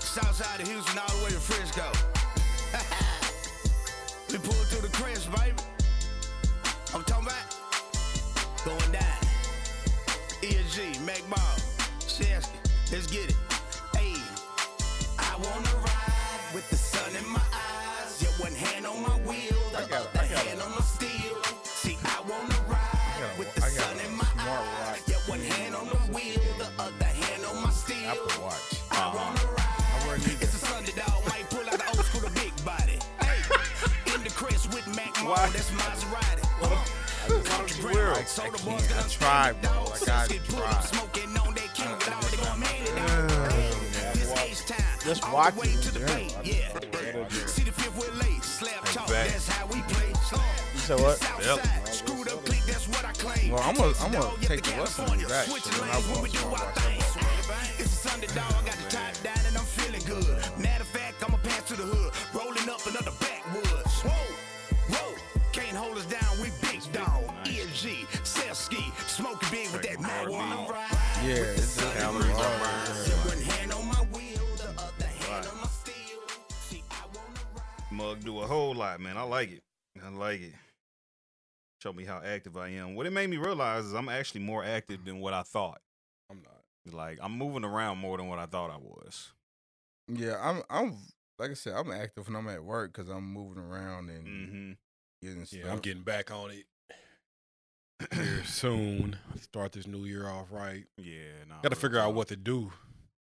to Houston all the way to Frisco. we pulled through the crest, baby. I'm talking about going down. ESG, Mac Ball, Shasky, let's get it. Ayy, I wanna ride with the sun in my eyes. Yeah, one hand on my wheel, the I got- other I got- hand on the steel. See, I wanna ride got a- with the I got sun a in my smart eyes. watch. Yeah, one hand on the wheel, the other hand on my steel. Apple Watch. Uh-huh. I wanna ride. I wear neither. It's a Sunday dog, might pull out the old school, the big body. Hey, in the crest with Mac Mall, Why? that's Maserati. Uh, country wear grandma, it? I- soda boys I can't. got I them tried, standing bro. I dogs. gotta Get pulled try. up smoking on that King Dog, they gon' man it down. Hey, this H-Town, Just all watch the way it, to the yeah. bay, yeah. See the fifth way late, slap talk, Exactly. that's how we play. So, said what? Southside, Screwed up click, that's what I claim. Well, I'm gonna- I'm gonna Dog, yet take to a lesson California, from that switch shit when I lanes when was we do on our my thing. It's a Sunday dog, I got the top down and I'm feeling good. Matter of fact, I'ma pass to the hood, rolling up another backwoods. Whoa, whoa, can't hold us down, we big dog. ESG, Selski, smoking big with that marijuana. Yeah, it's just Apple Watch. yeah. One hand on my wheel, the other hand on my steel. See, I wanna ride. Mug do a whole lot, man. I like it. I like it. Show me how active I am. What it made me realize is I'm actually more active than what I thought. I'm not. Like I'm moving around more than what I thought I was. Yeah, I'm. I'm like I said, I'm active when I'm at work because I'm moving around and Mm-hmm. getting stuff. Yeah, I'm getting back on it here soon. Start this new year off right. Yeah, nah. Got to figure out what to do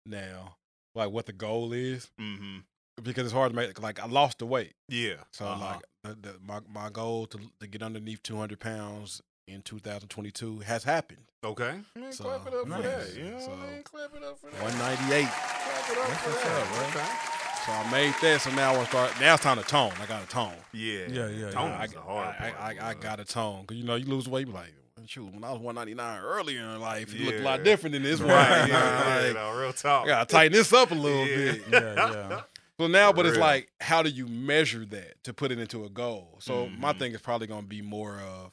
now, like what the goal is, Mm-hmm. because it's hard to make. Like I lost the weight, Yeah. so uh-huh. like the, the, my my goal to to get underneath 200 pounds in 2022 has happened. okay. Man, So, clap it up for nice. that. You know what I So, mean? Clap it up for that. 198. Clap it up That's for what's that. up, bro. Okay. So I made that. So now I start. Now it's time to tone. I got to tone. Yeah. Yeah, yeah, Tone yeah. I, is the hard I, I, part, I, I bro. got a tone because you know you lose weight. You be like, shoot, when I was 199 earlier in life, it looked a lot Yeah. different than this one. Right. You know, yeah, yeah, like, no, real talk. I gotta tighten this up a little Yeah. bit. Yeah, yeah. So now, but it's Real. like, how do you measure that to put it into a goal? So my Mhm. thing is probably gonna be more of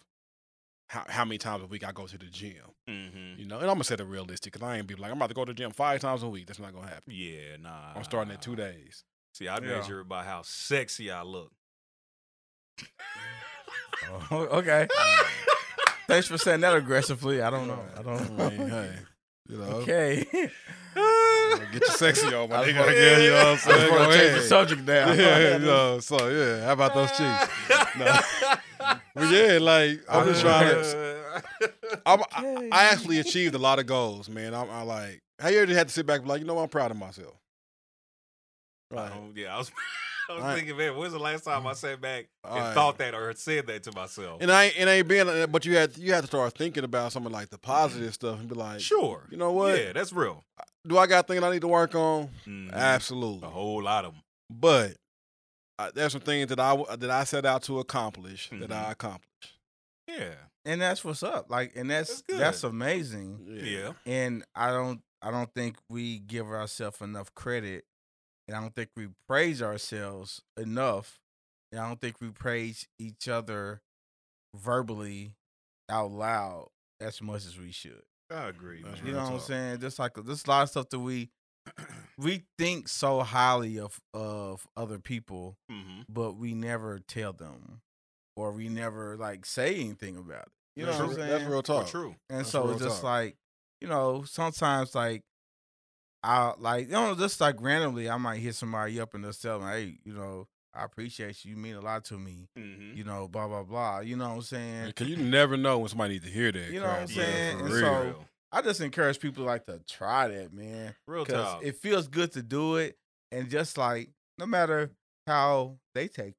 how, how many times a week I go to the gym, Mm-hmm. you know. And I'm gonna set it realistic because I ain't be like I'm about to go to the gym five times a week. That's not gonna happen. Yeah, nah. I'm starting at Ah. two days. See, I Yeah. measure it by how sexy I look. Oh, okay. Thanks for saying that aggressively. I don't know. I don't I mean, hey, know. you know, Okay. Mm. get your sexy on, my I was nigga. gonna- Yeah, you know what I'm I saying. just want Go to change the ahead. subject now. Yeah, you know, so yeah, how about those cheeks? No. Uh, But yeah, like I'm just trying to. I'm, I, I actually achieved a lot of goals, man. I'm, I like. Have you ever had to sit back and be like, you know, what? I'm proud of myself. Right. Oh, yeah, I was, I was Right. thinking, man, when's the last time I sat back and Right. thought that or said that to myself? And I it ain't being, like- but you had you had to start thinking about some of like the positive stuff and be like, sure. you know what? Yeah, that's real. Do I got things I need to work on? Mhm. Absolutely. A whole lot of them. But uh, there's some things that I w- that I set out to accomplish that I accomplished. Yeah. And that's what's up. Like, and that's That's good. that's amazing. Yeah. And I don't I don't think we give ourselves enough credit, and I don't think we praise ourselves enough, and I don't think we praise each other verbally out loud as much as we should. I agree. That's man. You Real know what I'm talk. saying? Just like there's a lot of stuff that we we think so highly of of other people, Mhm. but we never tell them, or we never like say anything about it. You know that's, what I'm real- saying? that's real Well, talk. true. And That's so real it's just talk. like, you know, sometimes like I like you know, just like randomly I might hit somebody up and they'll tell them, Hey, you know, I appreciate you, you mean a lot to me, Mhm. Mm-hmm. you know, blah blah blah. You know what I'm saying? Because you never know when somebody needs to hear that. You know what I'm crap, Yeah, man, saying? for And real. so- I just encourage people like to try that, man. real Because talk. it feels good to do it and just like no matter how they take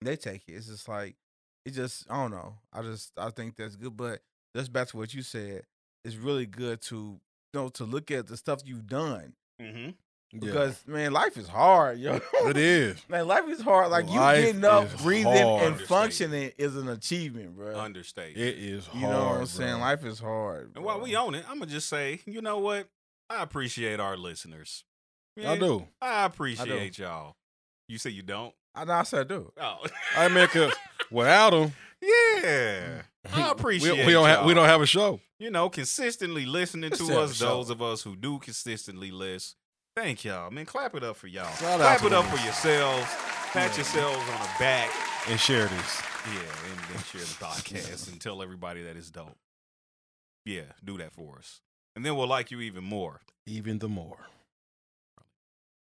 they take it. It's just like it just I don't know. I just I think that's good. But that's back to what you said. It's really good to you know to look at the stuff you've done. mm-hmm. Yeah. Because man, life is hard, yo. it is. man, life is hard. Like Life you getting up, is breathing, hard. and functioning is an achievement, bro. Understated. uh, It is hard. you know what I'm bro. saying? Life is hard. and while bro. we own it, I'm going to just say, you know what? I appreciate our listeners. I Yeah, do. I appreciate y'all. You say you don't? I know I said do. Oh. I mean, cause without them, yeah. I appreciate we, we don't have we y'all. don't have a show. you know, consistently listening Let's to have a us, show. those of us who do consistently list, Thank y'all, man. Clap it up for y'all. Shout out Clap to it up them. for yourselves. Pat yourselves on the back. And share this. Yeah, and then share the podcast and tell everybody that it's dope. Yeah, do that for us, and then we'll like you even more. Even the more.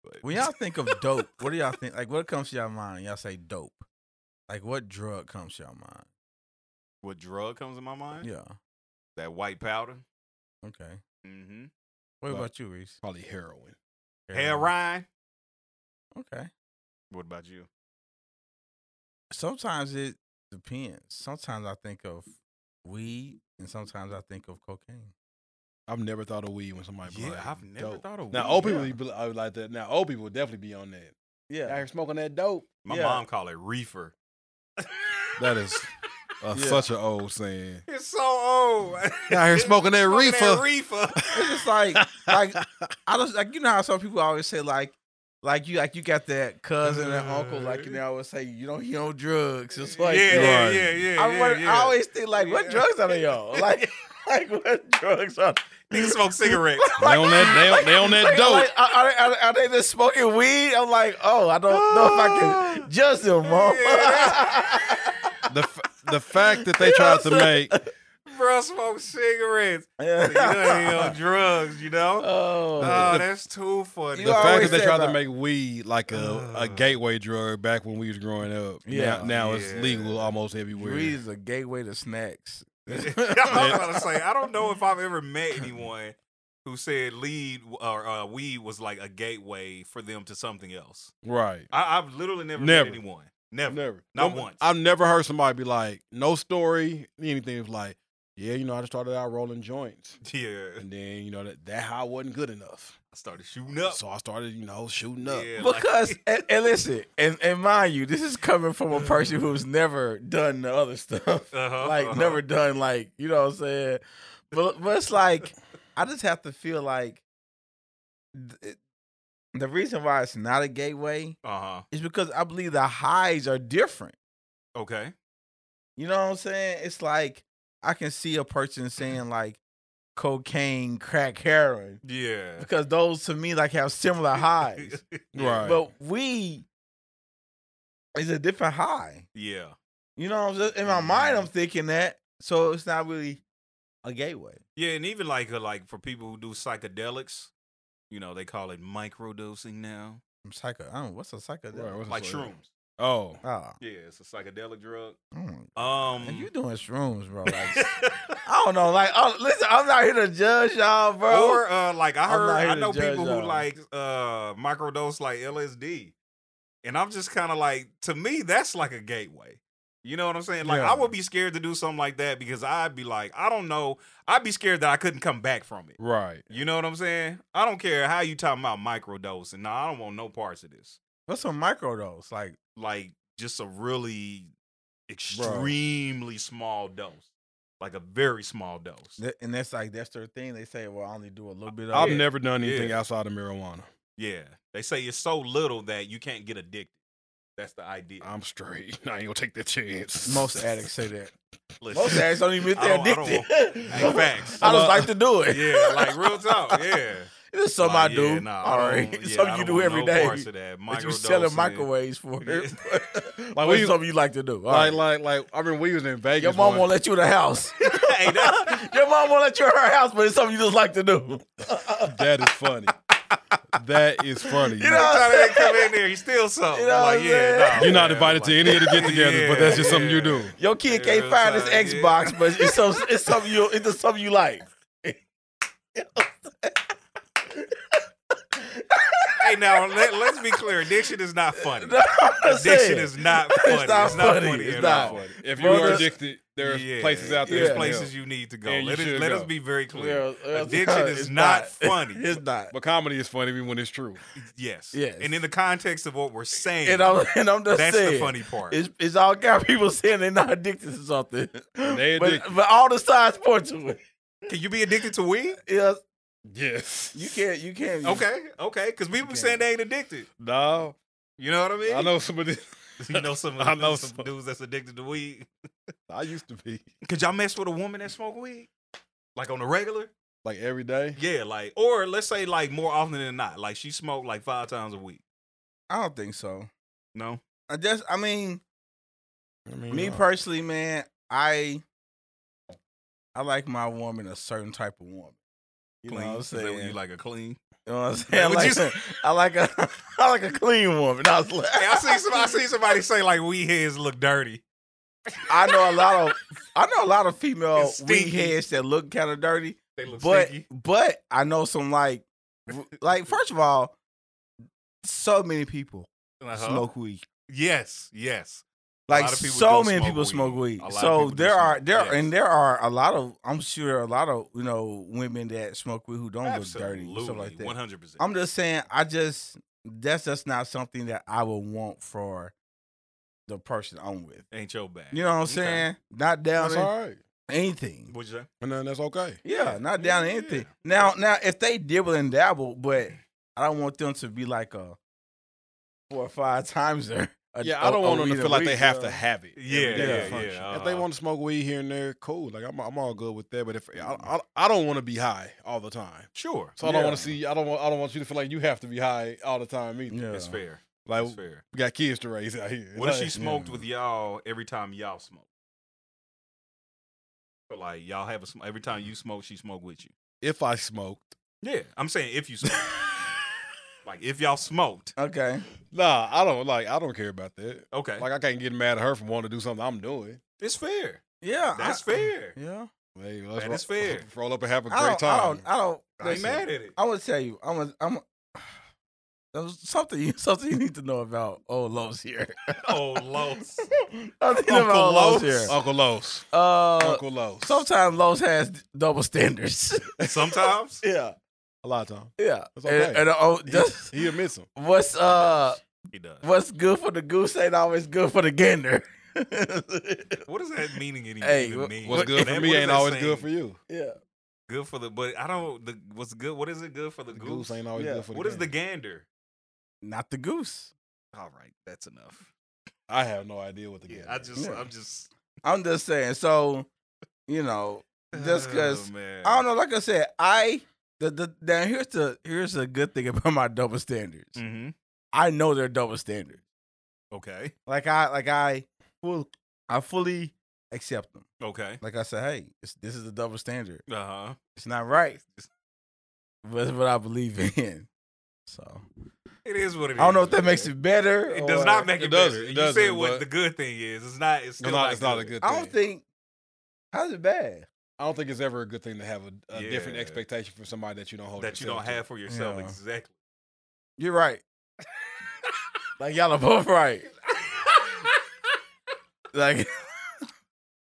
But When y'all think of dope, what do y'all think? Like, what comes to y'all mind? when Y'all say dope. Like, what drug comes to y'all mind? what drug comes to my mind? Yeah. That white powder. Okay. Mm-hmm. What Like- about you, Reese? Probably heroin. Heroin. Okay. What about you? Sometimes it depends. Sometimes I think of weed, and sometimes I think of cocaine. I've never thought of weed when somebody brought it. Dope. of Now, weed. old people Yeah. would be I would like that. Now, old people would definitely be on that. Out here smoking that dope. My Yeah. mom called it reefer. That is uh, Yeah. such an old saying. It's so old. Out here smoking that That reefer. It's just like like I just like you know how some people always say like like you like you got that cousin and uncle like you know always say you don't he on drugs. It's like yeah, yeah, Right. yeah, yeah. I, wonder- yeah. I always think like what Yeah. drugs are they on? Like like what drugs are Niggas smoke cigarettes. They on that- they on- they on that dope. Like, are, are, they- are, are they just smoking weed? I'm like, oh, I don't know if I can judge them, mom. the f- the fact that they tried to make Bro, smoke cigarettes. You know, he on drugs, you know? oh, Oh, that's too funny. You the fact always that they said tried to that. make weed like a, a Ugh. gateway drug back when we was growing up. Uh. Yeah. now, now it's Yeah. legal almost everywhere. weed is a gateway to snacks. I was about to say, I don't know if I've ever met anyone who said lead or uh, weed was like a gateway for them to something else. Right. I, I've literally never, Never. met anyone. Never. Never. Not No- once. I've never heard somebody be like, no story, anything. It's like, yeah, you know, I just started out rolling joints. Yeah. And then, you know, that, that high wasn't good enough. I started shooting up. So I started, you know, shooting up. Yeah, like- Because and, and listen, and, and mind you, this is coming from a person who's never done the other stuff. Uh-huh, like uh-huh. never done like you know what I'm saying. But but it's like I just have to feel like th- the reason why it's not a gateway Uh-huh. is because I believe the highs are different. Okay. You know what I'm saying? It's like I can see a person saying like cocaine, crack, heroin Yeah. because those to me like have similar highs. Right. But we is a different high. yeah. You know, I'm just, in my mind, I'm thinking that. So it's not really a gateway. Yeah, and even like uh, like for people who do psychedelics, you know, they call it microdosing now. I'm psycho. I don't know what's a Right, psychedelic. what's it Like say? shrooms. Oh. Ah, Yeah, it's a psychedelic drug. mm. Um and you doing shrooms, bro? Like, I don't know. Like, oh, listen, I'm not here to judge y'all, bro. or uh like I I'm heard not here I to know judge people who y'all. like uh microdose like LSD. And I'm just kind of like to me that's like a gateway. You know what I'm saying? Like Yeah. I would be scared to do something like that because I'd be like, I don't know, I'd be scared that I couldn't come back from it. Right. You know what I'm saying? I don't care how you talking about microdosing. No, I don't want no parts of this. what's a microdose? Like, like just a really extremely small dose, like a very small dose. th- and that's like that's their thing. They say, well, I only do a little bit of. I've it. never done anything Yeah. outside of marijuana. Yeah, they say it's so little that you can't get addicted. That's the idea. Uh, I'm straight. I ain't gonna take that chance. Most addicts say that. Listen, Most addicts don't even admit I they're don't- I don't addicted. hey, facts. I Well, just like to do it. yeah, like real talk. Yeah, This is something Like, I do. yeah, nah, I All right. don't- yeah, I something you don't do want every no day. Parts of that. But you selling Microdosing. microwaves for Yeah. it. like Like, what we- something you like to do. All Like, right. like, like. I mean, we was in Vegas. Your mom one- won't let you in the house. hey, that's, Your mom won't let you in her house, but it's something you just like to do. That is funny. that is funny. You know- time they come in there, he still something. You know I'm what like, I'm yeah, saying? nah, You're not man, invited to like- any of the get-togethers, but that's just something you Yeah, do. yeah. Your kid Yeah, can't find this sometimes, yeah. Xbox, but it's some, it's something you it's just something you like. Hey, now let, let's be clear. Addiction is not funny. That's what I'm Addiction saying. is not funny. It's not, funny. It's at not. all. If you Well, are that's- addicted, Yeah, there There's that can places you need to go. And you let should it, let us go. be very clear. Yeah, yeah, Addiction is it's not funny. It's not. But comedy is funny even when it's true. Yes. Yes. And in the context of what we're saying, And I'm and I'm just that's saying the funny part. It's, it's all kind of people saying they're not addicted to something. They but, addicted. but all the sides point to it. Can you be addicted to weed? Yeah, Yes. you can't. You can't. Okay. Okay. Because people be saying they ain't addicted. No. You know what I mean? I know somebody. You know some. I know some some- dudes that's addicted to weed. I used to be. Could y'all mess with a woman that smoke weed, like on the regular? like every day. Yeah, like or let's say like more often than not. Like she smoked like five times a week. I don't think so. No. I just, I mean, I Mm-hmm. mean, me uh, personally, man, I, I like my woman a certain type of woman. You Clean. know what I'm Is that what saying? you like a clean. You know what I'm saying? I like, What'd you a, I like a, I like a clean woman. I was like, Hey, I see somebody, I see somebody say like we heads look dirty. I know a lot of, I know a lot of female It's wig stinky. heads that look kind of dirty, They look but stinky. but I know some like, r- like first of all, so many people Uh-huh. smoke weed. Yes, yes. A Like lot of people so do many smoke people weed. smoke weed. A lot of So people do there are smoke, there yes. and there are a lot of I'm sure a lot of you know women that smoke weed who don't look dirty, and stuff like that. One hundred percent. I'm just saying, I just that's just not something that I would want for the person I'm with. Ain't your bag. You know what I'm Okay. saying? Not down that's all right, anything. What'd you say? and then that's okay. Yeah, Yeah, not yeah, down yeah, anything. yeah. Now, now if they dibble and dabble, but I don't want them to be like a four or five times there. yeah, I don't want them to feel like they have to have have it. Yeah, every yeah, day. yeah, yeah. function. If they uh-huh. want to smoke weed here and there, cool. Like I'm, I'm all good with that. But if I, I, I don't want to be high all the time, sure, so I don't Yeah. want to see. I don't want. I don't want you to feel like you have to be high all the time either. yeah. it's fair. Like It's fair. we got kids to raise out here. What if she uh, Like, smoked yeah. with y'all every time y'all smoke? So like y'all have a sm- every time you smoke, she smoke with you. If I smoked, Yeah, I'm saying if you smoke, like if y'all smoked. Okay. nah, I don't like. I don't care about that. Okay, Like I can't get mad at her for wanting to do something I'm doing. it's fair. Yeah, That's I- fair. Yeah, Hey, let's That ro- is fair. Roll up and have a I great don't, I don't. time. I don't. I ain't listen, mad at it. I'm gonna tell you. I'm. A, I'm. A, there's something. you- Something you need to know about old Lowe's here. Oh, Los. Something Uncle about old Lowe's Lowe's? here. Uncle Los. Uh, Uncle Los. sometimes Lowe's has d- double standards. Sometimes Yeah. A lot of times. yeah, It's okay. and, and uh, oh, just He, he admits them. what's uh, he does. what's good for the goose ain't always good for the gander. What does that meaning any- Hey, even what- mean? What's good That- for what me is ain't that always saying? good for you. yeah, Good for the but I don't. The, what's good? What is it? Good for the The goose? goose ain't always Yeah. good for the What is the gander. gander? not the goose. All right, that's enough. I have no idea what the Yeah, gander I is. just, Yeah. I'm just. I'm just saying. So, you know, Just Oh, 'cause- man. I don't know. Like I said, I the the now here's the here's a good thing about my double standards. Mm-hmm. I know they're double standards. Okay. Like I like I full I fully accept them. Okay. Like I said, hey, it's, this is a double standard. Uh Uh-huh. huh. It's not right, but it's what I believe in. So It is what I it is. don't know if that man. makes it better. It does or- not make It it, doesn't, better. it You doesn't, said what but- the good thing is. It's not. It's It's still not, it's not a good thing. I don't think. How's it bad? I don't think it's ever a good thing to have a, a different Yeah. expectation from somebody that you don't hold that you don't yourself to. have for yourself. Yeah. Exactly. You're right. like y'all are both right. Like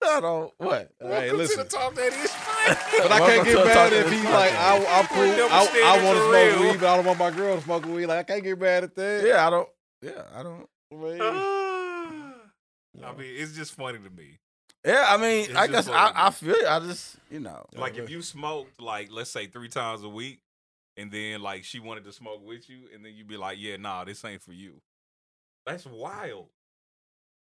I don't what. Hey, Welcome listen. to the top that is fine. But I Welcome can't to get the mad Talk if That he's Is like, Podcast. I, I'm cool. Double I, I standards want to are smoke real. weed, but I don't want my girl to smoke weed. Like, I can't get mad at that. Yeah, I don't. Yeah, I don't. Man. I Yeah. mean, it's just funny to me. Yeah, I mean, It's I guess just I, like- I feel it. I just, you know, Yeah, like but- if you smoked like let's say three times a week, and then like she wanted to smoke with you, and then you'd be like, "Yeah, nah, this ain't for you." That's wild.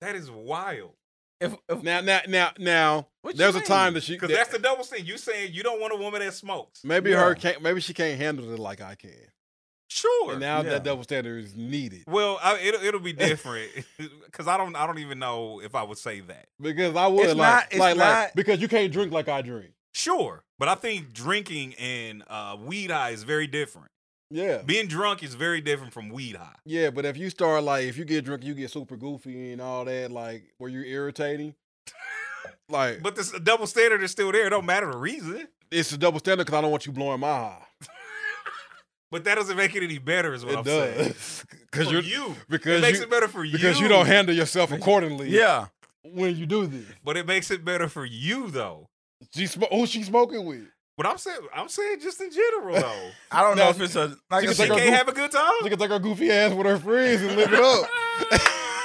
That is wild. if, if Now, now, now, now. What you there's a time mean? that she Because that- that's the double thing. You saying you don't want a woman that smokes? maybe Yeah. her can't. Maybe she can't handle it like I can. Sure. And now Yeah. that double standard is needed well, I, it'll it'll be different because I don't I don't even know if I would say that. because I would It's like, not- it's like, like- not- because you can't drink like I drink. Sure, but I think drinking and uh, weed high is very different. Yeah, Being drunk is very different from weed high. yeah. But if you start like if you get drunk, you get super goofy and all that. Like where you're irritating. Like, But this double standard is still there. It don't matter the reason. it's a double standard because I don't want you blowing my high. But that doesn't make it any better, is what it I'm saying. does because For you're you, it because makes you, it better for you because you don't handle yourself accordingly. yeah, when you do this, But it makes it better for you though. she sm- who she smoking with? But I'm saying, I'm saying just in general though. I don't No, know if it's a like you I can she take said, her- can't have a good time. She can take her goofy ass with her friends and live it up.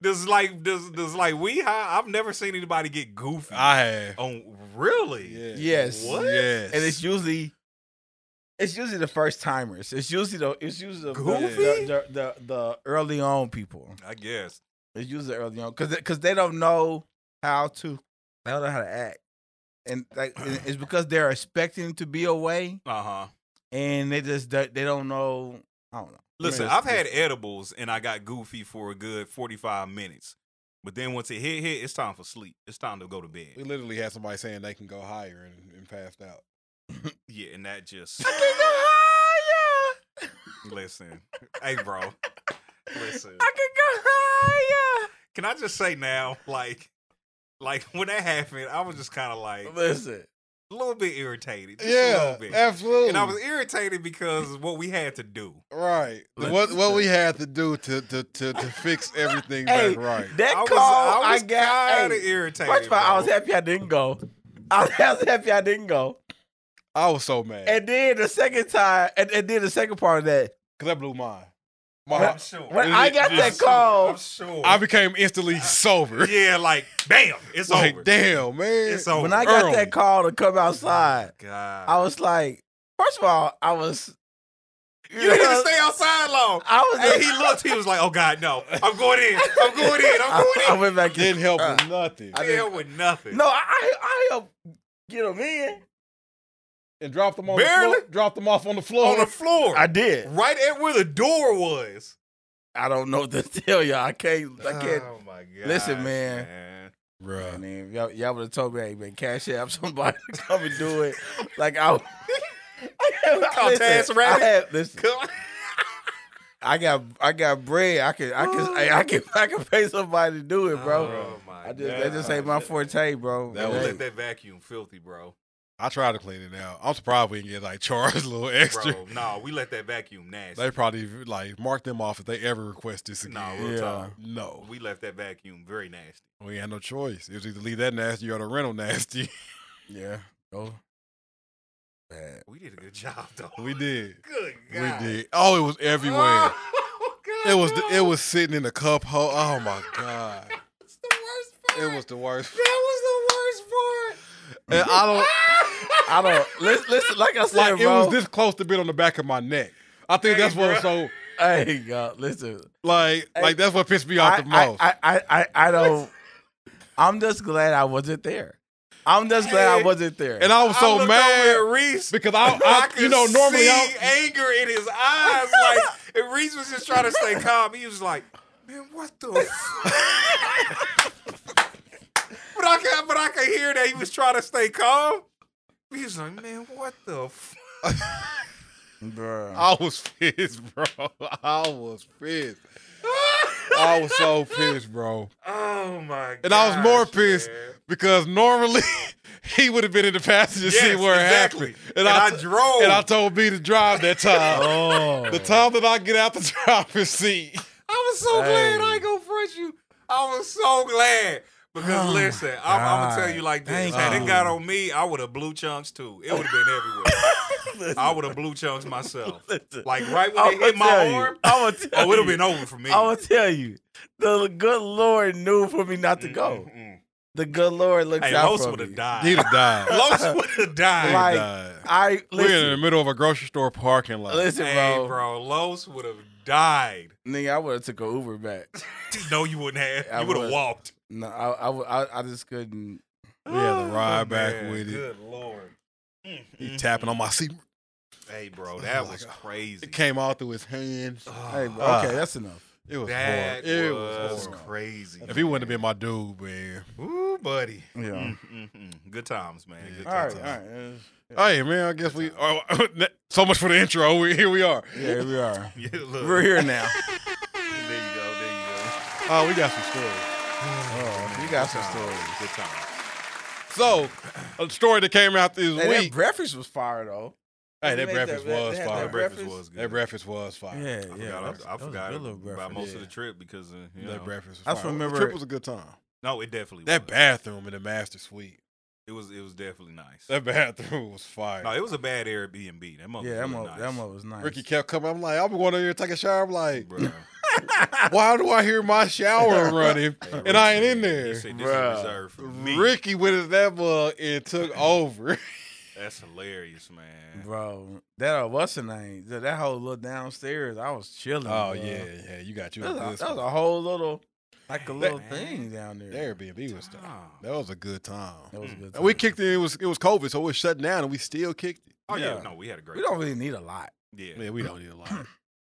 does like does does like we high? I've never seen anybody get goofy. I have. on really? Yeah. Yes. What? Yes. and it's usually, it's usually the first timers. It's usually the it's usually the the, Goofy? the, the, the, the early on people. I guess. It's usually the early on because because they don't know how to, they don't know how to act, and like and it's because they're expecting to be away, Uh huh. and they just don't- they don't know. I don't know. Listen, I mean, I've it's- had edibles and I got goofy for a good 45 minutes. But then once it hit, hit, it's time for sleep. It's time to go to We bed. literally had somebody saying they can go higher and, and passed out. Yeah, and that just. I listen. Hey, bro. Listen. can go higher. Can I just say now, like, like when that happened, I was just kind of like a Listen, little bit irritated. Just a Yeah, little bit. absolutely. And I was irritated because what we had to do. right. Let's- What what we had to do to to to, to fix everything Hey, back right. that I was, call I I, was got. kind of hey, irritated. first of all, I was bro. happy I didn't go. I was happy I didn't go. I was so mad And then the second time, and, and then the second part of that, because that blew mine. My I'm heart- sure. when I got I'm that sure. call- I'm sure. I became instantly sober. yeah, like bam, it's like over. damn man, It's over. when I got early. that call to come outside, God, I was like, first of all, I was. you didn't even stay outside long. I was. And he looked. He was like, "Oh God, no! I'm going in. I'm going in. I'm I, I going went back in. didn't help Uh, with nothing. I in." There with nothing. No, I I, I helped get him in. and dropped them on the Barely? floor. Dropped them off on the floor. on the floor, I did. right at where the door was. I don't know what to tell y'all. I can't. I can't. Oh my God! Listen, man. Bruh. Man, y'all, y'all would have told me, hey man, cash app somebody to come and do it. Like I, I, Call Taz Rabbit? I, had, listen, God. I got I got bread. I can I can hey, I can I can pay somebody to do it, bro. Oh my I just that just ain't my God. forte, bro. That Don't was- Hey, let that vacuum filthy, bro. I tried to clean it out. I'm surprised we didn't get like charged a little extra. Bro, nah, we let that vacuum nasty. They probably like mark them off if they ever request this again. Nah, real Yeah. talk. No, We left that vacuum very nasty. we had no choice. It was either leave that nasty or the rental nasty. yeah. Go. Man. We did a good job though. we did, Good we God. did. Oh, it was everywhere. Oh, God, It was no. it was sitting in a cup hole. Oh my god, It's the worst part. it was the worst. That was the worst And I don't part. I don't listen, listen like I said, like it bro. was this close to being on the back of my neck. I think Hey, that's what was bruh. so hey God, listen. like Hey, like that's what pissed me off I, the most. I, I, I, I, I don't I'm just glad I wasn't there. I'm just glad I Hey. wasn't there. and I was so looked over mad at Reese because I, I I, could you know normally see I, anger in his eyes. Like and Reese was just trying to stay calm. He was like, "Man, what the?" fuck?" but I could, but I could hear that he was trying to stay calm. He was like, "Man, what the?" F-? Bruh. I was pissed, bro. I was pissed. I was so pissed, bro. Oh my! And I was more gosh, pissed man. because normally he would have been in the passenger seat Yes, where it exactly. happened. And I drove. And I told B to drive that time. Oh. The time that I get out the driver's seat. I was so glad I Hey. ain't gonna front you. I was so glad. Because Oh, listen, I'm, I'm gonna tell God. you like this. Thank Had it you. got on me, I would have blew chunks too. It would have been everywhere. I would have blew chunks myself. Listen. Like right when I'm it gonna hit my tell arm, you. I'm gonna tell oh, it'll you. been over for me. I'm gonna tell you. The good Lord knew for me not to go. Mm-mm-mm. The good Lord looked Mm-hmm. Hey, out Los for would have me. He'd died. have died. Los would have died. He'd Like, have died. I We're in the listen, middle of a grocery store parking lot. listen, hey, bro. bro, Los would have died. Nigga, I would have took an Uber back. No, you wouldn't have. I you would have would. walked. No, I, I, would- I, I just couldn't. We had to Oh, ride back man, with it. Good lord. He Mm-mm. tapping on my seat. Hey, bro, that Like, was oh, crazy. It came all through his hands. Hey, bro, Ah. okay, that's enough. It was That horrible. It was, was horrible. crazy. If he wouldn't have been my dude, man. Ooh, buddy. Yeah. Mm-mm-mm. Good times, man. Yeah. Good All right, times. all right. uh, Hey man, I guess we oh, so much for the intro. We, here we are. Yeah, here we are. Yeah, look. We're here now. There you go. There you go. Oh, we got some stories. Oh, you got some Good times, stories. Good times. So, a story that came out this Hey, that week. breakfast was fire though. hey, they that made breakfast that- was they had fire. That That breakfast breakfast? was good. That breakfast was fire. Yeah, I yeah. forgot, that was- I, that I was a forgot good little about breakfast. most of Yeah. the trip because, uh, you know. That breakfast was I fire. just remember- the trip was a good time. No, it definitely That was. bathroom in the master suite. It was, it was definitely nice. That bathroom was fire. no, it was a bad Airbnb. That mother Yeah, that was really mo, nice. that mo was nice. Ricky kept coming. I'm like, I'm going in here to take a shower. I'm like, Bruh. why do I hear my shower running and I ain't in He there? said, this Bruh. is reserved for me. Ricky went in that mug and took over. That's hilarious, man. Bro, that uh, what's her name? That, that whole little downstairs, I was chilling. bro. Oh yeah, yeah, you got you. that a was, a, good that was spot. a whole little. like a little thing down there. The Airbnb was dope. Oh. That was a good time. That was a good. mm, And we time. kicked it. It was it was COVID, so it was shut down, and we still kicked it. Oh yeah. Yeah. no, we had a great. We don't really need a lot. yeah. Yeah, we don't need a lot.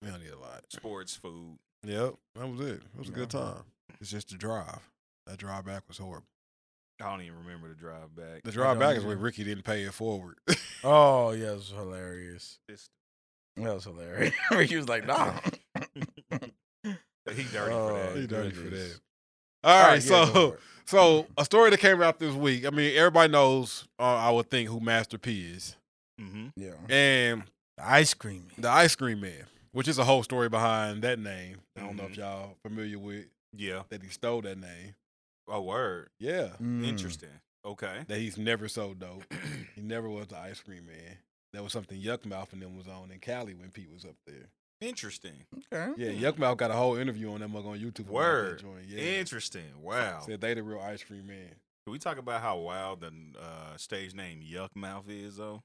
We don't need a lot. sports, food. Yep, that was it. It was a good Yeah. time. It's just the drive. That drive back was horrible. I don't even remember the drive back. The I don't drive back is either. when Ricky didn't pay it forward. Oh yeah, it was hilarious. This- That was hilarious. he was like, nah. he dirty for that. Oh, He dirty for goodness. that. All right, Alright, yeah, go so for it. so a story that came out this week. I mean, everybody knows uh, I would think who Master P is, Mm-hmm. yeah, and The ice cream. the Ice Cream Man, which is a whole story behind that name. I don't know Mm-hmm. Mhm. if y'all familiar with Yeah. that. He stole that name. Oh, word. Yeah, Mm. Interesting. Okay. that he's never so dope. he never was the Ice Cream Man. That was something Yuck Mouth and them was on in Cali when Pete was up there. Interesting. Okay. Yeah, Yuck Mouth got a whole interview on that mug on YouTube. about that Word. joint, Interesting. Wow. Said they the real ice cream man. Can we talk about how wild the uh, stage name Yuck Mouth is, though?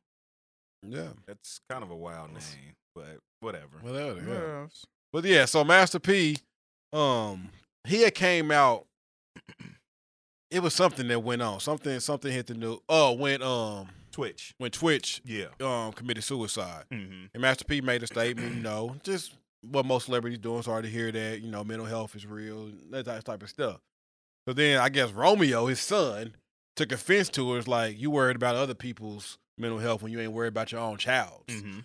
Yeah. That's kind of a wild Yes. name, but whatever. Whatever. Yeah. Yeah. But yeah, so Master P, um, he had came out. It was something that went on. Something something hit the new oh, when um Twitch. when Twitch Yeah. um committed suicide. Mm-hmm. And Master P made a statement, you know, just what most celebrities doing. Sorry to hear that, you know, mental health is real, that type- type of stuff. So then I guess Romeo, his son, took offense to it. It's like, you worried about other people's mental health when you ain't worried about your own child's. Mm-hmm.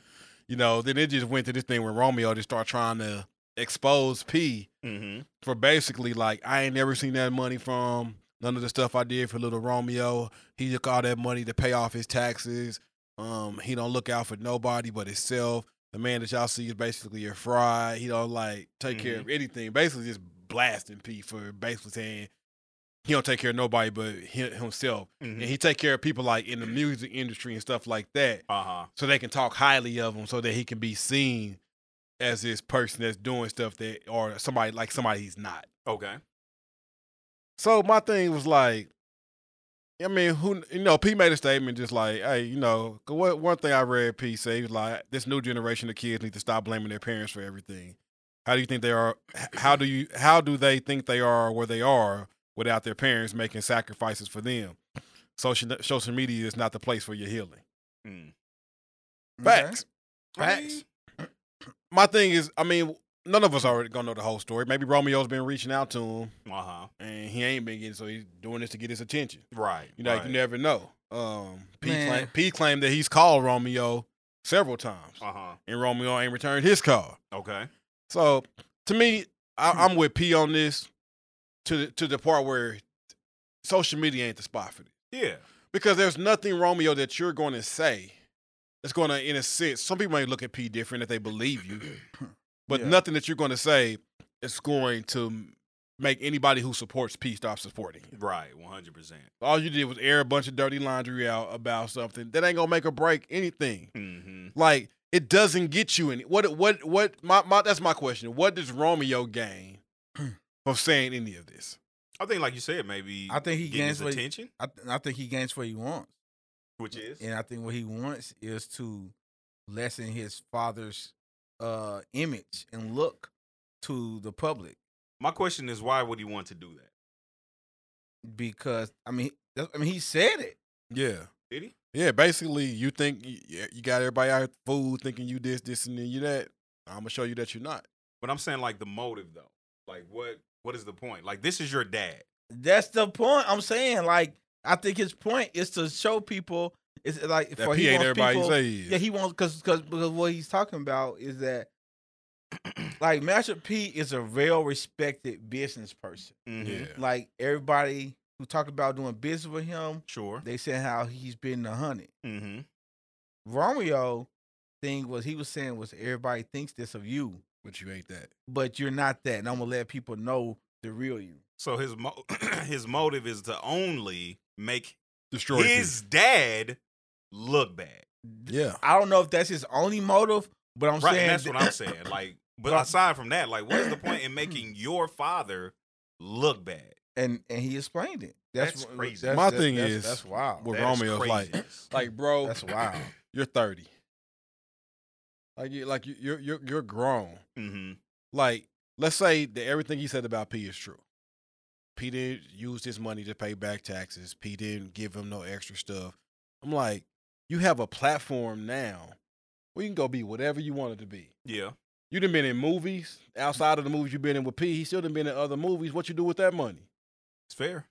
You know, then it just went to this thing where Romeo just started trying to expose P Mm-hmm. for basically like, I ain't never seen that money from none of the stuff I did for little Romeo. He took all that money to pay off his taxes. Um, he don't look out for nobody but himself. The man that y'all see is basically a fraud. He don't like take care of anything. Basically, just blasting P for basically saying he don't take care of nobody but hi- himself, mm-hmm. and he take care of people like in the music industry and stuff like that Uh-huh. so they can talk highly of him so that he can be seen as this person that's doing stuff that or somebody like somebody he's not. Okay. So my thing was like, I mean, who you know, P made a statement just like, hey, you know, 'cause what one thing I read P say he was like, this new generation of kids need to stop blaming their parents for everything. How do you think they are? h- How do you? How do they think they are where they are without their parents making sacrifices for them? Social social media is not the place for your healing. Mm. Facts. I Facts. mean, my thing is, I mean, none of us are gonna know the whole story. Maybe Romeo's been reaching out to him, Uh-huh. and he ain't been getting, so he's doing this to get his attention. Right. You know, like, right. you never know. Um, P Man. claim, P claimed that he's called Romeo several times, Uh-huh. and Romeo ain't returned his call. Okay. So, to me, I, I'm with P on this. To the, to the part where social media ain't the spot for this, Yeah. because there's nothing Romeo that you're going to say that's going to, in a sense, some people may look at P different if they believe you. but Yeah. nothing that you're going to say is going to make anybody who supports P stop supporting you. Right. 100%. All you did was air a bunch of dirty laundry out about something that ain't gonna make or break anything. Mm-hmm. Like it doesn't get you any. What? What? What? My, my That's my question. What does Romeo gain from saying any of this? I think, like you said, maybe I think he getting his gains weight. attention, I, th- I think he gains what he wants, which is and I think what he wants is to lessen his father's uh, image and look to the public. my question is why would he want to do that? Because I mean, that's- I mean, he said it. Yeah. Did he? Yeah. Basically, you think you, you got everybody out food thinking you this, this, and then you that. I'm gonna show you that you're not. But I'm saying like the motive though. Like what what is the point? Like this is your dad. That's the point I'm saying. Like, I think his point is to show people. It's like That for P he ain't wants everybody people, say he is. Yeah, he wants because because because what he's talking about is that like Master P is a real respected business person. yeah. Like everybody who talk about doing business with him, Sure. they said how he's been the hunted. Mm-hmm. Romeo thing was he was saying was everybody thinks this of you, But you ain't that. but you're not that, and I'm gonna let people know the real you. So his mo- his motive is to only make Destroy P. his dad look bad. Yeah. I don't know if that's his only motive, but I'm right. saying That's th- what I'm saying. Like, but But- aside from that, like, what's the point in making your father look bad? and and he explained it. That's, That's what- crazy. that's- My that's- thing that's- is- that's wild. Well, That is Romeo's like- craziness. Like, bro, That's wild. you're 30. Like you like you you're you're, you're grown. Mhm. Like let's say that everything he said about P is true. P didn't use his money to pay back taxes. P didn't give him no extra stuff. I'm like, you have a platform now where you can go be whatever you wanted to be. Yeah. You done been in movies. Outside of the movies you've been in with P, he still done been in other movies. What you do with that money? It's fair.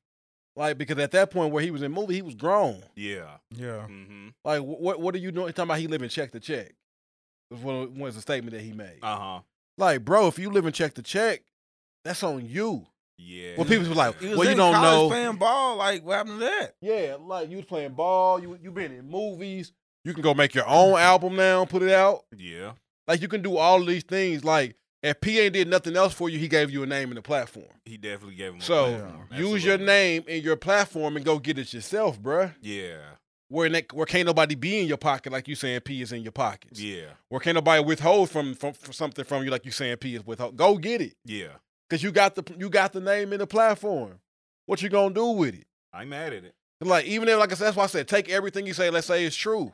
Like, because at that point where he was in movie, he was grown. Yeah. Oh. Yeah. Mm-hmm. Like, wh- what what are you doing? He's talking about he living check to check. Was one was a statement that he made. Uh-huh. like, bro, if you living check to check, that's on you. Yeah. Well, people was like, He was well, you in don't college know. Playing ball, like what happened to that? Yeah, like you was playing ball. You you been in movies. You can go make your own album now, put it out. Yeah. Like you can do all of these things. Like if P ain't did nothing else for you, he gave you a name and a platform. He definitely gave him a So platform. use your Mm-hmm. Absolutely. name and your platform and go get it yourself, bruh. Yeah. Where ne- where can't nobody be in your pocket like you saying P is in your pockets. Yeah. Where can't nobody withhold from, from from something from you like you saying P is withhold. Go get it Yeah. because you got the you got the name and the platform. What you gonna do with it? I ain't mad at it. Like even if like I said, that's why I said take everything you say. Let's say it's true.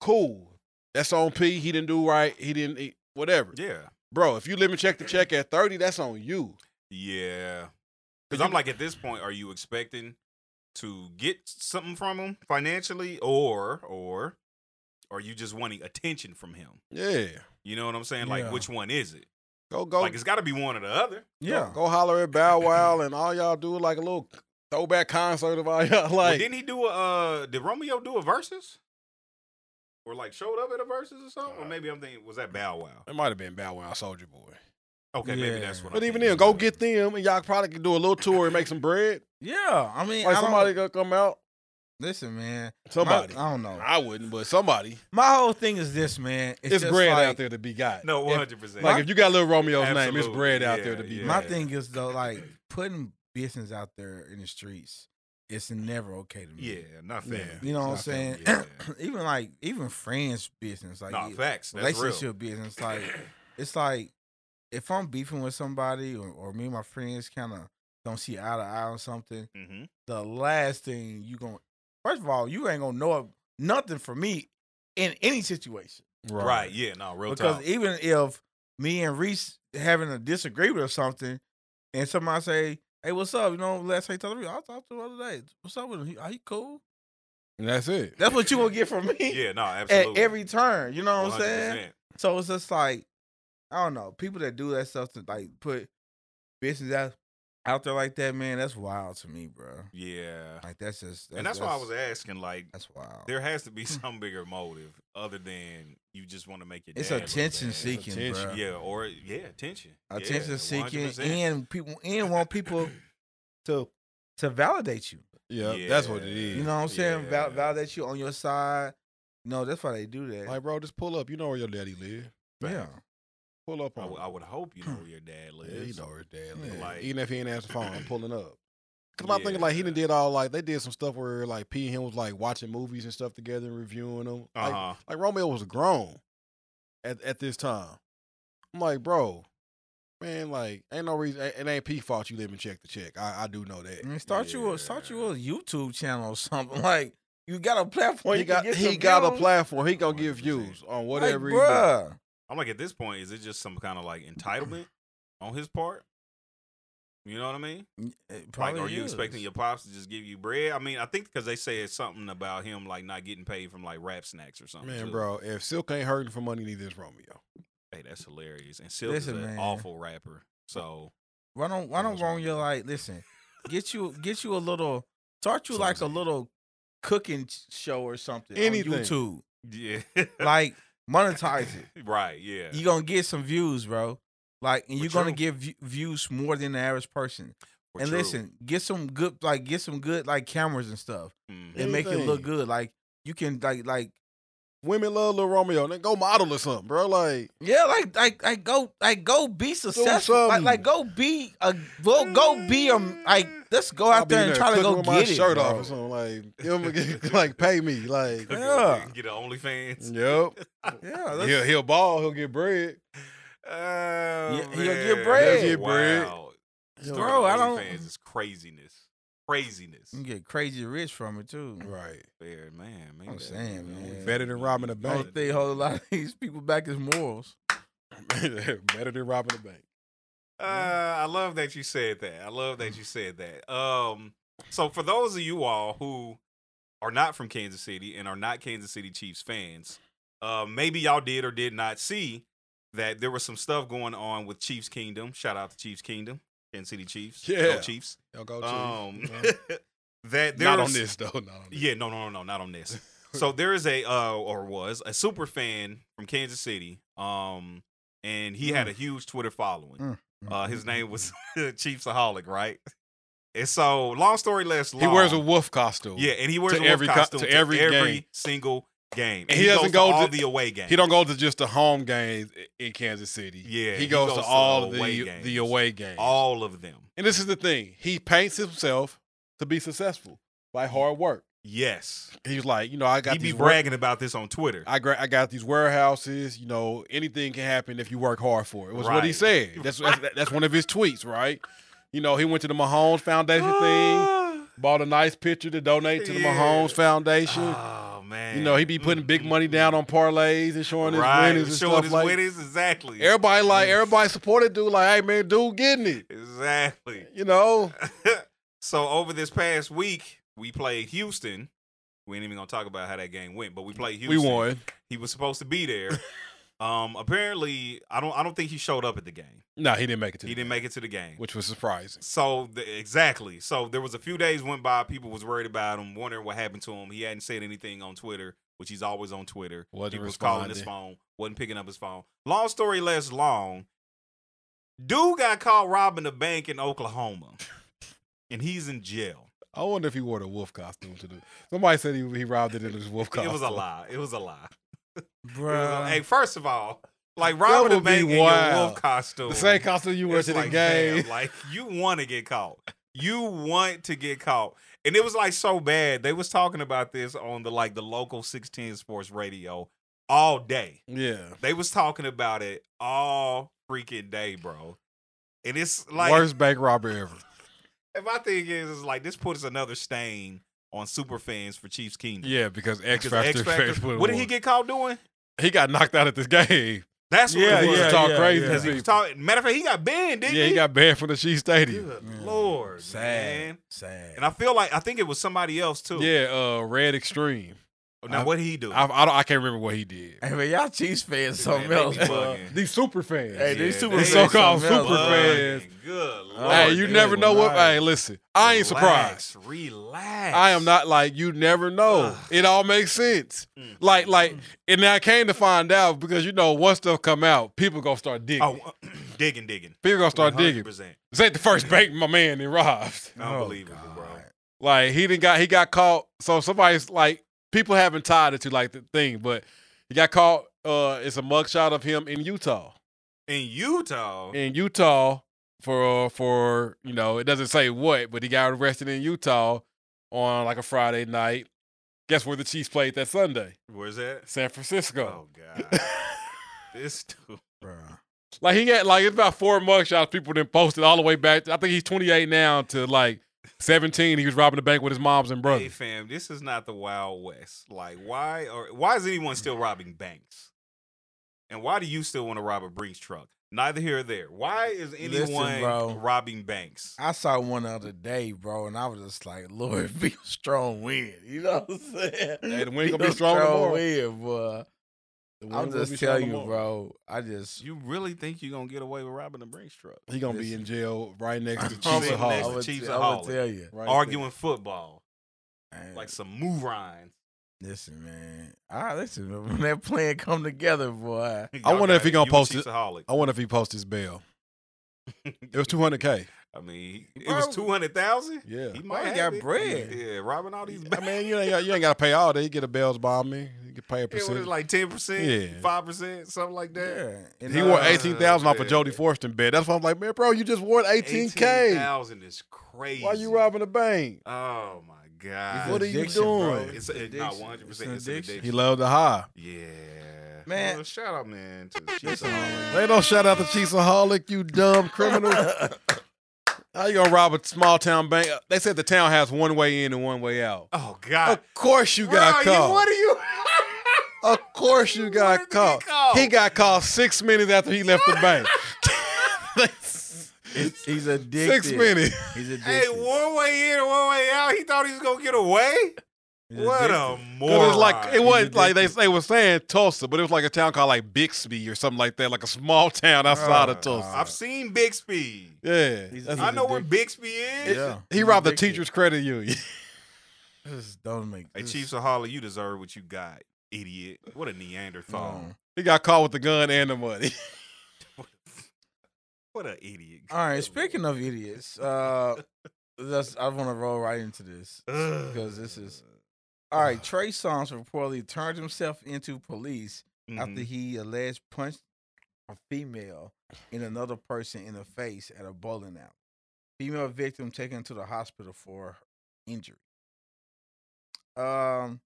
Cool. That's on P. He didn't do right. He didn't he, whatever. Yeah. Bro, if you living check to check at thirty, that's on you. Yeah. Did Because you- I'm like, at this point, are you expecting to get something from him financially, or or are you just wanting attention from him? Yeah. You know what I'm saying? Like, Yeah. which one is it? Go go Like, it's got to be one or the other. Yeah. go holler at Bow Wow and all y'all do like a little throwback concert of all y'all. Like Well, didn't he do a? Uh, did Romeo do a versus? Or like showed up at a versus or Uh, something? Or maybe I'm thinking, was that Bow Wow? it might have been Bow Wow Soldier Boy. Okay, maybe that's Yeah. what. But I'm even then, thinking. go get them and y'all probably could do a little tour and make some bread. Yeah. I mean, Like I don't- somebody gonna come out. listen, man. My- Somebody. I don't know. I wouldn't, but somebody. My whole thing is this, man. It's, It's, just bread like, out there to be got. No, If- 100. percent Like if you got Little Romeo's name, it's Absolutely. bread out Yeah, there to be. yeah. made. My thing is though, like putting business out there in the streets, it's never okay to me. Yeah, not fair. Yeah. You know what I'm saying? It's not fair, even like even friends business, like Nah, it- facts. That's relationship real. business, like it's like if I'm beefing with somebody or, or me and my friends kind of don't see eye to eye on something, hmm the last thing you gonna first of all, you ain't gonna know nothing from me in any situation. Right. Yeah. No. Real because talk. even if me and Reese having a disagreement or something, and somebody say, "Hey, what's up?" You know, let's say tell me, I talked to him the other day. What's up with him? He, are he cool? And that's it. That's what you gonna get from me yeah. No. at Absolutely. every turn. You know what I'm saying? 100%. So it's just like I don't know. People that do that stuff to like put business out out there like that, man, that's wild to me, bro. Yeah. Like that's just that's, and that's, why I was asking. Like, That's Hmm. wild. there has to be some bigger motive other than you just want to make your. It's dad look attention bad. seeking, attention. bro. Yeah, or yeah, attention. Yeah, attention seeking 100%. and people and want people to to validate you. Yeah, that's what it Yeah. is. You know what I'm saying? Val- Yeah. validate you on your side. No, that's why they do that. like bro, just pull up. You know where your daddy live. yeah. Pull up I, on. w- I would hope you know Hmm. where your dad him. yeah, you lives. know where his dad Yeah. live. Like- Even if he ain't answer the phone, I'm pulling up. Cause I'm Yeah. thinking like he done did all like they did some stuff where like P and him was like watching movies and stuff together and reviewing them. Like, Uh-huh. like Romeo was grown at at this time. I'm like, bro, man, like ain't no reason. It ain't P fault you living check to check. I, I do know that. I mean, start you a start you a YouTube channel or something. Like you got a platform. he you can got get he some got a views. platform. He gonna give 100%. views on whatever. he Like, do. bruh. I'm like at this point, is it just some kind of like entitlement on his part? You know what I mean? It like, probably are you is. expecting your pops to just give you bread? I mean, I think because they said something about him like not getting paid from like rap snacks or something. Man, too. bro, if Silk ain't hurting for money, neither is Romeo. hey, that's hilarious. And Silk is Listen, an man. awful rapper, so Why don't why don't Someone's wrong your wrong. like? Listen, get you get you a little start you like a Someone's- little cooking ch- show or something Anything. on YouTube. yeah, Like monetize it. right, yeah, you gonna get some views, bro. Like, and For you're gonna true. get v- views more than the average person. For and true. listen, get some good, like, get some good, like, cameras and stuff, Mhm. and make it look Anything. good. Like, you can, like, like, Women love Lil Romeo. Then go model or something, bro. Like, yeah, like, like, like, go, like, go be successful. Like, something. like, go be a, go, go be a, like, let's go I'll out be there and try to cooking go with get my it. shirt bro. off or something. Like, give him a g- like pay me. Like, Look at- Yeah. Get an OnlyFans. yep. Yeah, that's, He'll, he'll ball. He'll get bread. Oh, Yeah, he'll get man. bread. He'll get bread. Wow. He'll- Bro, I don't- OnlyFans is craziness. Craziness. you can get crazy rich from it too. Right. Fair, man. man I'm that- saying, man. Better than robbing a Yeah, I bank. don't think a whole lot of these people back is morals. Better than robbing a bank. Uh, I love that you said that. I love Mm. that you said that. Um, so for those of you all who are not from Kansas City and are not Kansas City Chiefs fans, uh, maybe y'all did or did not see that there was some stuff going on with Chiefs Kingdom. Shout out to Chiefs Kingdom, Kansas City Chiefs, go Yeah. Chiefs. Y'all go Um, Chiefs. that there Not on is- this though. Not on this. Yeah, no, no, no, no, not on this. so there is a uh, or was a super fan from Kansas City, um, and he Mm. had a huge Twitter following. Uh, his name was Chiefsaholic, right? And so, long story less long. He wears a wolf costume. yeah, and he wears to a wolf every co- costume to to every every, game. single game. And he doesn't goes to go all to- the away games. He don't go to just the home games i- in Kansas City. Yeah, He goes, to all of the away the games. away games. all of them. and this is the thing. He paints himself to be successful by hard work. Yes, He was like, you know, I got he be these wor- bragging about this on Twitter. I gra- I got these warehouses. You know, anything can happen if you work hard for it. Was what he Right. said. That's, that's that's one of his tweets, right? You know, he went to the Mahomes Foundation thing, bought a nice picture to donate to the Ah. Yeah. Mahomes Foundation. Oh man, mm. You know, he be putting big money down on parlays and showing his right. winnings and showing stuff his like. winnings exactly. Everybody like everybody supported dude. Like, hey man, dude, getting it. Exactly. You know, so over this past week, we played Houston. We ain't even gonna talk about how that game went, but we played we Houston. won. He was supposed to be there. um, apparently, I don't. I don't think he showed up at the game. No, he didn't make it to. He didn't make it to the game. which was surprising. So the, exactly. So there was a few days went by. People was worried about him, wondering what happened to him. He hadn't said anything on Twitter, which he's always on Twitter. Wasn't People was calling his phone, wasn't picking up his phone. Long story less long. Dude got caught robbing a bank in Oklahoma, and he's in jail. I wonder if he wore the wolf costume to do. Somebody said he, he robbed it in his wolf costume. It was a lie. It was a lie. It was a- Bruh. hey, first of all, like robbing a would be bank in your wild. wolf costume. The same costume you wore It's to the like, game. damn, like you want to get caught. You want to get caught. And it was like so bad. They was talking about this on the like the local 610 sports radio all day. yeah, They was talking about it all freaking day, bro. And it's like worst bank robber ever. and my thing is, is like this puts another stain on super fans for Chiefs Kingdom. Yeah, because X Because Factor. X Factor- what did he get caught doing? He got knocked out at this game. That's what Yeah, it he was. was yeah, talking yeah, crazy. yeah. to Because he was people. talking. Matter of fact, he got banned, didn't yeah, he? he got banned from the Shea Stadium. Good Yeah. Lord, Sad. man. Sad. And I feel like I think it was somebody else too. Oh, Yeah, uh, Red Extreme. Now I- what he do? I, I, don't, I can't remember what he did. Uh, Hey, man, y'all Chiefs fans Man, something they else, be bro. bugging. These super fans. Hey, these Yeah, super they fans so-called something else, super bro. fans. Bugging. Good lord. hey, you they never were know what. nice. Hey, listen, I ain't Relax, surprised. Relax. I am not like you never know. Ugh. It all makes sense. Mm. Like like and I came to find out because you know once stuff come out, people gonna start digging. Oh, digging, digging. People gonna start digging. 100%. This ain't the first bank my man then robbed. Unbelievable, Oh, bro. God. Like he didn't got he got caught. So somebody's like people haven't tied it to like the thing, but he got caught. Uh, it's a mugshot of him in Utah. In Utah, In Utah for uh, for you know it doesn't say what, but he got arrested in Utah on like a Friday night. Guess where the Chiefs played that Sunday? where's that? San Francisco. Oh God. this dude. Bruh. Like he got like it's about four mugshots people then posted all the way back. I think he's 28 now to like 17. He was robbing the bank with his moms and Hey brothers. fam, this is not the Wild West. Like, why are why is anyone still robbing banks? And why do you still want to rob a Brinks truck? Neither here or there. Why is Listen, anyone bro. robbing banks? I saw one the other day, bro, and I was just like, Lord, be a strong wind. You know what I'm saying? Hey, the wind gonna be strong tomorrow. wind, boy. The I'm wind will just be telling you, strong bro. I just You really think you're gonna get away with robbing a Brinks truck? tomorrow. He gonna be in jail right next to I'm Chiefs I sitting next of to Hollywood. would, Chiefs I Hollywood. would tell you. Right Arguing football. Man, Like some moron. listen, man. I listen when that plan come together, boy. I wonder if he gonna post it. Chiefsaholic. there. I wonder if he posts his bail. It was 200k. I mean, he- it Bro, was two hundred thousand. Yeah. He he might have got it. bread. Yeah, robbing all these. I mean, you ain't got, you ain't got to pay all that. You get a bail's bond me. You can pay a It was percent. like ten Yeah. percent, five percent, something like that. Yeah. And, He uh, wore 18,000 off yeah. of Jody Forston bed. That's why I'm like, man, bro, you just wore 18k. thousand is crazy. Why you robbing a bank? Oh my it's god! What are you addiction, bro. doing? It's a- not addiction. 100%, it's an addiction. He loved the high. Yeah, Man. Well, shout out, man. To Chiefsaholic. They don't shout out the Chiefsaholic, you dumb criminal. How you gonna rob a small town bank? They said the town has one way in and one way out. oh God, Of course you got Bro, you- caught. what are you? Of course you you got wanted to caught. get caught. He got caught six minutes after he left the bank. It's- he's addicted. Six minutes. He's addicted. Hey, one way in, one way out. He thought he was gonna get away. He's What addicted. a It moron! was like it He's wasn't like they, addicted. they were saying Tulsa, but it was like a town called like Bixby or something like that, like a small town outside Uh, of Tulsa. uh, I've seen Bixby. yeah, he's- that's- I know where addicted. Bixby is. Yeah, he he's robbed the addicted. teachers' credit union. This don't make. Hey, this- Chiefs of Harlem, you deserve what you got, idiot. What a Neanderthal. um, he got caught with the gun and the money. What an idiot. All right. Speaking of idiots, uh, that's, I want to roll right into this. because this is- All right. Trey Songz reportedly turned himself into police Mm-hmm. after he alleged punched a female in another person in the face at a bowling alley. Female victim taken to the hospital for injury. Um,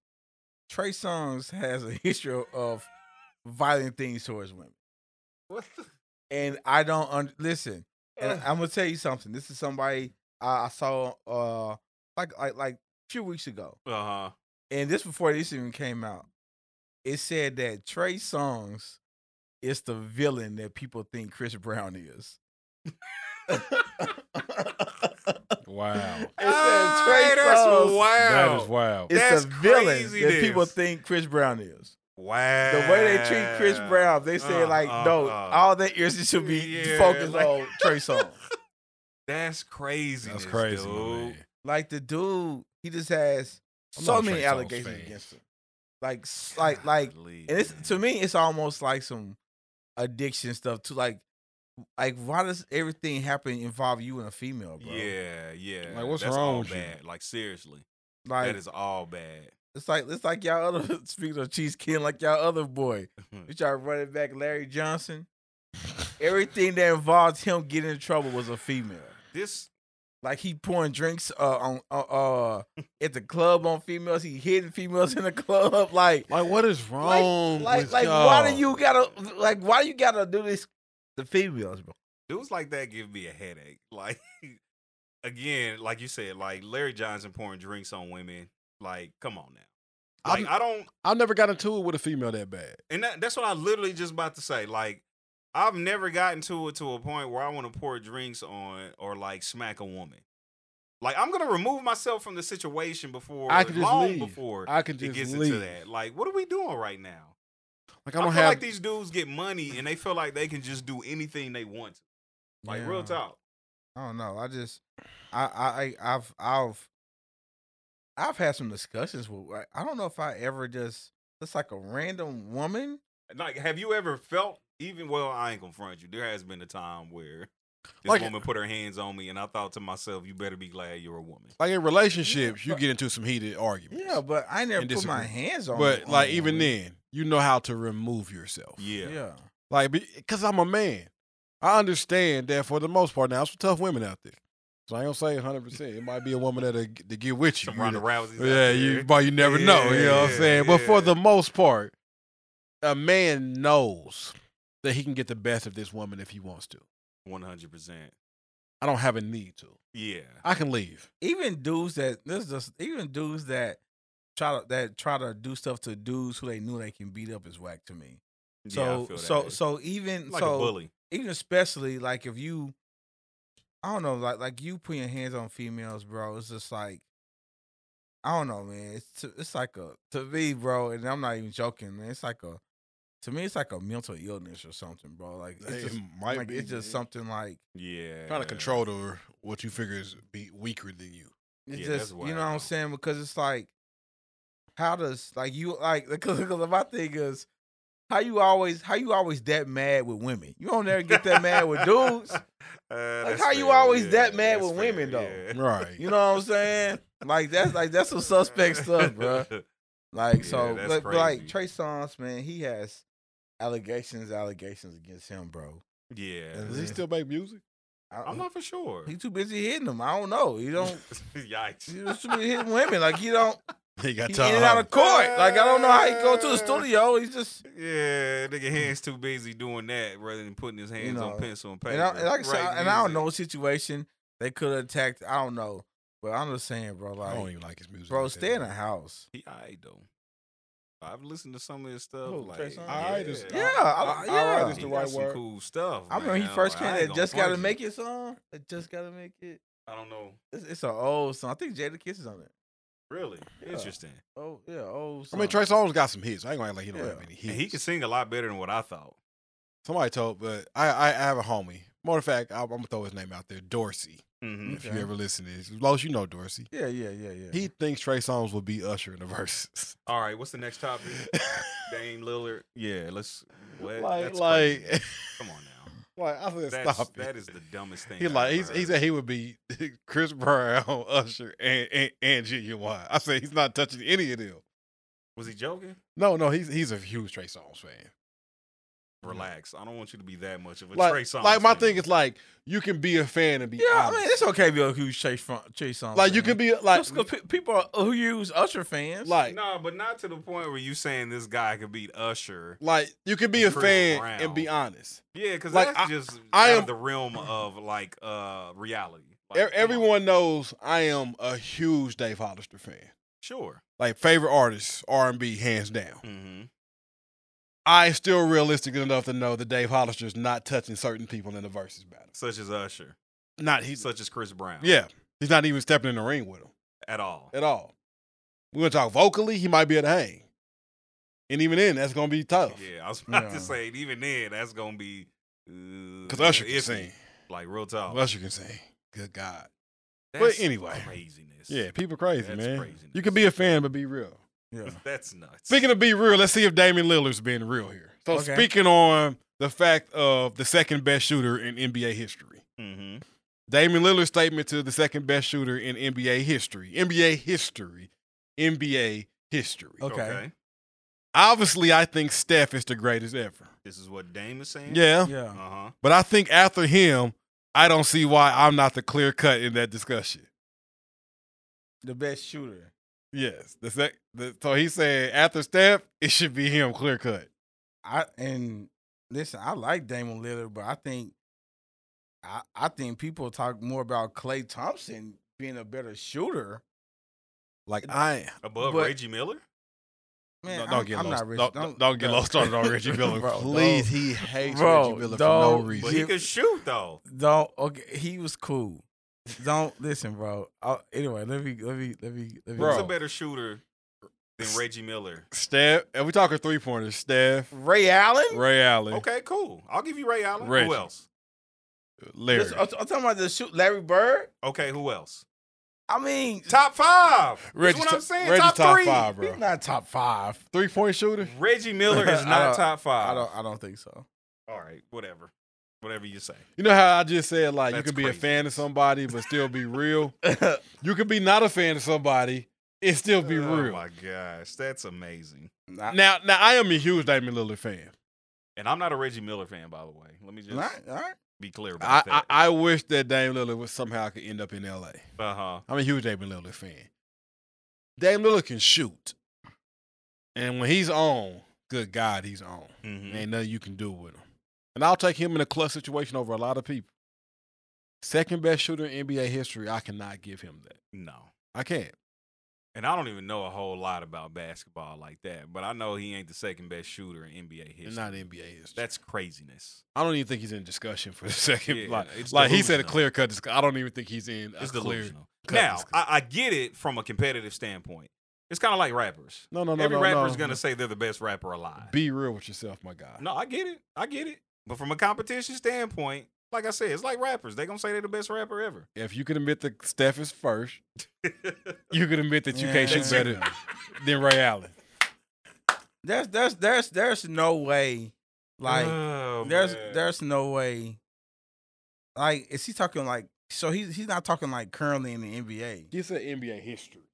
Trey Songz has a history of violent things towards women, What the? and I don't un- listen. And I'm gonna tell you something. This is somebody I, I saw uh like like like a few weeks ago, Uh-huh. and this before this even came out. It said that Trey Songz is the villain that people think Chris Brown is. it Wow, said Trey Hey, that's Songz wow. wow. is That's the villain that people craziness. think Chris Brown is. wow. The way they treat Chris Brown, they say Uh, like, uh, no, uh. all that is should be Yeah, focused like- on Trey Songz. That's crazy. That's crazy. my Dude. man. Like the dude, he just has I'm so not a many Trey Songz allegations fan. against him. Like, s- like, like, Golly, and it's to man. me, it's almost like some addiction stuff too. Like, like why does everything happen involve you and a female, bro? Yeah, yeah. Like, what's That's wrong all with you? bad. Like seriously, like that is all bad. it's like it's like y'all other speaking of cheese king, like y'all other boy, it's y'all running back Larry Johnson. everything that involved him getting in trouble was a female. This Like he pouring drinks uh, on uh, uh at the club on females. He hitting females in the club. Like Like, what is wrong? like with like y'all? why do you gotta like why you gotta do this the females, bro? dudes like that give me a headache. Like again, like you said, like Larry Johnson pouring drinks on women. Like, come on now. Like I'm- I don't I've never got into it with a female that bad. and that, that's what I literally just about to say. Like, I've never gotten to it to a point where I want to pour drinks on or like smack a woman. Like, I'm gonna remove myself from the situation before I could just long leave. before I can it just gets leave. into that. Like, what are we doing right now? Like, I, I don't feel have. like these dudes get money and they feel like they can just do anything they want. to. Like, Yeah. real talk. I don't know. I just, I, I, I- I've, I've, I've had some discussions with. like, I don't know if I ever just, just like a random woman. Like, have you ever felt even? Well, I ain't confront you. There has been a time where this Like- uh woman put her hands on me, and I thought to myself, "You better be glad you're a woman." like in relationships, you but- get into some heated arguments. Yeah, but I never And put my disagree. hands on. but on like a even woman. then, you know how to remove yourself. Yeah. yeah, Like because I'm a man, I understand that for the most part. Now, it's some tough women out there, so I don't say 100. percent It might be a woman that to get with you. Some you Ronda know. Rousey's. out yeah, you there. but you never know. You know what I'm Yeah, saying. But for yeah. the most part, a man knows that he can get the best of this woman if he wants to. One hundred percent. I don't have a need to. Yeah. I can leave. even dudes that this is just even dudes that try to that try to do stuff to dudes who they knew they can beat up is whack to me. So yeah, I feel that so way. so even like so a bully. even especially like if you I don't know, like like you putting your hands on females, bro, it's just like I don't know, man. It's t- it's like a to me, bro, and I'm not even joking, man. It's like a to me, it's like a mental illness or something, bro. Like it's just, might like, be, it's just man. something like Yeah. trying to control to what you figure is be weaker than you. it's Yeah, that's just you know what I'm wild. saying because it's like how does like you like because my thing is how you always how you always that mad with women? You don't ever get that mad with dudes. Uh, that's how you fair. always Yeah, that mad that's with fair. women, though? Yeah. Right. You know what I'm saying? Like that's like that's some suspect stuff, bro. Like Yeah, so, that's but, but, like crazy. Trey Songz, man, he has allegations, allegations against him, bro. Yeah. And Does he still make music? I, I'm not for sure. He too busy hitting them. I don't know. He don't. Yikes. He was too busy hitting women. Like he don't. He got He in and out of court. Like I don't know how he go to the studio. He's just. Yeah, nigga hands too busy doing that rather than putting his hands know, on pencil and paper. And I, and like I said, Write and I don't know music. what situation they could have attacked. I don't know, but I'm just saying, bro. I don't Like, even like his music. bro, like that, stay in the man. house. He alright though. I've listened to some of his stuff. Who, like, Trey Songz? I just- Yeah, I, yeah. I- I just- He the got right some word. cool stuff. I remember he man. first Like, came I that ain't just gonna gotta front make it song. That just gotta make it. you. I don't know. It's, it's an old song. I think Jada Kiss is on it. Really Yeah. interesting. Oh yeah, old. I Song. mean, Trey Songz got some hits. I ain't gonna act like he don't have Yeah. any And hits. he can sing a lot better than what I thought. Somebody told, but I, I, I have a homie. Matter of fact, I, I'm gonna throw his name out there, Dorsey. Mm-hmm. If Okay. you ever listen to this, Los, you know Dorsey. Yeah, yeah, yeah, yeah. He thinks Trey Songz will be Usher in the verses. All right, what's the next topic? Dame Lillard. Yeah, let's. What? like, That's like, crazy. come on now. like, I said, That's, stop That it. is the dumbest thing. He I've like ever he's, he heard. said he would be Chris Brown, Usher, and and, and GUI. I said he's not touching any of them. Was he joking? No, no, he's he's a huge Trey Songz fan. Relax. I don't want you to be that much of a like, Trey Songz. like my fan. thing is like you can be a fan and be yeah, I honest. mean, it's okay to be a huge Trey Fon- Trey Songz. like you fan. can be like Just 'cause pe- people are, who use Usher fans. like No, but not to the point where you saying this guy could beat Usher. like you can be a Chris fan Brown. and be honest. Yeah, because Like, that's I- just I out am- of the realm of like uh reality. E- Like, come on. Everyone knows I am a huge Dave Hollister fan. sure. Like favorite artist R and B hands down. Mm-hmm. I still realistic enough to know that Dave Hollister is not touching certain people in the verses battle. Such as Usher, Not he's such as Chris Brown. yeah he's not even stepping in the ring with him. at all. at all. We're gonna talk vocally, he might be able to hang. And even then, that's gonna be tough. Yeah, I was about Yeah. to say even then that's gonna be because Cause Usher can sing. Like real talk. Usher can sing. Good God. but That's anyway. craziness. Yeah, people crazy, That's man. craziness. You can be a fan, but be real. yeah. that's nuts. Speaking of be real, let's see if Damian Lillard's being real here. So Okay. speaking on the fact of the second best shooter in NBA history. mm-hmm. Damian Lillard's statement to the second best shooter in NBA history. NBA history. NBA history. Okay. Obviously, I think Steph is the greatest ever. this is what Dame is saying. Yeah. Uh Yeah. huh. But I think after him, I don't see why I'm not the clear cut in that discussion. The best shooter. Yes. The sec- the, so he said after Steph, it should be him clear cut. I and listen, I like Damon Lillard, but I think I I think people talk more about Clay Thompson being a better shooter. Like I Above But- Reggie Miller. Man, don't, I'm, get I'm lost. not rich. Don't, don't- don't get bro. lost started on Reggie Miller, Bro, please. don't. He hates Bro, Reggie Miller for don't. no But reason. he Yeah. can shoot though. Don't okay. He was cool. Don't listen, bro. i anyway, let me let me let me let me. Bro. He's a better shooter than Reggie Miller. Steph, and we talking three pointers. Steph, Ray Allen. Ray Allen, Okay, cool. I'll give you Ray Allen. Reggie. Who else? Larry. uh, This- I'm, I'm talking about the shoot Larry Bird. Okay, who else? I mean, Top five. That's Reggie's what I'm top- saying. Reggie's top, top three. five, bro. he's not top five. Three point shooter. Reggie Miller is I not don't- top five. I don't. I don't think so. All right, whatever. Whatever you say. You know how I just said like you That's could be a crazy. Uh, fan of somebody but still be real. you could be not a fan of somebody and still be oh real. my gosh, that's amazing. Not- Now, now I am a huge Damian Lillard fan. And I'm not a Reggie Miller fan, by the way. Let me just all right, all right. be clear I, about I, that. I wish that Dame Lillard was somehow could end up in L.A. uh huh. I'm a huge Dame Lillard fan. Dame Lillard can shoot, and when he's on, good God, he's on. hmm Ain't nothing you can do with him. And I'll take him in a clutch situation over a lot of people. Second best shooter in NBA history, I cannot give him that. Mm-hmm. No. I can't. And I don't even know a whole lot about basketball like that, but I know he ain't the second best shooter in NBA history. Not NBA history. That's craziness. I don't even think he's in discussion for the second. Yeah, like it's like he said, a delusional. clear cut. I don't even think he's in. A It's clear, delusional. cut Now, discussion. I, I get it from a competitive standpoint. It's kind of like rappers. No, no, no. Every no, rapper's no. gonna say they're the best rapper alive. Be real with yourself, my guy. No, I get it. I get it. But from a competition standpoint, like I said, it's like rappers. They gonna say they're the best rapper ever. If you can admit that Steph is first, you can admit that you can't shoot Yeah. better than Ray Allen. There's there's there's there's no way. Like Oh, there's man. there's no way. Like is he talking like? So he's he's not talking like currently in the NBA. This is NBA history.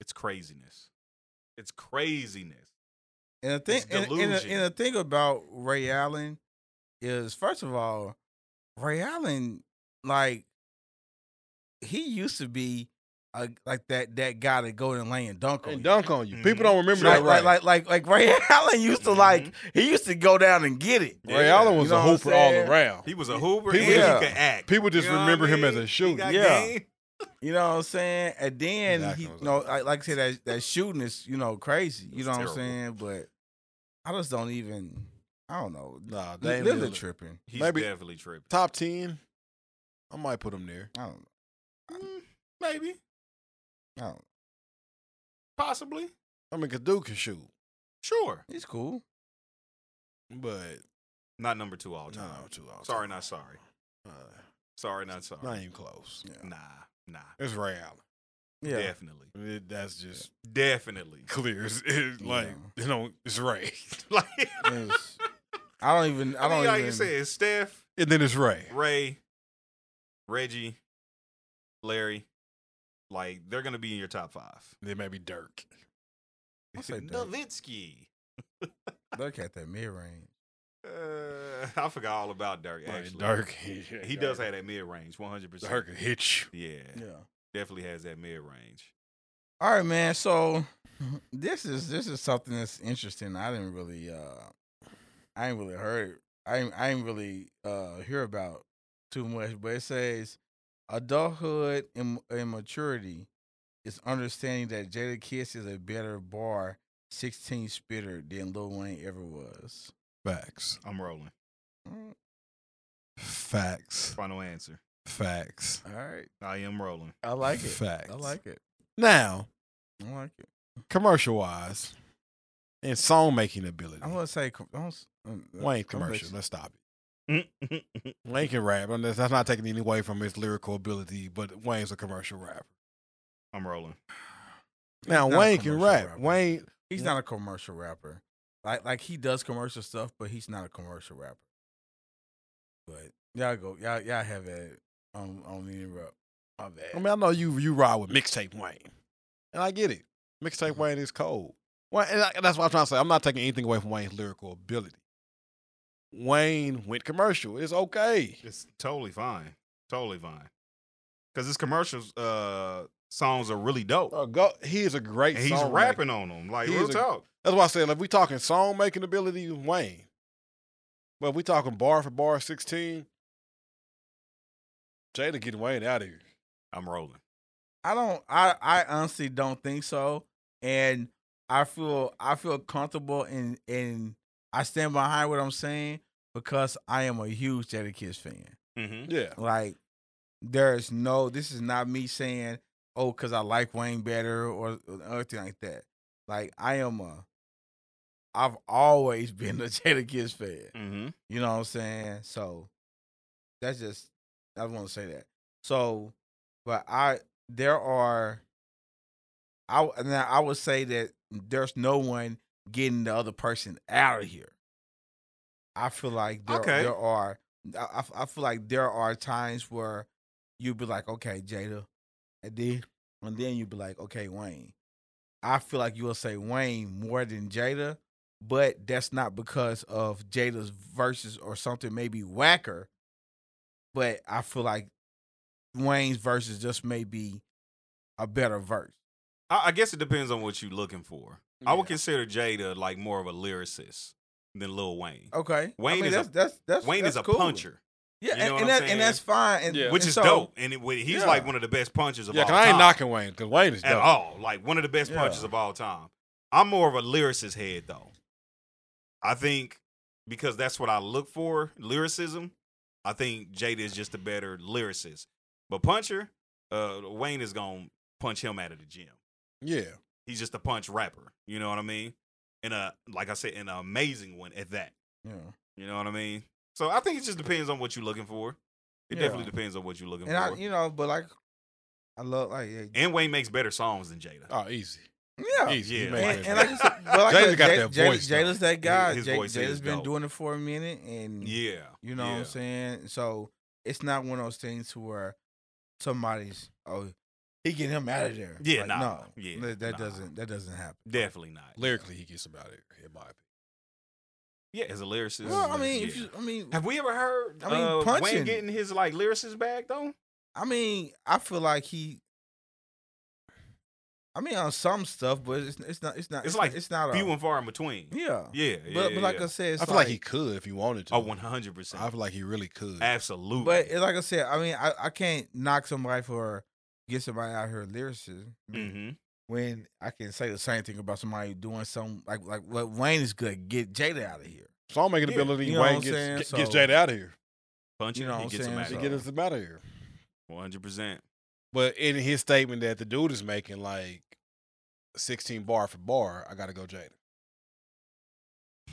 it's craziness. It's craziness. And the thing, It's and, and, the, delusion. and the thing about Ray Allen is, first of all, Ray Allen, like he used to be, a, like that that guy that go and lay and dunk on And you. dunk on you. Mhm. People don't remember Like, that. Right. like, like like like Ray Allen used to like he used to go down and get it. Yeah. Ray Allen was You know a what I'm hooper all saying? around. He was a hooper People and just- he could act. people just You know what I remember him mean? as a He shooter. got Yeah. game. You know what I'm saying? And then Exactly he, you what I'm know, saying. like, like I said, that that shooting is you know crazy. You It's know what I'm saying? terrible. But I just don't even. I don't know. Nah, Li- Dame Lillard Lillard. tripping. He's Maybe- definitely tripping. Top ten. I might put him there. I don't. know. Mm, Maybe. I don't. know. Possibly. I mean, Kadu can shoot, Sure. He's cool. but Not number two all no, time. too all Sorry, time. not sorry. Uh, Sorry, not sorry. not even close. Nah, nah. It's Ray Allen. Yeah. Definitely. It- that's just Definitely. clear. It's, it, like Yeah. you know, it's Ray, like It's- I don't even. I I, don't mean, like even. you said, it's Steph, and then it's Ray. Ray, Reggie, Larry. Like they're gonna be in your top five. Then maybe Dirk. I said Dirk. Nowitzki. Look at that mid range. Uh, I forgot all about Dirk. Like, Actually, Dirk. He, He does have that mid range, one hundred percent. Dirk will hit you. Yeah, Yeah. definitely has that mid range. All right, man. So this is this is something that's interesting. I didn't really uh I ain't really heard I ain't, I ain't really uh hear about too much, but it says adulthood and, and maturity is understanding that Jada Kiss is a better bar 16 spitter than Lil Wayne ever was. Facts. I'm rolling. Mm, Facts. Final answer. Facts. All right. I am rolling. I like it. Facts. I like it. Now, I like it. commercial wise, and song making ability. I'm gonna say com- don't s- uh, Wayne don't let commercial. you- Let's stop it. Wayne can rap. and That's that's not taking anything away from his lyrical ability, but Wayne's a commercial rapper. I'm rolling. Now not a Wayne can commercial rap. rapper. Wayne He's Yeah. not a commercial rapper. Like like he does commercial stuff, but he's not a commercial rapper. But y'all go y'all y'all have it on on the interrupt. My bad. I mean, I know you you ride with mixtape Wayne, and I get it. Mixtape Mhm. Wayne is cold. Wayne, and I, that's what I'm trying to say. I'm not taking anything away from Wayne's lyrical ability. Wayne went commercial. It's okay. It's totally fine. Totally fine. Because his commercials uh, songs are really dope. Uh, go, he is a great. and he's songwriter. rapping on them. Like, He real is a- talk. That's why I said if we talking song making ability, Wayne. But if we talking bar for bar, sixteen. Jada getting Wayne out of here. I'm rolling. I don't I I honestly don't think so. And I feel I feel comfortable and and I stand behind what I'm saying because I am a huge Jada Kiss fan. Mm-hmm. Yeah, Like, there is no. This is not me saying, "Oh, because I like Wayne better" or, or anything like that. Like, I am a. I've always been a Jada Kiss fan. Mm-hmm. You know what I'm saying? So, that's just. I want to say that. So, but I there are. I w- now I would say that there's no one getting the other person out of here. I feel like there, Okay. there are. I, I f- I feel like there are times where you'd be like, okay, Jada, and then and then you'd be like, okay, Wayne. I feel like you will say Wayne more than Jada, but that's not because of Jada's verses or something maybe whacker. But I feel like Wayne's verses just may be a better verse. I, I guess it depends on what you're looking for. I would Yeah. consider Jada like more of a lyricist than Lil Wayne. Oh, Okay. Wayne I mean, is a- that's, that's that's Wayne that's is a cool. puncher, Yeah, You know and, what and, I'm that, and that's fine. And, Yeah. which and is so- dope, and it, when- he's Yeah. like one of the best punchers of yeah. all 'cause time. I ain't knocking Wayne because Wayne is at dope. all. Like one of the best punches Yeah. of all time. I'm more of a lyricist head though. I think because that's what I look for, lyricism. I think Jada is just a better lyricist. But puncher, uh, Wayne is gonna punch him out of the gym. Yeah. He's just a punch rapper. You know what I mean? And a like I said, an amazing one at that. Yeah. You know what I mean? So I think it just depends on what you're looking for. It Yeah. definitely depends on what you're looking And I, for. you know, but like, I love like yeah, and Wayne makes better songs than Jada. Oh, easy. yeah. Easy. He yeah. made And, that and like, back. I said- but like Jada I said, got Jay- that Jay- voice, though. Jada's that guy. his Jay- voice Jada's is been dope. doing it for a minute, and yeah. you know what yeah. I'm saying. So it's not one of those things to where somebody's oh, he get him out of there. Yeah, Like, nah. no, Yeah, that, that nah. doesn't that doesn't happen. Definitely not. Lyrically, he gets about it in my opinion. Yeah, as a lyricist. Well, I mean, yeah. if you, I mean, have we ever heard I mean, uh, punching. Wayne getting his like lyricist back though? I mean, I feel like he. I mean, on some stuff, but it's it's not it's not It's like it's not a, Few and far in between. Yeah, yeah. yeah, But yeah but like yeah. I said, it's I feel like, he could if he wanted to. oh, one hundred I percent, feel like he really could. absolutely. But it- like I said, I mean, I, I can't knock somebody for get somebody out here lyricist Mm-hmm. when I can say the same thing about somebody doing something like like what Wayne is good. Get Jada out of here. Songmaking Yeah, ability you know what Wayne I'm gets, saying? get- gets So- Jada out of here. Punch You you know know, he what I'm gets him saying? out He of get here. So- us out of here. One hundred percent. But in his statement that the dude is making like 16 bar for bar, I gotta go Jada.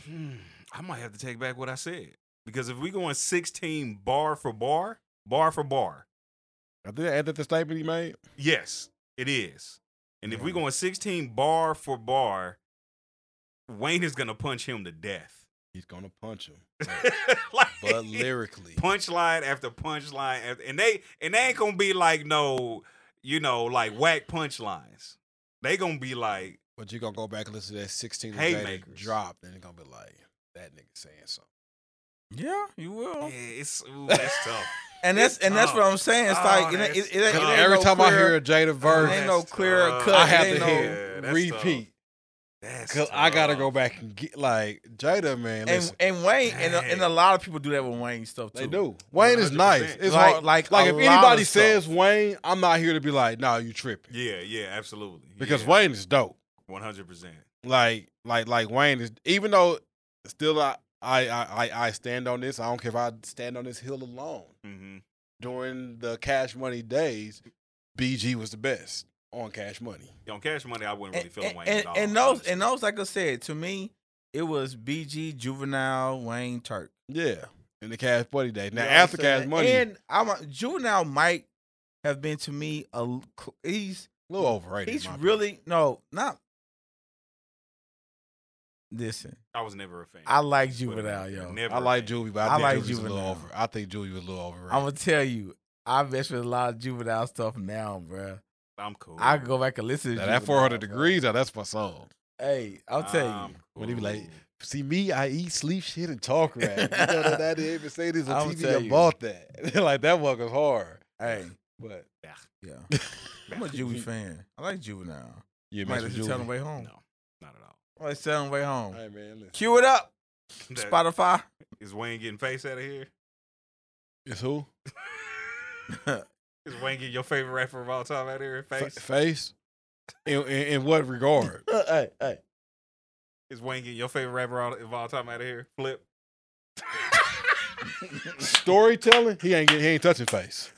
Hmm. I might have to take back what I said because if we going sixteen bar for bar, bar for bar, I think add that the statement he made. yes, it is. And if we going sixteen bar for bar, Wayne is gonna punch him to death. He's gonna punch him, like, but lyrically, punchline after punchline after, and they and they ain't gonna be like no you know like whack punchlines they gonna be like but you gonna go back and listen to that 16 Haymakers. Jada drop, and it's gonna be like that nigga saying something. Yeah, you yeah, will. it's ooh, that's tough And that's and that's what I'm saying. It's Oh, like it, ain't- that's- it, it, ain't- it Oh, ain't every no time I clear- hear a Jada There verse, ain't no That's clear tough. cut. I have There to ain't no- hear Yeah, that's repeat that's because I gotta go tough. back and get like Jada, man. And Listen, and Wayne and a, Dang. and a lot of people do that with Wayne stuff too. they do. Wayne is nice. 100%. It's like hard. like Like a if lot of anybody stuff. says Wayne, I'm not here to be like, nah, you tripping yeah yeah absolutely because yeah, Wayne is dope. 100% like like like Wayne is even though still I I I, I- I stand on this. I don't care if I stand on this hill alone. hmm During the Cash Money days, BG was the best on Cash Money. on cash money i wouldn't really and, feel and, Wayne and, at all, and those honestly. and those like I said to me, it was BG Juvenile Wayne Turk. Yeah, in the Cash Money days. Now You know what I'm after Cash saying? Money, a and I'm a, Juvenile might have been to me a l- cl- he's little overrated. in he's my opinion. really no not. Listen, i was never a fan I like Juvenile, yo. never I a like fan. Juvie, but I, I think like Juvie's a little Juvenile. over. I think Juvie was a little overrated. I'm gonna tell you, I mess with a lot of Juvenile stuff now, bruh. i'm cool I can go back and listen. to now, that Juvenile, 400 bruh. degrees, now that's my song. Hey, I'll tell you. I'm When he be like, cool. See me, I eat, sleep, shit, and talk rap. You know that I didn't even say this I'ma on TV. tell I you. bought that. like that one was hard, hey, but yeah. I'm a Juvie fan. I like Juvenile. you Might listen to Tell 'Em Way Home. no not at all I like Tell 'Em Way Home. All right, man. Listen. Cue it up, That- Spotify. is wayne getting face out of here It's who? Is Wayne get your favorite rapper of all time out here in Face. face? face? In, in, in what regard? hey, hey. Is Wayne get your favorite rapper all- of all time out of here? Flip. Storytelling? He ain't get, he ain't touching face.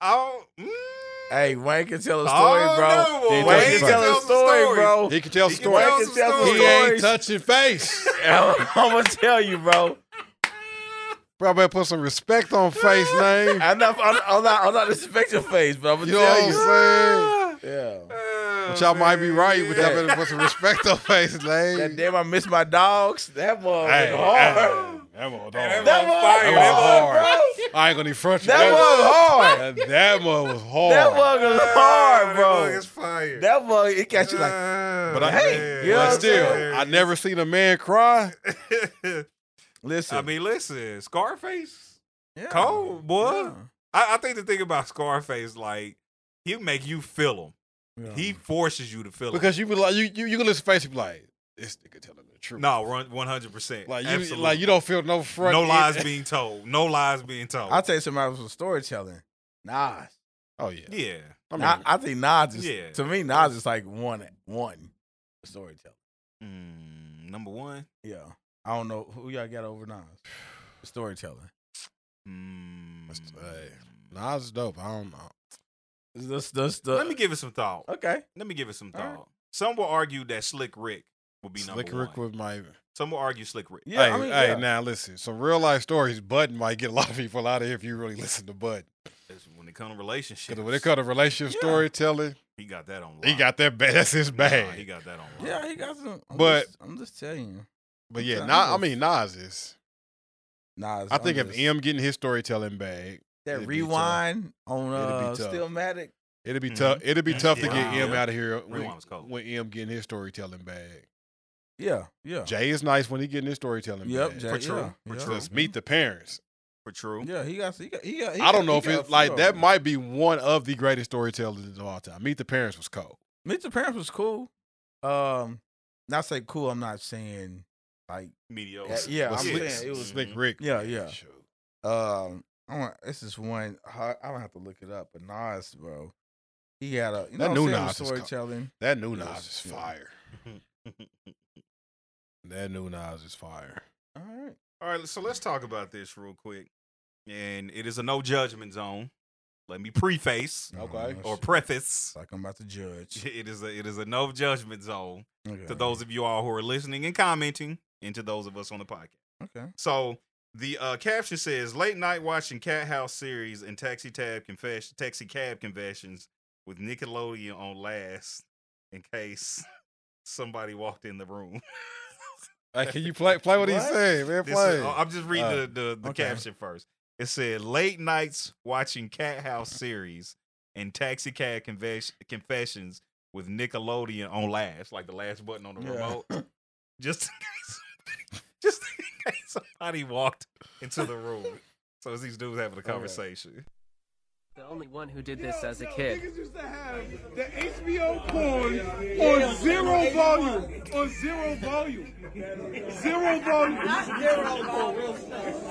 Oh, mm, Hey, Wayne can tell a story, oh, bro. no, He Wayne can can tell tell a us story, bro. He can tell He can stories. tell Wayne can tell some he ain't stories. touching face. I'm gonna tell you, bro. Bro, I better put some respect on face name. I'm not, I'm, I'm not, I'm not expecting face, but I'm gonna You know tell what I'm you. Oh, saying? Yeah. But y'all might be right, but y'all Yeah. better put some respect on face That name. damn, I miss my dogs. That one was hard. hey, that one was That hard. one- That one fire. That hard, bro. I ain't gonna even front you. That one hard. that, that one was hard. That one was hard, bro. It's fire. Oh, That one, it got you like. but but Uh, I, Hey, you know but what I'm still, saying? I never seen a man cry. Listen, I mean, listen, Scarface, yeah. cold boy. Yeah. I, I think the thing about Scarface, like, he make you feel him. Yeah. He forces you to feel him. Because you be like, you you, you can listen to face, you be like, this nigga telling the truth. no, run one hundred percent. like you like you don't feel no front. no end- lies being told. No lies being told. I'll tell you somebody was storytelling. Nas. Oh yeah, yeah. I mean, I, I think Nas is Yeah. to me Nas is like one one storyteller. Mm, number one. Yeah, I don't know who y'all got over Nas storyteller. Mm, Must- hey. Nas is dope. I don't know. Is This, this, the, Let me give it some thought. Okay, Let me give it some All right. thought. Some will argue that Slick Rick will be Slick number Rick one. with my. Some will argue Slick Rick. yeah, hey, I mean, hey yeah. now listen. Some real life stories. Button might get a lot of people out of here if you really listen to Button. That's When it comes to 'Cause relationships, when it comes to relationship Yeah. storytelling, he got that on. Lock. he got that bad. That's his Nah, bag. he got that on. Lock. yeah, he got some. I'm But- just, I'm just telling you, but yeah, Okay, Nas, I I'm mean Nas is. Nas. I think I'm if just- M getting his storytelling bag, it'd that be tough. rewind on uh, It'd be tough. Stillmatic, it'd be Mm-hmm. tough. It'd be tough to get Wow. M out of here when, Rewind was cold. when M getting his storytelling bag. yeah, yeah, Jay is nice when he getting his storytelling yep, bag. Jay, For true, yeah, for yeah. true. Let's meet the parents. for true. Yeah, he got, he got, he got. he I got- don't know he if got a it's few like of that them. might be one of the greatest storytellers of all time. Meet the Parents was cold. Mr. Parents was cool. Um, not say cool. I'm not saying like Mediocre. Yeah, yeah, But I'm Slick- saying it was- Slick Mhm. Rick. Yeah, man, yeah. shoot. um. I want, this is one I I don't have to look it up, but Nas, bro, He had a you That know new new Nas is storytelling. That new Yeah, Nas is yeah. fire. Mm-hmm. that new Nas is fire. All right. Oh, All right, so let's talk about this real quick. And it is a no judgment zone. Let me preface Okay. or Or preface. like I'm about to judge. It is a it is a no judgment zone Okay. to those of you all who are listening and commenting, and to those of us on the podcast. Okay. So the uh, caption says, "Late night watching Cat House series and Taxi Tab Confession, Taxi Cab Confessions with Nickelodeon on last, in case somebody walked in the room." Hey, can you play play what, he What? said, man? This Play. is, I'm just reading Uh, the the, the okay. caption first. It said, "Late nights watching Cat House series and Taxi Cab Confes- Confessions with Nickelodeon on last, like the last button on the Yeah. remote, just in case." Just in case somebody walked into the room. So it's these dudes having a conversation. The only one who did this as a kid. Niggas used to have the HBO porn on zero volume. On zero volume. Zero volume.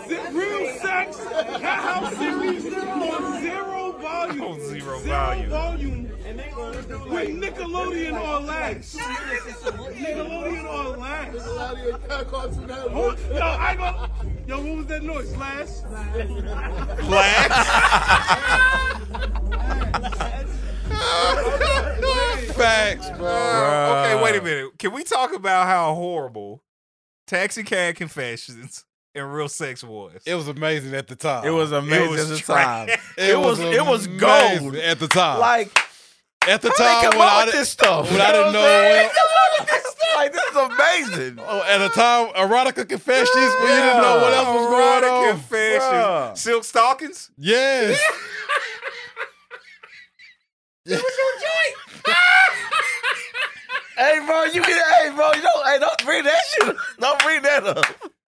Ze- Real sex, cat house series on zero volume. On zero volume. volume. With Nickelodeon on last. Nickelodeon on last. Hold- Yo, I go. Yo, what was that noise? Last. Facts, bro. Uh, okay, wait a minute. Can we talk about how horrible Taxi Cab Confessions and Real Sex was? It was amazing at the time. It was amazing was at the trash. time. It, was, it was amazing gold. at the time. Like at the how they time come when up I with di- this stuff. when I You didn't what I'm know saying? what- They come up with this stuff. Like this is amazing. Oh, at the time, erotica confessions when you didn't know what else was going Erotic on. Confessions. Bruh. Silk stockings? yes. Hey bro, you can hey bro, you don't hey don't bring that shit. Don't bring that up.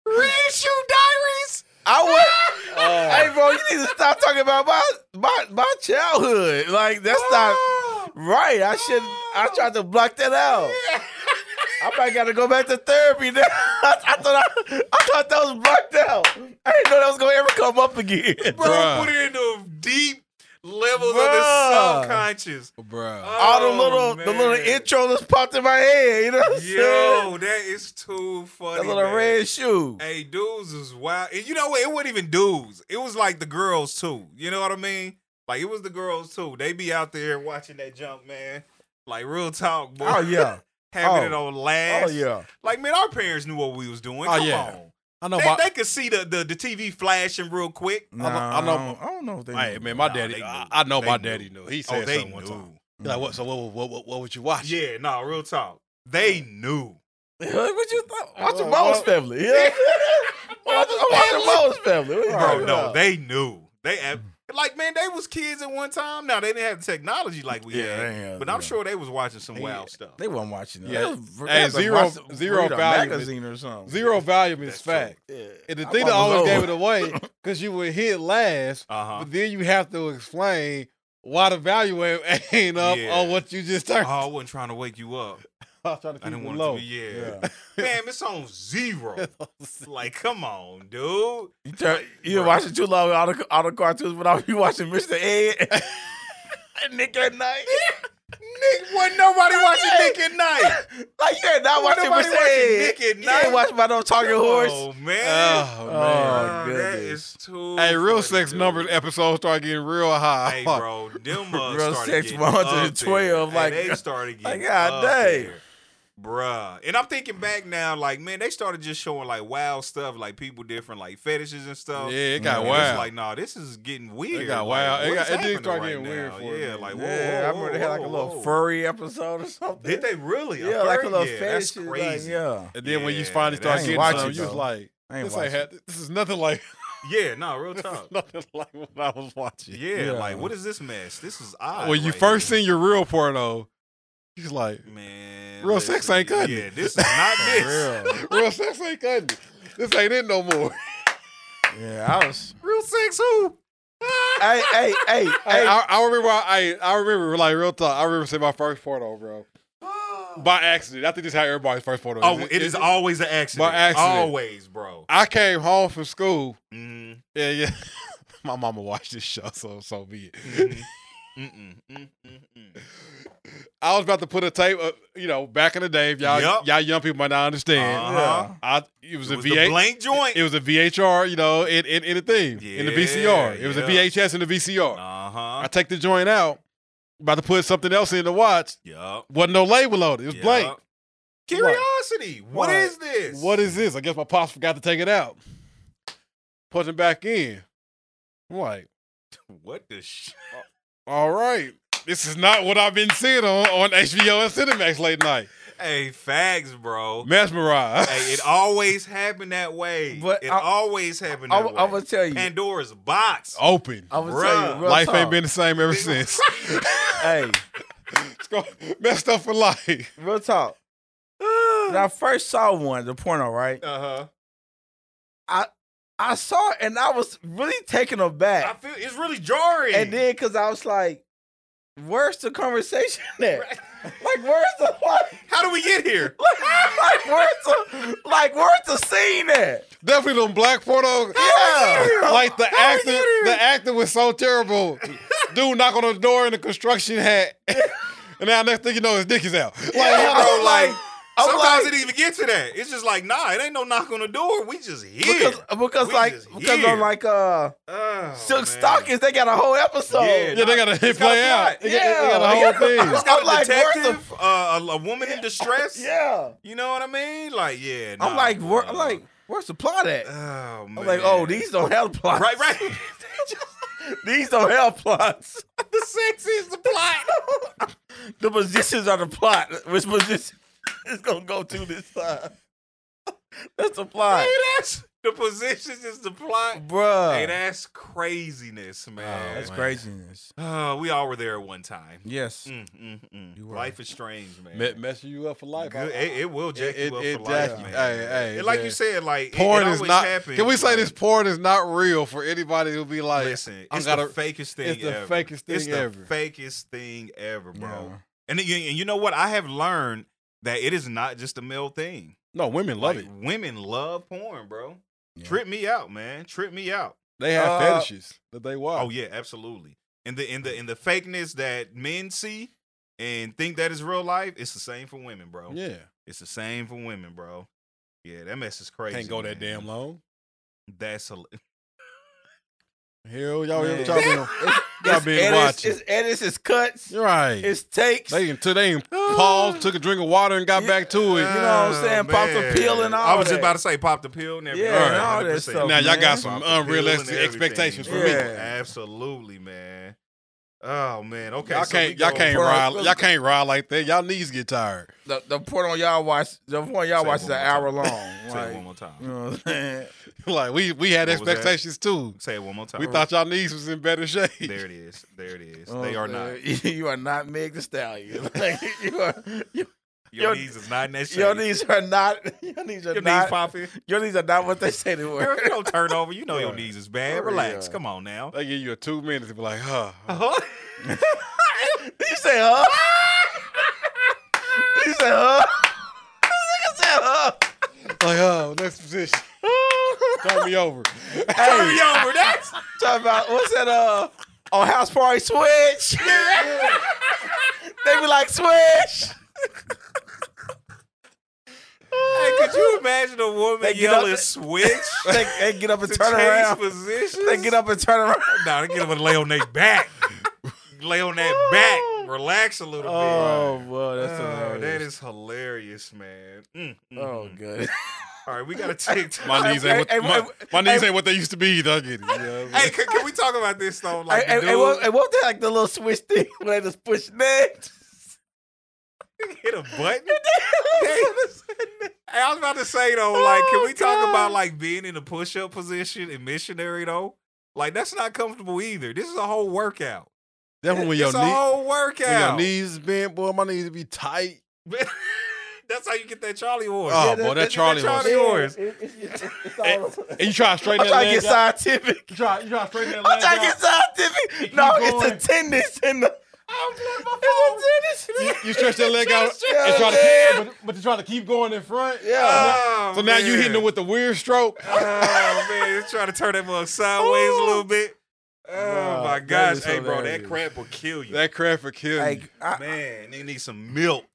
Reissue diaries? I would Hey bro, you need to stop talking about my my my childhood. Like that's not right. I should I tried to block that out. I might gotta go back to therapy now. I, I thought I, I thought that was blocked out. I didn't know that was gonna ever come up again. Bro, Bruh. put it into deep levels of the Bruh. subconscious. Bruh. All the Oh, little the little man. intro that's popped in my head, you know what I'm saying? Yo, that is too funny. That little man. red shoe. Hey, dudes is wild. And you know what? It wasn't even dudes. It was like the girls too. You know what I mean? Like it was the girls too. They be out there watching that jump, man. Like real talk, boy. Oh yeah. Having Oh. it on last. Oh yeah. Like, man, our parents knew what we was doing. Oh, Come yeah. on. I know They, my they could see the, the the TV flashing real quick. Oh, No, I know- I don't know if they. Hey knew. man, my Nah, daddy. they I, knew. I know They my knew. daddy knew. He Oh, said they something one time. knew. He Like what? So what? What? What, what would you watch? Yeah, no, real talk. They knew. what you thought? Watch the Well, Bones well- family. You know what I'm saying? I'm watching Bones family. What you Bro, talking no, about? they knew. They ab- Mm. like, man, they was kids at one time. Now they didn't have the technology like we Yeah, had, they had- but I'm yeah. sure they was watching some wild stuff. they wasn't watching. That. Yeah. They was- Hey, they had to zero- watch- zero read a value. magazine or something. Zero volume is true. fact. Yeah. And the I thing that thought it was always gave it over. away because you would hit last, Uh huh. but then you have to explain why the value ain't- ain't up Yeah. on what you just turned. Oh, I wasn't trying to wake you up. I was trying to I keep didn't it want low. it to be. Yeah. Yeah. Damn, it's on zero. like, come on, dude. You turn, you been watching too long all the, all the cartoons, but I be watching Mr. Ed and Nick at Night. Nick, wasn't nobody watching Hey. Nick at night. like you're not watching nobody Mr. watching Ed. Nick at You ain't Night. watching my don't talking horse. Oh man. Oh, Oh, man. Bruh, that goodness. is too. Hey, funny, real sex dude. numbers episodes start getting real high. Hey, bro, them uh, Real started sex getting from up 112, there. Hey, like- they started getting like, God up dang. there. Bruh. And I'm thinking back now, like, man, they started just showing like wild stuff, like people different, like fetishes and Yeah, stuff. it got And wild. It's like, nah, this is getting weird. got Like, wild. It what got- is it did happening start right getting weird now? for a Yeah, minute. like, whoa, Yeah, I whoa, remember they had like a whoa, little whoa. furry episode or something. Did they really? Yeah, like a little yeah, fetish. That's shit, crazy. Like, yeah. and then when you Yeah, finally that start ain't getting watching, some, you was though. like, I ain't this, ain't watching. had, this is nothing like yeah. no, real this talk. is nothing like what I was watching. Yeah, Yeah. like what is this mess? This is odd. when you right first here. seen your real porno, you was like, man, Real sex listen, ain't cutting Yeah, it. this is not this. real sex ain't cutting. it. This ain't it no more. Yeah, I was. Real sex who? hey, hey, hey, Hey, hey. I, I remember. I I remember like real talk. I remember seeing my first porno, bro, by accident. I think this is how everybody's first porno. Oh, it is always an accident. By accident. Always, bro. I came home from school. Mm, Yeah, yeah. my mama watched this show, so so be it. mhm. Mm-mm, mm, mm, mm. I was about to put a tape, uh, you know, back in the day, if y'all Yup. y'all young people might not understand. Uh-huh. I it was It a was VH the blank joint. It was a VHR, you know, in in, in the thing in the VCR. Yeah, It was yeah. a VHS and a VCR. I uh-huh. take the joint out, about to put something else in to watch. Yup. Wasn't no label on it. It was yup. blank. Curiosity. What? what is this? What is this? I guess my pops forgot to take it out. Put it back in. I'm like, What the sh- all right, this is not what I've been seeing on, on HBO and Cinemax late night. Hey, facts, bro. Mesmerized. hey, it always happened that way. But it I- always happened I, that am way. gonna tell you. Pandora's box. Open. I was Bruh. saying, Life ain't been the same ever since. Hey, It's go- Messed up for life. real talk. when I first saw one, the porno, right? Uh-huh. I saw it and I was really taken I aback. feel it's really jarring. And then, cause I was like, "Where's the conversation at? Like, where's the like, How do we get here? like, where's the like, where's the scene at? Definitely them black porno. Yeah, Like the actor, the actor was so terrible. Dude knock on the door in a construction hat. And now next thing you know, his dick is out. Like, Bro, how- I'm like, like- I'm sometimes like- it even get to that. It's just like, nah, it ain't no knock on the door. We just here. because because We like just because here. on like uh oh, silk man. stockings, they got a whole episode. Yeah. yeah, they got a hit play got out. They got- they got, Yeah. the whole It's thing. got I'm a like, where's the- detective, uh, a, a woman in distress. Yeah. You know what I mean? Like, yeah. I'm nah, like, where, bro. I'm like, where's the plot at? oh man. I'm like, oh, these don't have plots. Right, right. These don't have plots. the sex is the plot. The positions are the plot. Which position is gonna go to this time? That's the plot, hey, that's the positions is the plot. Bruh. Oh, Hey, that's craziness, man. That's craziness. Oh, we all were there at one time. Yes. Mm, mm, mm. You were. Life is strange, man. Me- messing you up for life. Good- It, it will jack it- you up it for life, jack you- man. hey, hey, And like man. you said, like it- porn it, is always not. happens, can we say like, this porn is not real for anybody who be like, Listen, I it's gotta- the fakest thing. it's the ever. fakest It's thing the ever. fakest thing ever, bro. Yeah. And, then you, and you know what? I have learned that it is not just a male thing. No, women love like it. women love porn, bro. Yeah. Trip me out, man. Trip me out. They have Uh, fetishes that they watch. Oh yeah, absolutely. And the in the in the fakeness that men see and think that is real life, it's the same for women, bro. yeah. It's the same for women, bro. Yeah, that mess is crazy. Can't go that man. damn long. That's a Hell, y'all, Man. y'all been, y'all It's been edits, watching. it's edits, it's cuts, You're right. it's takes. they until they even paused, took a drink of water, and got Yeah. Ah, back to it. know what I'm saying? Pop the man. pill and I all was that. just about to say pop the pill and everything. Yeah, and all that 100%. stuff, now y'all man. got Pop some the pill and unrealistic everything. expectations for Yeah. me. Absolutely, man. Oh man. Okay. Y'all so we can't, y'all go- can't Bro, ride, look- y'all can't ride like that. Y'all knees get tired. the, the porn on y'all watch. The porn y'all Say it watch is one an more time. hour long. Say it one Like, more you time. know what I'm saying? like we, we had What was that? expectations too. Say it one more time. We thought y'all knees was in better shape. There it is. There it is. You know They what are I'm not. saying? you are not Meg the Stallion. Like, you are, you, Your Your- knees is not in that shape. your knees are not. Your knees are Your knees not. popping. your knees are not what they say they Girl, were. if you don't turn over, you know your knees is bad. Hurry Relax. up. Come on now. They give you a two minutes and be like, huh. Uh-huh. Did you say huh? Did you say huh? Nigga said huh? Like, oh, next position. Turn me over. Turn me over. That's Talk about what's that? Uh, on house party switch. they be like switch. Hey, could you imagine a woman They get yelling up- switch They, they get up and to turn change around. positions? They get up and turn around. Nah, they get up and lay on their back. lay on that back. Relax a little Oh, bit. well, that's Oh, hilarious. that is hilarious, man. Mm, mm, Oh, mm. good. All right, we got to take time. My knees ain't what, Hey, hey, my, my knees hey, ain't what they used to be. Either. I get it. You know what I'm Hey, saying? can, can we talk about this though? Like, Like, the and, dude, and what, and what was that like the little switch thing when they just push that? hit a button. Hey, I was about to say though, like, can Oh, we talk God. about like being in the push-up position and missionary though? Like, that's not comfortable either. This is a whole workout. Definitely when your, It's a knee, whole when your workout. knees bent, boy, my knees be tight. that's how you get that Charlie horse. Oh, boy, that Charlie Charlie horse. Eh, horse. And you try to straighten I'm trying that to leg get out. scientific. You try, you try to straighten that I'm leg trying to out. get scientific. keep No, it's going. the tendons in the. It's the tendons. You stretch that leg out stretch and try to, it. but, but you try to keep going in front. Yeah. Oh, So now you hitting man. them with the weird stroke. Oh man, he's trying to turn that mug sideways a little bit. Oh Bruh, my that gosh, is hey bro, that hilarious. crab will kill you. That crap would kill you. Like, I Man, nigga need some milk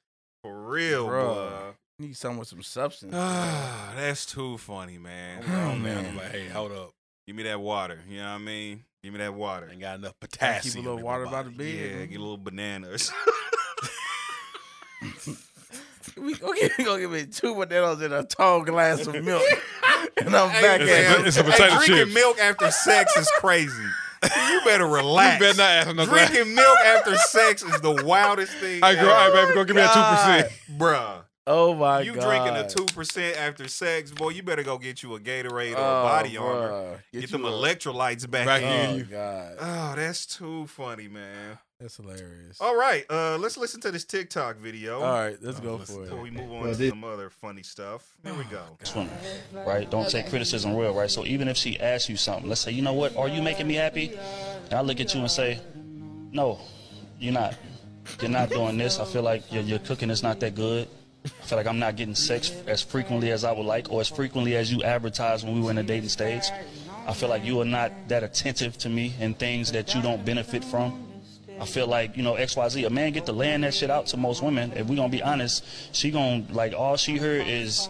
for real, bro. Bruh. need someone with some substance. That's too funny, man. I'm Oh, down there, I'm man. like, hey, hold up. Give me that water. You know what I mean? Give me that water. Ain't got enough Gotta keep potassium. a in little my water by the body. bed. Yeah, get a little bananas. we okay, we gonna give me two bananas and a tall glass of milk, and I'm Hey, back man, at it. It's a hey, potato drinking chips. milk after sex is crazy. You better relax. You better not ask another question. Drinking milk after sex is the wildest thing. Hey, girl, all ever. right, baby, go give me that 2%. bruh. Oh my you god! drinking a two percent after sex, boy? You better go get you a Gatorade or a oh, body armor. bruh. Get, you them a- electrolytes back, Back in. in. Oh you. god, Oh, that's too funny, man. that's hilarious. All right, uh, let's listen to this TikTok video. All right, let's go Oh, Let's- for it. Before we move on Oh, to some other funny stuff, here we go. women, right? Don't take criticism real, right? So even if she asks you something, let's say, you know what, are you making me happy? And I look at you and say, no, you're not. You're not doing this. I feel like your, your cooking is not that good. I feel like I'm not getting sex as frequently as I would like or as frequently as you advertised when we were in the dating stage. I feel like you are not that attentive to me and things that you don't benefit from. I feel like, you know, XYZ, a man get to laying that shit out to most women. If we gonna be honest, she gonna like all she heard is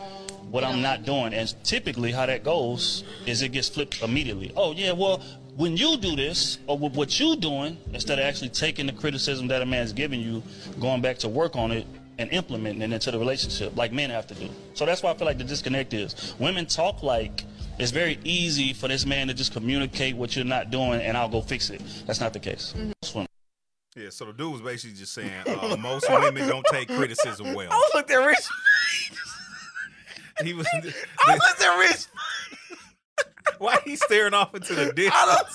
what I'm not doing. And typically how that goes is it gets flipped immediately. Oh yeah, well, when you do this or with what you doing, instead of actually taking the criticism that a man's giving you, going back to work on it and implementing it into the relationship, like men have to do. So that's why I feel like the disconnect is women talk like it's very easy for this man to just communicate what you're not doing and I'll go fix it. That's not the case. Swim. Yeah, so the dude was basically just saying uh, most women don't take criticism well. I looked at Rich. He was. I looked at Rich. Why he staring off into the ditch? I don't.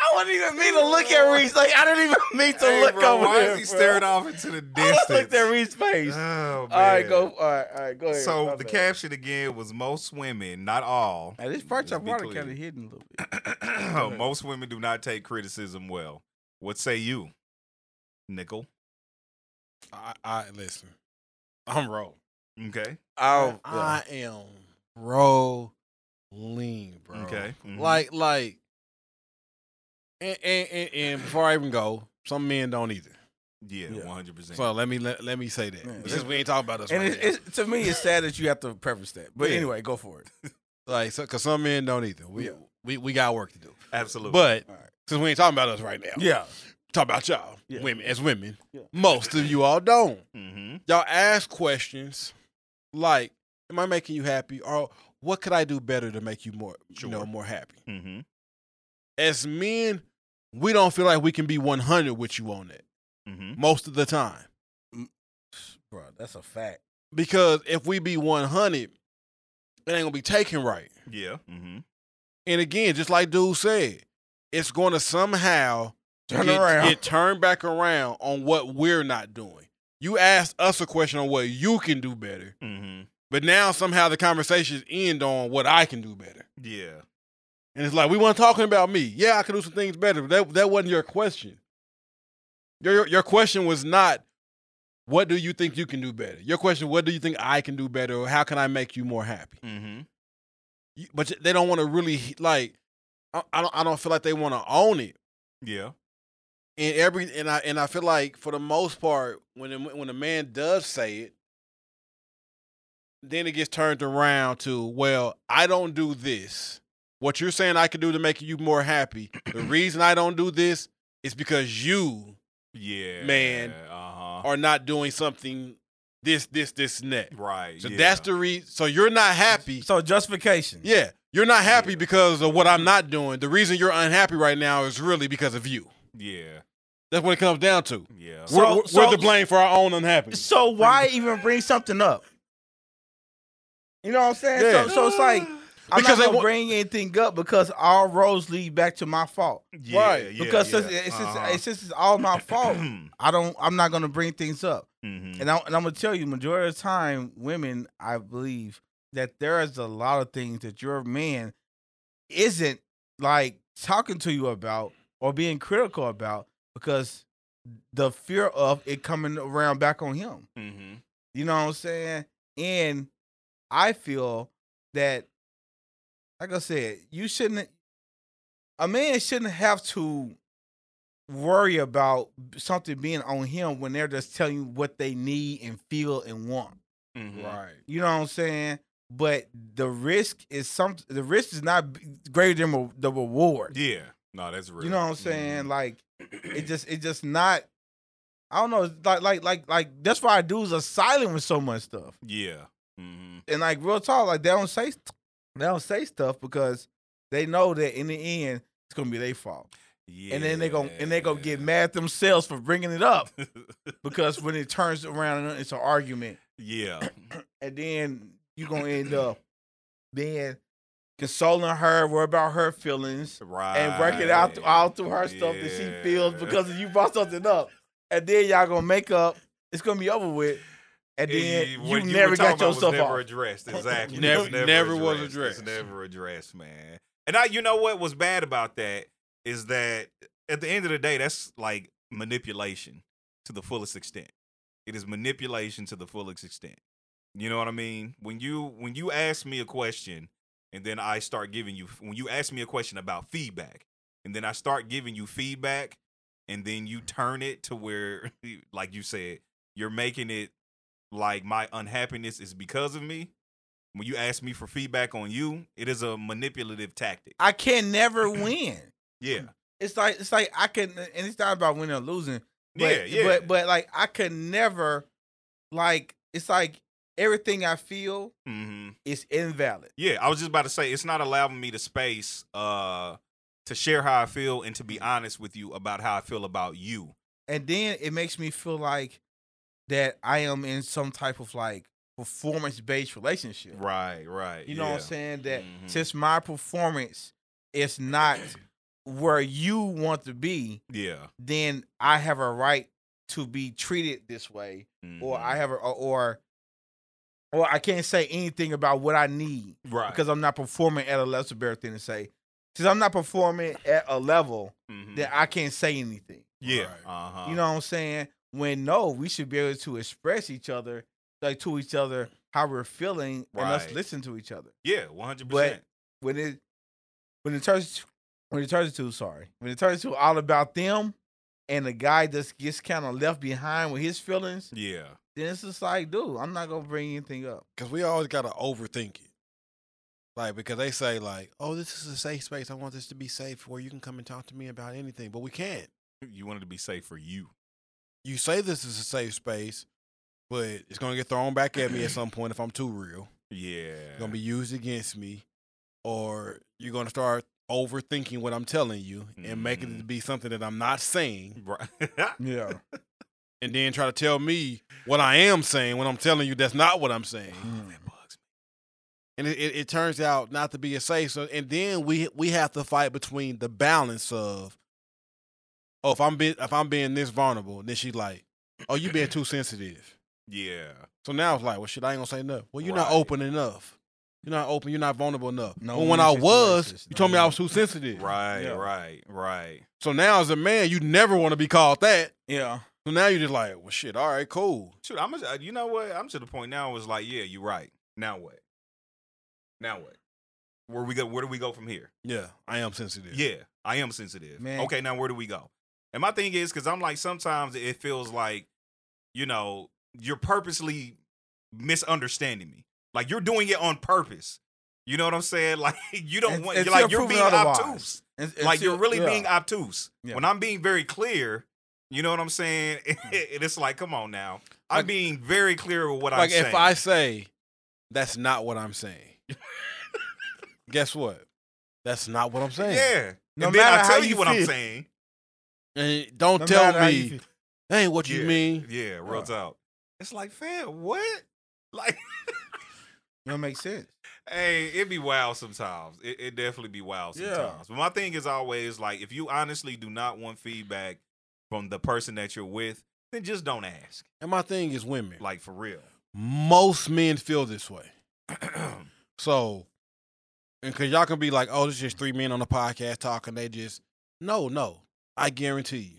I wouldn't even mean to look at Reese. Like I didn't even mean to Hey, look bro, over why there. is he bro. staring off into the I distance? just looked at Reese's face. Oh, man. all right, go. All right, all right, go ahead. So my the bad. caption again was most women, not all. Now, this part Just of be water clear. kind of hidden a little bit. most women do not take criticism well. What say you, Nickel? I, I listen. I'm rolling. Okay. Oh, I am rolling, bro. Okay. mm-hmm. Mhm. Like, like, and, and, and, and before I even go, some men don't either. Yeah, Yeah. one hundred percent. So let me let, let me say that Yeah. since we ain't talking about us and right it's, it's, to me, it's sad that you have to preface that. But Yeah. anyway, go for it. now. like so, cause some men don't either. We Yeah. we, we got work to do. Absolutely. But All right. since we ain't talking about us right now, Yeah, talk about y'all Yeah. women as women. Yeah. Most of you all don't. hmm Y'all ask questions like, "Am I making you happy?" or "What could I do better to make you more Sure. you know more happy?" hmm As men, we don't feel like we can be 100 with you on that hmm most of the time. bro, that's a fact. Because if we be 100, it ain't gonna be taken right. Yeah. hmm And again, just like dude said, it's going to somehow Turn get, around. get turned back around on what we're not doing. You asked us a question on what you can do better, hmm but now somehow the conversations end on what I can do better. Yeah. And it's like we weren't talking about me. Yeah, I can do some things better, but that that wasn't your question. Your your, your question was not what do you think you can do better. Your question, what do you think I can do better, or how can I make you more happy? hmm You- But they don't want to really like. I, I don't. I don't feel like they want to own it. Yeah. and every and I and I feel like for the most part, when a, when a man does say it, then it gets turned around to, well, I don't do this. What you're saying I can do to make you more happy. The reason I don't do this is because you Yeah. Man. Uh huh. are not doing something this, this, this, and that. Right. So yeah. that's the reason. So you're not happy. So justification. Yeah, you're not happy because of what Mm-hmm. I'm not doing. The reason you're unhappy right now is really because of you. Yeah. That's what it comes down to. Yeah. So- we're, we're, so- we're to blame for our own unhappiness. So why even bring something up? You know what I'm saying? Yeah. So, so it's like I'm not Because they gonna want- bring anything up because all roads lead back to my fault. yeah. Right, Yeah, because yeah. since it's, it's, Uh-huh. it's, since it's all my fault, I don't. I'm not gonna bring things up. Mhm. And, I, and I'm gonna tell you, majority of the time, women, I believe that there is a lot of things that your man isn't like talking to you about or being critical about because the fear of it coming around back on him. Mhm. You know what I'm saying? And I feel that like I said, you shouldn't. A man shouldn't have to worry about something being on him when they're just telling you what they need and feel and want. mm-hmm. Right. You know what I'm saying? But the risk is some. The risk is not b- greater than re- the reward. Yeah. No, that's real. Mm-hmm. You know what I'm saying? Like it just it just not I don't know, it's like like like like that's why dudes are silent with so much stuff. Yeah. Mm-hmm. And like real talk, like they don't say st- they don't say stuff because they know that in the end it's gonna be their fault. Yeah. And then they gonna and they gonna get mad at themselves for bringing it up because when it turns around and it's an argument, Yeah. and then you gonna end up then consoling her, worry about her feelings, Right. and work it out through, all through her stuff that she feels because you brought something up, and then y'all gonna make up. It's gonna be over with, and then you, what were never got talking about was yourself never off. addressed. Exactly. Never- It's never was addressed. It's never addressed, man. And I, you know what was bad about that is that at the end of the day, that's like manipulation to the fullest extent. It is manipulation to the fullest extent. You know what I mean? When you when you ask me a question and then I start giving you when you ask me a question about feedback and then I start giving you feedback and then you turn it to where like you said you're making it like my unhappiness is because of me. When you ask me for feedback on you, it is a manipulative tactic. I can never win. Yeah. It's like it's like I can, and it's not about winning or losing. But, yeah, yeah. But but like I could never, like it's like everything I feel hmm is invalid. Yeah, I was just about to say it's not allowing me the space uh to share how I feel and to Mm-hmm. be honest with you about how I feel about you. and then it makes me feel like that I am in some type of like performance based relationship. Right, right. You know what I'm yeah. saying? That Mhm. since my performance is not where you want to be, Yeah. then I have a right to be treated this way, or Mhm. I have a or or I can't say anything about what I need right because I'm not performing at a level. Better thing to say, since I'm not performing at a level Mhm. that I can't say anything. yeah. Right. Uh-huh. You know what I'm saying? When no, we should be able to express each other, like to each other, how we're feeling, and us Right. listen to each other. Yeah, 100%. When it when it turns when it turns to sorry, when it turns to all about them, and the guy just gets kind of left behind with his feelings, yeah. then it's just like, dude, I'm not gonna bring anything up. Because we always gotta overthink it. Like because they say like, oh, this is a safe space. I want this to be safe where you can come and talk to me about anything, but we can't. You wanted to be safe for you. you say this is a safe space, but it's gonna get thrown back at me at some point if I'm too real. Yeah. It's gonna be used against me, or you're gonna start overthinking what I'm telling you and making it Mhm. be something that I'm not saying, right. Yeah. and then try to tell me what I am saying when I'm telling you that's not what I'm saying. That bugs And it, it, it turns out not to be a safe. So, and then we we have to fight between the balance of, oh, if I'm being if I'm being this vulnerable, then she's like, oh, you being too sensitive. me. Yeah. So now it's like, well, shit, I ain't gonna say nothing. Well, you're not Right. open enough. You're not open. You're not vulnerable enough. No but when women I should was, racist. you No told me I women. was too sensitive. Right, Yeah. right, right. So now as a man, you never want to be called that. Yeah. So now you're just like, well, shit. All right, cool. Shoot, I'm. A, uh, you know what? I'm to the point now. It's like, yeah, you're right. Now what? Now what? Where we go? Where do we go from here? Yeah, I am sensitive. Yeah, I am sensitive. Man. Okay, now where do we go? And my thing is, because I'm like, sometimes it feels like, you know, you're purposely misunderstanding me. Like you're doing it on purpose. You know what I'm saying? Like you don't And- want. until You're like you're proven being otherwise. obtuse And- and like still- you're really yeah. being obtuse. Yeah. When I'm being very clear, you know what I'm saying? And Mm. it's like, come on now. I'm Like- being very clear with what I'm Like saying. if I say, that's not what I'm saying. guess what? That's not what I'm saying. yeah. No and then I matter how tell you you what I'm feel. saying. And don't No tell matter how you me feel. that ain't what you yeah, mean. Yeah, real Yeah. talk. It's like, fam, what? Like, It don't make sense. hey, it be wild sometimes. It, it definitely be wild Yeah. sometimes. But my thing is always like, if you honestly do not want feedback from the person that you're with, then just don't ask. And my thing is women. Like for real. most men feel this way. so, and because y'all can be like, oh, there's just three men on the podcast talking. They just, no, no. I guarantee you.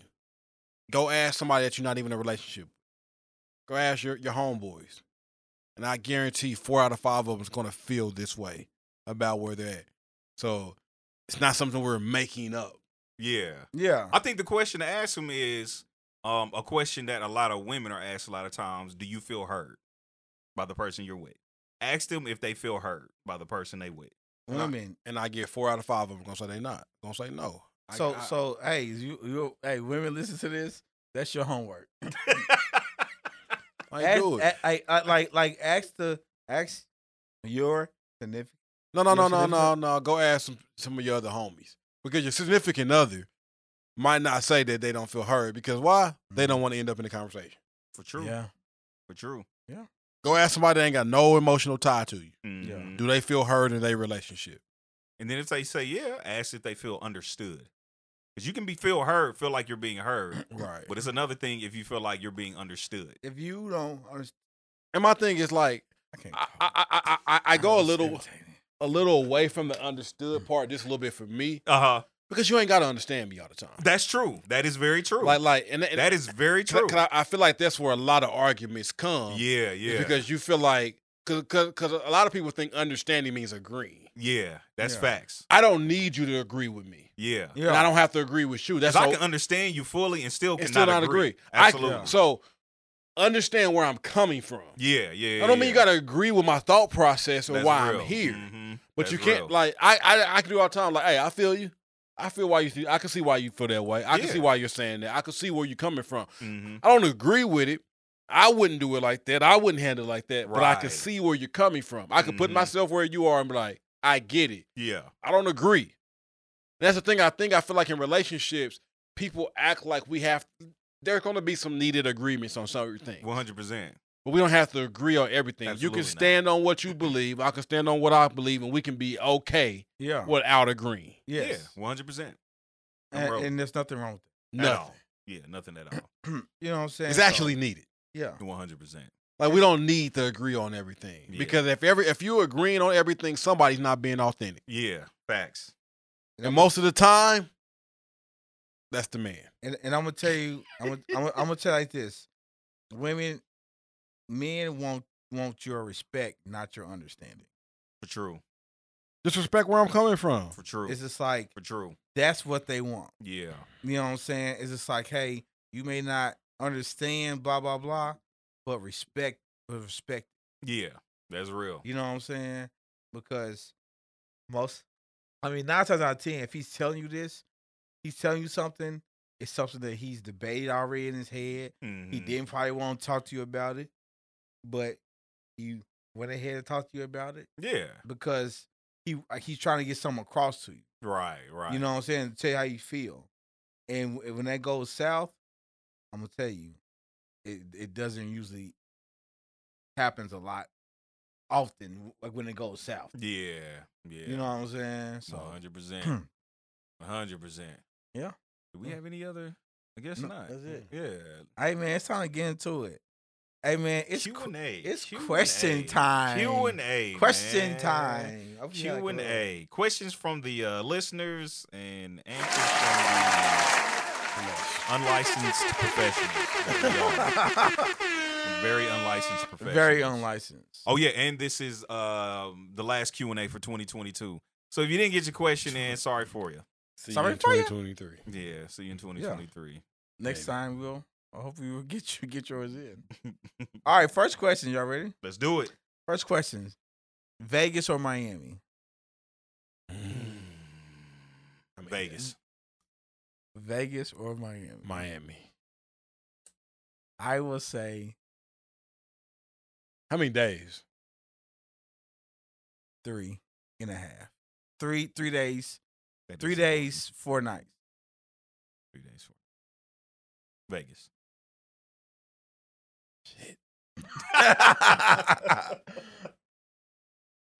Go ask somebody that you're not even in a relationship with. Go ask your, your homeboys. And I guarantee four out of five of them is going to feel this way about where they're at. So it's not something we're making up. Yeah. Yeah. I think the question to ask him is um, a question that a lot of women are asked a lot of times. Do you feel hurt by the person you're with? Ask them if they feel hurt by the person they with. Women. And I get four out of five of them gonna say they not. Gonna say no. I- So I- so hey, you you hey, women listen to this. That's your homework. I ain't Ask, do it. a- I, I, like like ask the ask your significant No, no, no, Your no, no, significant- no. Go ask some, some of your other homies because your significant other might not say that they don't feel hurt because why? They Mm-hmm. don't want to end up in the conversation. For true. Yeah. For true. Go ask somebody that ain't got no emotional tie to you. Mhm. Do they feel hurt in their relationship? And then if they say yeah, ask if they feel understood. Because you can be feel heard, feel like you're being heard. Right. But it's another thing if you feel like you're being understood. If you don't understand, And my thing is like I can't. I I I I, I- I go a It's little irritating. a little away from the Mm. understood part just a little bit for me Uh huh. because you ain't got to understand me all the time. That's true. That is very true. Like like and, and that is very can I- true. can I, I feel like that's where a lot of arguments come. yeah, is yeah. because you feel like because because a lot of people think understanding means agreeing. yeah, that's Yeah. facts. I don't need you to agree with me. Yeah. And I Yeah. don't have to agree with you. That's Because all. I can understand you fully and still and cannot still not agree. agree. Absolutely. I, can- so understand where I'm coming from. yeah, yeah. I don't mean you got to agree with my thought process or That's why real. I'm here, Mhm. but That's you can't real. like I, I I can do all the time. Like, hey, I feel you. I feel why you. Feel, I can see why you feel that way. I Yeah. can see why you're saying that. I can see where you're coming from. Mhm. I don't agree with it. I wouldn't do it like that. I wouldn't handle it like that. But I can Right. see where you're coming from. I can put Mhm. myself where you are and be like, I get it. Yeah. I don't agree. And that's the thing I think I feel like in relationships, people act like we have there's gonna be some needed agreements on certain things. One hundred percent. but we don't have to agree on everything. Absolutely you not. can stand on what you believe, I can stand on what I believe, and we can be okay Yeah. without agreeing. Yeah. Yes. One hundred percent. I'm And, rolling. and there's nothing wrong At No. all. Yeah, nothing at all. with it. you know what I'm saying? It's So, actually needed. yeah. One hundred percent. Like we don't need to agree on everything. Yeah. Because if every if you're agreeing on everything, somebody's not being authentic. Yeah. Facts. And most of the time, that's the man. And, and I'm gonna tell you, I'm gonna, I'm gonna, I'm gonna tell you like this: women, men want want your respect, not your understanding. For true. Just respect where I'm coming from. For true. It's just like For true. that's what they want. Yeah. You know what I'm saying? It's just like, hey, you may not understand, blah blah blah, but respect, but respect. Yeah. That's real. You know what I'm saying? Because most, I mean, nine times out of ten, if he's telling you this, he's telling you something. It's something that he's debated already in his head. He Mhm. didn't probably want to talk to you about it, but you went ahead and talked to you about it Yeah. because he like, he's trying to get something across to you. Right. Right. You know what I'm saying? Tell you how you feel, and w- when that goes south, I'm gonna tell you, it it doesn't usually happens a lot often. w- Like when it goes south, Yeah. Yeah. you know what I'm saying? So One hundred percent. One hundred percent. Yeah. Do we Mm. have any other? I guess No, not. that's it. Yeah. hey man, it's time to get into it. Hey man, it's Q qu- and A. it's question time. Q and A. question time. I forgot Q and correct. A. Questions from the uh, listeners and answers from the unlicensed professionals. There we go. Very unlicensed professionals. Very unlicensed. Oh yeah, and this is um, the last Q and A for 2022. So if you didn't get your question in, sorry for you. See Sorry you in for ya. 2023. Yeah. See you in 2023. Next Maybe. time we'll. I hope we will get you get yours in. All right, first question. Y'all ready? Let's do it. First question: Vegas or Miami? I mean, Vegas. Vegas or Miami? Miami. I will say How many days? three and a half. Three three days. That Three is days, four nights. important. Three days. Vegas.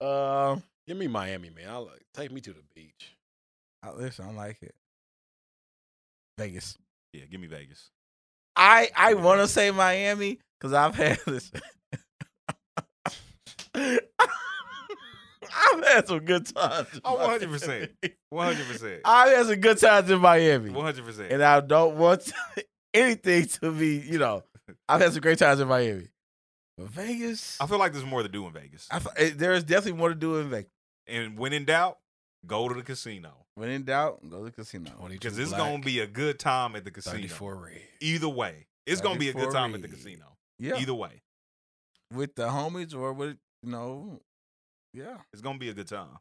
Um, Give me Miami, man. I like take me to the beach. I, listen, I like it. Vegas. Yeah. Give me Vegas. I I want to say Miami because I've had this. I've had some good times. in Oh, 100%. Miami. One hundred percent. I've had some good times in Miami, One hundred percent. and I don't want anything to be. You know, I've had some great times in Miami, but Vegas. I feel like there's more to do in Vegas. I f- eh, there is definitely more to do in Vegas. And when in doubt, go to the casino When in doubt, go to the casino. because it's gonna be a good time at the casino. 34 red. Either way, it's gonna be a 34 good time at the red. casino. Yeah, Either way, with the homies or with you know, yeah. it's gonna be a good time.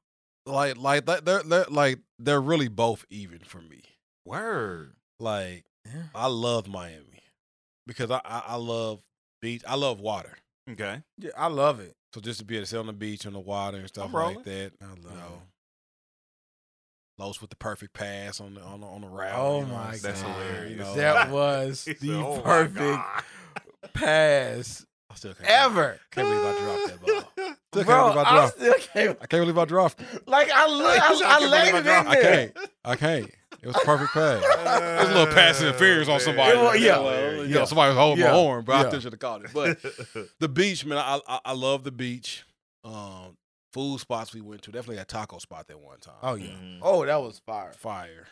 Like, like that- they're, they're like they're really both even for me. Word. Like Yeah. I love Miami because I, I I love beach. I love water. Okay. Yeah, I love it. So just to be able to sit on the beach on the water and stuff I'm rolling. like that. I love You know, Los with the perfect pass on the on the, on the route. Oh you know what my I'm That's saying? hilarious. You know, That was Oh, He said, the "Oh my perfect God." pass I still can't believe- ever, Can't believe I dropped that ball. Still can't bro. believe I I dropped. still can't. I can't believe I dropped. it. Like I, look, I, I, laid it in I there. can't. I can't. It was a perfect pass. It was a little pass interference Oh, on somebody. It was- Oh, yeah. You Yeah. know, somebody was holding Yeah. my horn, but I Yeah. still should have caught it. But the beach, man, I, I I love the beach. Um, food spots we went to definitely that taco spot that one time. Oh yeah. Mhm. Oh, that was fire. fire.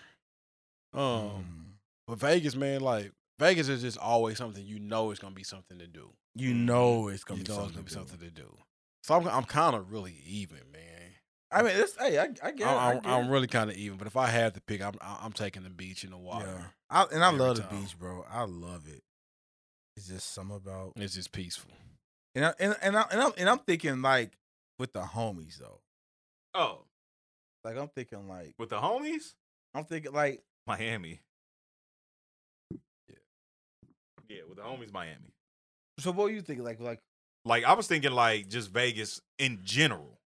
Um, but Vegas, man, like Vegas is just always something you know it's gonna be something to do. you know it's gonna you be know something. it's gonna be to do. something to do. So I'm I'm kind of really even, man. I mean, it's hey, I, I get it. I I'm, get I'm, I'm it. really kind of even, but if I had to pick, I'm I- I'm taking the beach and the Yeah. water. I, and I every love the time. beach, bro. I love it. It's just some about It's just peaceful. and I, and and, I, and I'm and I'm thinking like with the homies though. Oh, Like I'm thinking like with the homies, I'm thinking like Miami. Yeah. Yeah, with the homies, Miami. so what you think like like Like I was thinking, like just Vegas in general.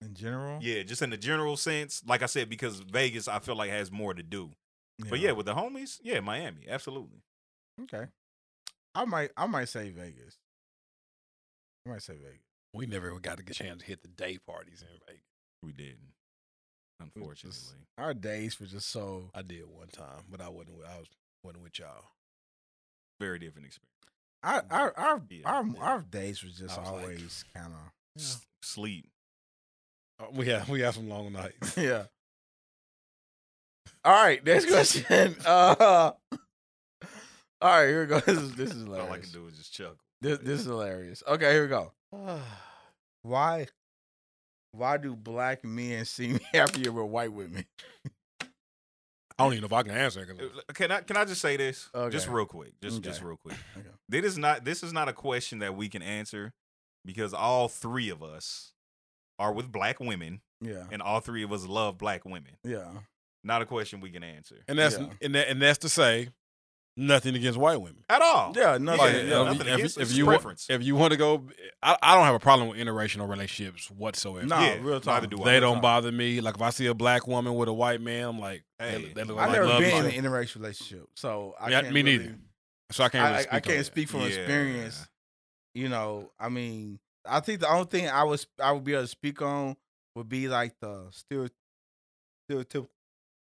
in general? Yeah, just in the general sense. Like I said, because Vegas, I feel like has more to do. But yeah, with the homies, yeah, Miami, absolutely. Okay. I might I might say Vegas. I might say Vegas. We never got a good chance to hit the day parties in Vegas. We didn't, unfortunately. Our days were just so I did one time, but I wasn't. with- I was wasn't with y'all. Very different experience. our our our, Yeah, our, yeah. our days were just I was like- always kind of S- Sleep. Uh, We had we had some long nights. yeah. All right, next question. Uh, all right, here we go. This is this is hilarious. All I can do is just chuckle. This, this is hilarious. Okay, here we go. Why, why do black men seem happier with white women? I don't even know if I can answer. Cause Uh, Can I can I just say this? Just Okay. real quick. Just Okay. just real quick. Okay. This is not this is not a question that we can answer because all three of us are with black women Yeah, and all three of us love black women. yeah. Not a question we can answer. and that's Yeah. and that, and that's to say nothing against white women. At all. Yeah, nothing. Yeah, yeah, nothing if, against it. if It's you a want, preference. if you want to go, I, I don't have a problem with interracial relationships whatsoever. Nah, Yeah, real talk. neither do I. they real don't talk. bother me. Like if I see a black woman with a white man, I'm like, they- Hey, they look I've like I've never love been each in an interracial relationship, so I Yeah, can't me really- neither. other. so I can't. I, Really I, speak I on can't that. speak from Yeah. experience. You know, I mean, I think the only thing I was I would be able to speak on would be like the stereo- stereotypical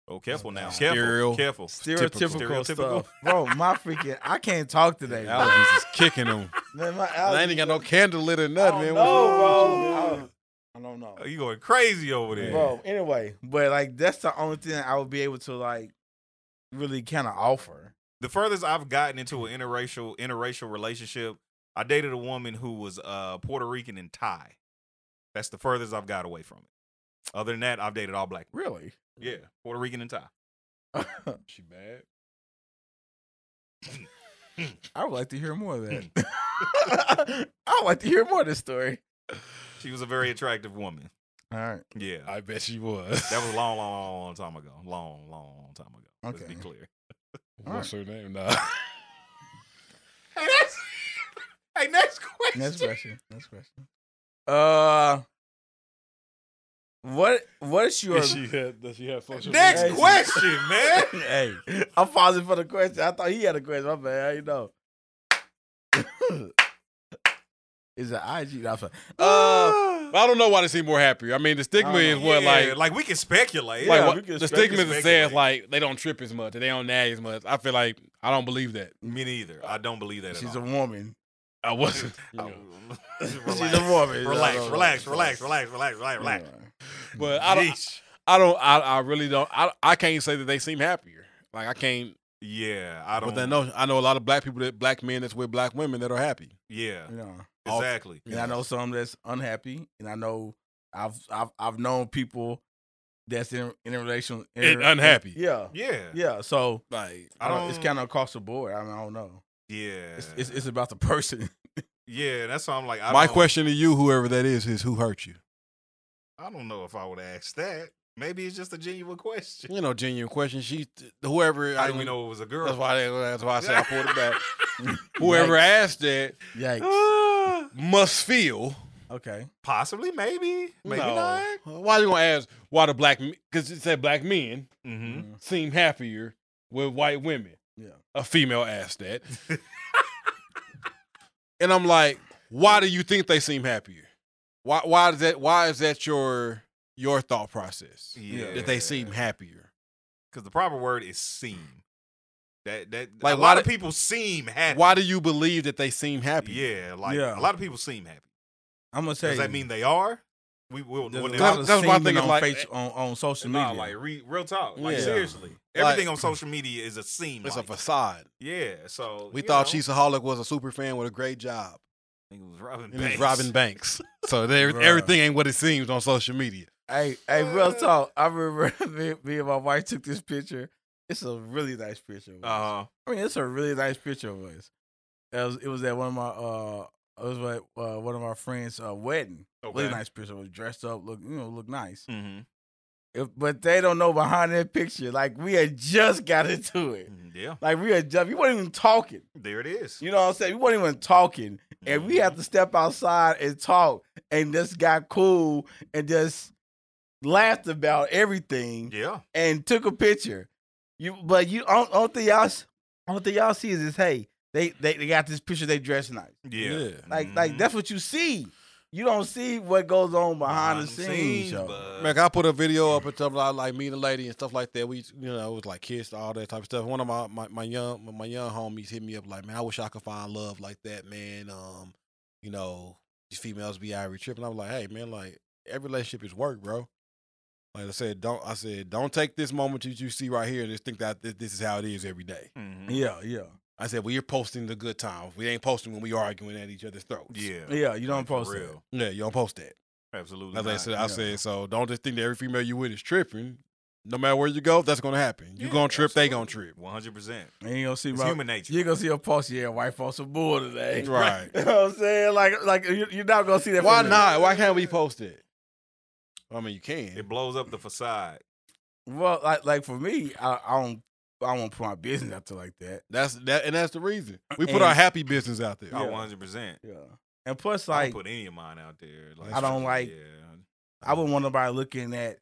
Oh, careful now. God. Careful. Stereo- Careful. stereotypical, Stereotypical. stuff, bro. My freaking, I can't talk today. bro. Allergies is kicking them. Man, my I ain't allergies- even got no candle lit or nothing, man. No, bro. I, I don't know, Oh, You going crazy over there. bro. Anyway, but like that's the only thing I would be able to like really kind of offer. the furthest I've gotten into an interracial interracial relationship, I dated a woman who was uh, Puerto Rican and Thai. That's the furthest I've got away from it. Other than that, I've dated all black. Really, Yeah, Puerto Rican and Thai. She bad. I would like to hear more of that. I would like to hear more of this story. She was a very attractive woman. All right. Yeah, I bet she was. that was a long, long, long, long time ago. Long, long, long time ago. Let's be Okay. clear. What's her name? Nah. Hey, that's. hey, next question. Next question. Next question. Uh, what what's your had. Does she have social? Next Hey. question, man. hey? I'm pausing for the question. I thought he had a question. My bad. How you know? Is it IG? No, I'm sorry. Uh, I don't know why they seem more happier. I mean, the stigma I is don't what Yeah, like. like, we can speculate. like yeah, what- we can the speculate. stigma that says like they don't trip as much, they don't nag as much. I feel like I don't believe that. Me neither. I don't believe that. she's at a all. woman. I wasn't. Oh, She's relax. a woman. Relax, No, no, no. relax, relax, relax, relax, relax, relax. Anyway. But I don't. Yeesh. I don't. I, I really don't. I, I can't say that they seem happier. Like I can't. Yeah, I don't. But I know I know a lot of black people that black men that's with black women that are happy. Yeah, You know. Off- exactly. and I know some that's unhappy, and I know I've I've I've known people that's in in a relation. In And a- unhappy. Yeah, Yeah. yeah. So Like I don't. It's Um, kind of across the board. I, mean, I don't know. Yeah. It's, it's it's about the person. yeah, that's why I'm like I my don't, question to you, whoever that is, is who hurt you? I don't know if I would ask that. Maybe it's just a genuine question. You know, genuine question. She, whoever. I didn't even know it was a girl. That's why. They, that's why I said I pulled it back. Whoever asked that Yikes. must feel. Okay. Possibly, maybe, maybe No. not. Why you gonna ask why the black? Because it said black men Mm-hmm. seem happier with white women. Yeah. A female asked that, and I'm like, why do you think they seem happier? Why? Why is that? Why is that your your thought process? Yeah. That they seem happier. Because the proper word is seem. That that Like, a why lot of do- people seem happy. Why do you believe that they seem happy? Yeah, like Yeah. a lot of people seem happy. I'm gonna say. Does that mean they are? We will. there's Well, a they- lot of That's that's why I what think on, it's like- face, on on social nah, media. like re, real talk. Like Yeah. seriously, Like- everything on social media is a seem. It's a like. facade. yeah. So We you thought know, Cheeseholic was a super fan with a great job. I think it was Robin. And it's Banks. Robin Banks. So there, Bruh. everything ain't what it seems on social media. Hey, hey, real uh, talk. I remember me, me and my wife took this picture. It's a really nice picture. Of us. Uh, I mean, it's a really nice picture of us. It was, it was at one of my uh, it was at uh, one of our friends' uh, wedding. Really Okay. nice picture. Was dressed up, look you know, look nice. mhm. If, but they don't know behind that picture. Like we had just got into it. Mm-hmm. Yeah, Like we had just we weren't even talking. there it is. You know what I'm saying? We weren't even talking, and we Mm-hmm. had to step outside and talk, and just got cool and just laughed about everything Yeah, and took a picture. You, but you don't, don't think y'all, s- don't think y'all see is, is hey, they, they they got this picture. They dressed nice. yeah. Yeah. Like Mm-hmm. like that's what you see. You don't see what goes on behind, the scenes. yo. but- Like I put a video up and stuff like, like me and a lady and stuff like that. We, you know, it was like kissed, all that type of stuff. One of my, my, my young my young homies hit me up like, man, I wish I could find love like that, man. Um, you know, these females be out here tripping. I was like, hey, man, like every relationship is work, bro. Like I said, don't I said don't take this moment that you see right here and just think that thi- this is how it is every day. Mhm. yeah, yeah, I said, well, you're posting the good times. We ain't posting when we arguing at each other's throats. Yeah, yeah. You don't for post it. real. yeah, you don't post that. Absolutely. As I not. said, I said, so don't just think that every female you with is tripping. No matter where you go, that's gonna happen. You Yeah, gonna trip, they absolutely. gonna trip. One hundred percent. And you gonna see It's my, human nature. You gonna see a post. Yeah, wife on some bull today. Right. You know what I'm saying? Like like you- you're not gonna see that. Why from me. not? Why can't we post it? I mean, you can. It blows up the facade. Well, like like for me, I, I don't I won't put my business out there like that. That's that, and that's the reason we put And- our happy business out there. Oh, Yeah. one hundred percent. Yeah. And plus, I like don't put any of mine out there. Like, I don't like- Yeah. I wouldn't want nobody looking at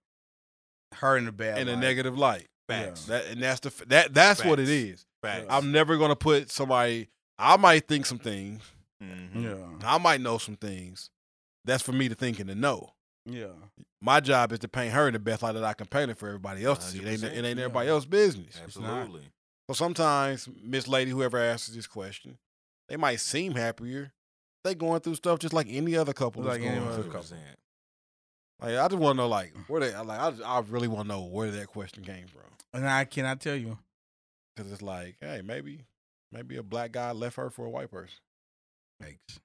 her in the bad in a light. negative light. Facts. That and that's the f- that that's what it Facts. is. Facts. I'm never gonna put somebody. I might think some things. Mhm. Yeah, I might know some things. That's for me to think and to know. yeah, My job is to paint her in the best light that I can paint it for everybody else to see. It ain't, it 100%, ain't yeah. everybody else's business. Absolutely. So sometimes, Miss Lady, whoever asks this question, they might seem happier. They going through stuff just like any other couple. Like Like, going any other through. couple. 100%. like I just want to know, like where they, like I, just, I really want to know where that question came from, and I cannot tell you. because it's like, hey, maybe, maybe a black guy left her for a white person. Thanks.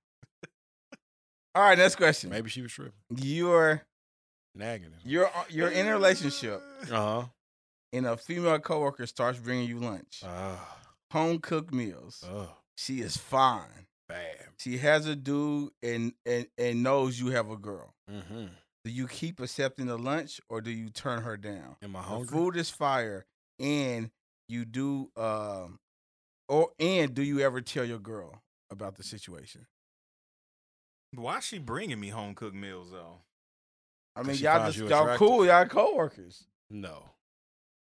All right, next question. Maybe she was tripping, You're nagging. you're you're in a relationship, Uh and a female coworker starts bringing you lunch, huh. Uh home cooked meals. oh, She is fine. bam. She has a dude, and and and knows you have a girl. Mm-hmm. Do you keep accepting the lunch, or do you turn her down? Am I The hungry? food is fire, and you do um, or and do you ever tell your girl about the situation? Why she bringing me home cooked meals though? I 'Cause mean, she y'all finds just you y'all attractive. cool, y'all coworkers. No.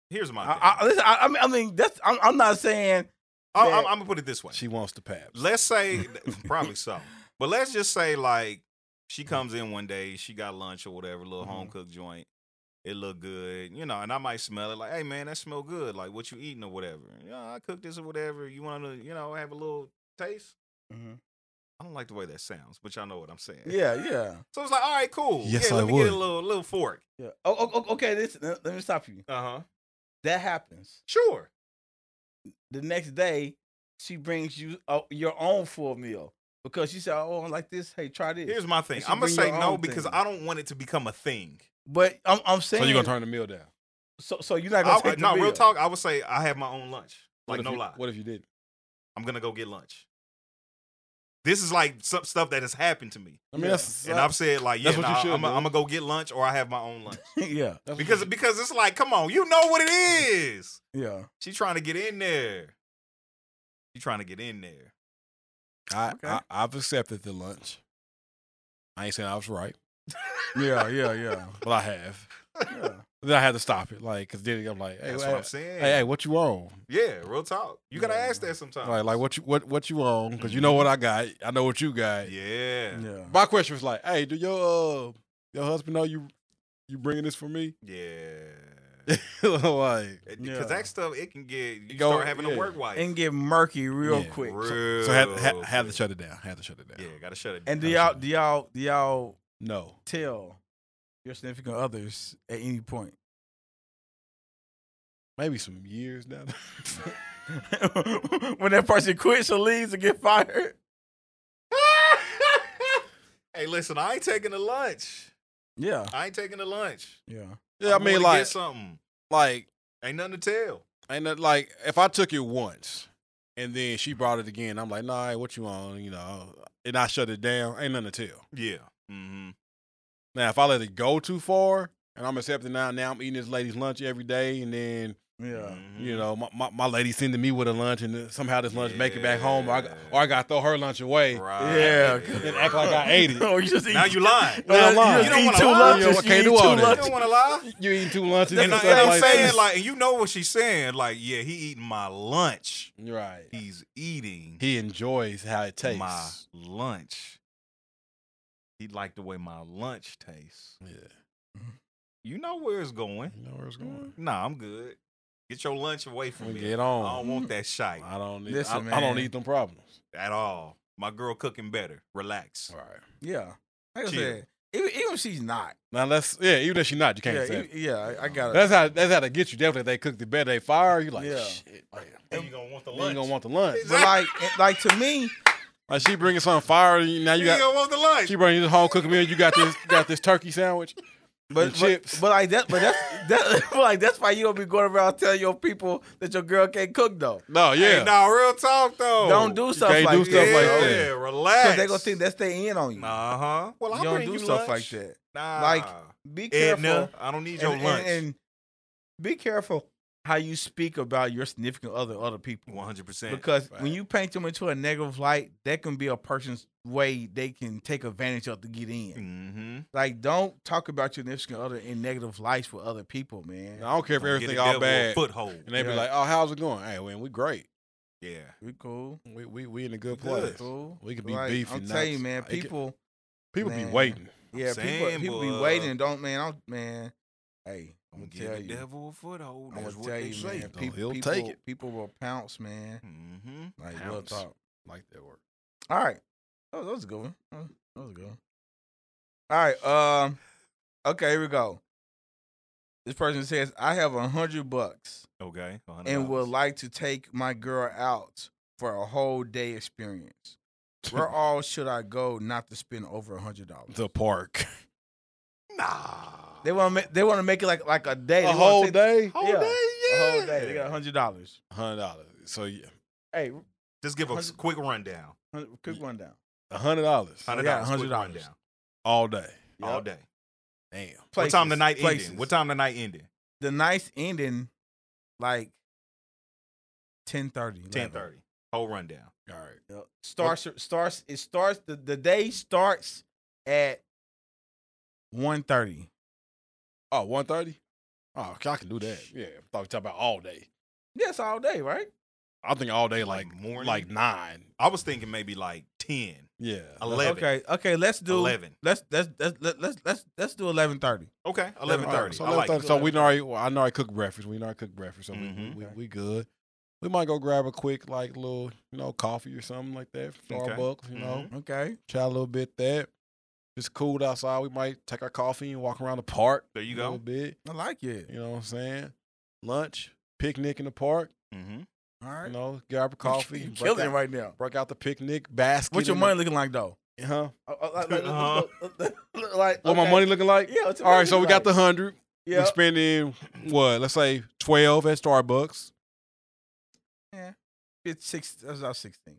Here's my. thing. I, I, listen, I, I mean, I mean, that's I'm, I'm not saying I, that- am gonna put it this way. She wants the paps. let's say probably so, but let's just say like she Mm. comes in one day, she got lunch or whatever, little home Mm-hmm. cooked joint. It look good, you know, and I might smell it like, hey man, that smell good. Like what you eating or whatever. You know, I cooked this or whatever. You want to, you know, have a little taste. Mhm. I don't like the way that sounds, but y'all know what I'm saying. yeah, yeah, So it's like, all right, cool. Yes, yeah, I let me get would. a little little fork. yeah. Oh, oh, oh, okay. Listen, let let me stop you. Uh huh. That happens. Sure. The next day, she brings you uh, your own full meal, because she said, "Oh, I don't like this. Hey, try this." Here's my thing. You should I'm gonna bring your say no own because thing. I don't want it to become a thing. but I'm, I'm saying So you're gonna turn the meal down. So, so you're not gonna I, take the no, real bill. talk. I would say I have my own lunch. What Like if no you- lie, What if you did? I'm gonna go get lunch. This is like some stuff that has happened to me, I mean, that's and I've said like, yeah, That's what you nah, should I'm do. gonna go get lunch or I have my own lunch yeah, that's what because you- because it's like, come on, you know what it is. yeah. She trying to get in there. She trying to get in there. I, I I've accepted the lunch. I ain't saying I was right, Yeah, yeah, yeah. but I have. yeah. Then I had to stop it, like, cause then I'm like, hey, That's hey, what I'm saying. hey, hey, what you on? Yeah, real talk. You gotta ask that sometimes. Like, like what you what what you on? Because you know what I got. I know what you got. yeah, yeah, Yeah. My question was like, hey, do your uh your husband know you you bringing this for me? like, Because Yeah. that stuff it can get you Go- start having yeah. a work wife. And get murky real Yeah. quick. Real so had had, had to quick. shut it down. Had to shut it down. Yeah, gotta shut it. down. And do y'all do y'all do y'all No, tell your significant others at any point? maybe some years now. when that person quits or leaves or get fired? hey, listen, I ain't taking the lunch. Yeah. I ain't taking the lunch. Yeah. yeah, I I'm mean, gonna like, get something. like Ain't nothing to tell. And that, like, if I took it once and then she brought it again, I'm like, nah, hey, what you on? You know, and I shut it down. Ain't nothing to tell. Yeah. Mm-hmm. Now, if I let it go too far and I'm accepting now, now I'm eating this lady's lunch every day, and then Yeah. you know my, my, my lady sending me with a lunch, and then somehow this lunch make it back home, or I, Yeah. or I got to throw her lunch away Right. and act like I ate it. Oh, you just eat. Now you lying. Now I'm You lying. You just eat don't wanna two lie. You lunches. don't- You can't eat do two all that. You lunches. don't want to lie. You eating two lunches and, And, I, stuff am like saying, that. like, and you know what she's saying. Like, yeah, he eating my lunch. right? He's eating He enjoys how it tastes. my lunch. He liked the way my lunch tastes. Yeah, You know where it's going. you know where it's going. Nah, I'm good. Get your lunch away from me. Mm-hmm. Get I don't on. want that shite I don't. Need, Listen, I, I man. don't need them problems. at all. My girl cooking better. Relax. All right. Yeah. Like I Chill. said, even, even if she's not. Now that's yeah. Even if she's not, you can't Yeah. say. e- yeah. I, I got it. that's how that's how they get you. Definitely, if they cook the bed, they fire you. Like Yeah. shit, like, Then you gonna want the you ain't lunch. gonna want the lunch. But like, it- like to me, Like she bringing something fire. You, now you You got gonna want the lunch. she bringing this home cooked meal. You got this you got this turkey sandwich. but, And but- chips. But, like that, but that's that, but like that's why you don't be going around telling your people that your girl can't cook though. No, yeah, Hey, nah, real talk though. Don't Oh, do stuff can't like do yeah, stuff like that. that. Relax. Because they gonna think that's they in on you. Uh huh. Well, I you don't bring do you stuff lunch. Ah. like that. Nah. Like, Be careful. Edna, I don't need your and, lunch. And, and be careful how you speak about your significant other, other people. One hundred percent. Because Right. when you paint them into a negative light, that can be a person's way they can take advantage of to get in. Mm-hmm. Like, don't talk about your significant other in negative lights with other people, man. And I don't care if everything all bad. Foothold. And they be Yeah. like, oh, how's it going? Hey, man, we great. Yeah. We cool. We we we in a good We good. place. Cool. We could be Like, beefy. I'm nuts. telling you, man. Like, it- People, people be man. waiting. yeah, people, saying, people boy. be waiting. Don't, man. I'm, man. Hey, I'm I'm gonna give tell the you. devil a foothold. I'm That's gonna what tell they you, say. man. though. People, He'll people, take it. people will pounce, man. Mm-hmm. Like, real Pounce. talk. Like that word. All right. Oh, that was a good one. Oh, That was a good one. All right. Um. Okay. Here we go. This person says, "I have a hundred bucks Okay. and would like to take my girl out for a whole day experience. Where all should I go not to spend over a hundred dollars? The park. nah. They want to. They want to make it like like a day. A They wanna whole take- day. Whole Yeah. day, yeah. A whole day. They got a hundred dollars. Hundred dollars. So yeah, Hey, Just give us a Hundred- quick rundown. hun- quick one down. hundred dollars Hundred Yeah, dollars. Quick $100. rundown. all day. All Yep. day. Damn. What time the Places, night places. ending? What time the night ending? The night's ending, like ten thirty. Ten thirty. Whole rundown. All right. Yep. Starts starts it starts the, the day starts at 1.30. Oh, 130? Oh, okay, I can do that. Yeah. I thought we talking about all day. Yes, all day, right? I think all day like Like morning. morning? like nine. I was thinking maybe like ten. Yeah. Eleven. Uh, Okay, okay, let's do 11. Let's let's let's let's let's let's, let's do eleven thirty. Okay. Eleven All right, thirty. So, I like. 11:30. it. so we done already well, I know I cooked breakfast. We know I cooked breakfast. So Mhm. Mm-hmm. we, we, we good. We might go grab a quick like little, you know, coffee or something like that. from Okay. Starbucks, you know. Mhm. Okay. Try a little bit that. It's cool outside. We might take our coffee and walk around the park. There you a go. little bit. I like it. You know what I'm saying? Lunch, picnic in the park. Mhm. All right. You know, grab a coffee. break Killing it out- right now. Break out the picnic basket. What's your and- money looking like though? Huh? Uh, uh, like- like- Uh-huh. like, What my okay. money looking like? Yeah, what's your All money right, so we looking got the like? hundred. Yeah. We spending what? Let's say twelve at Starbucks. It's six. That's about sixteen.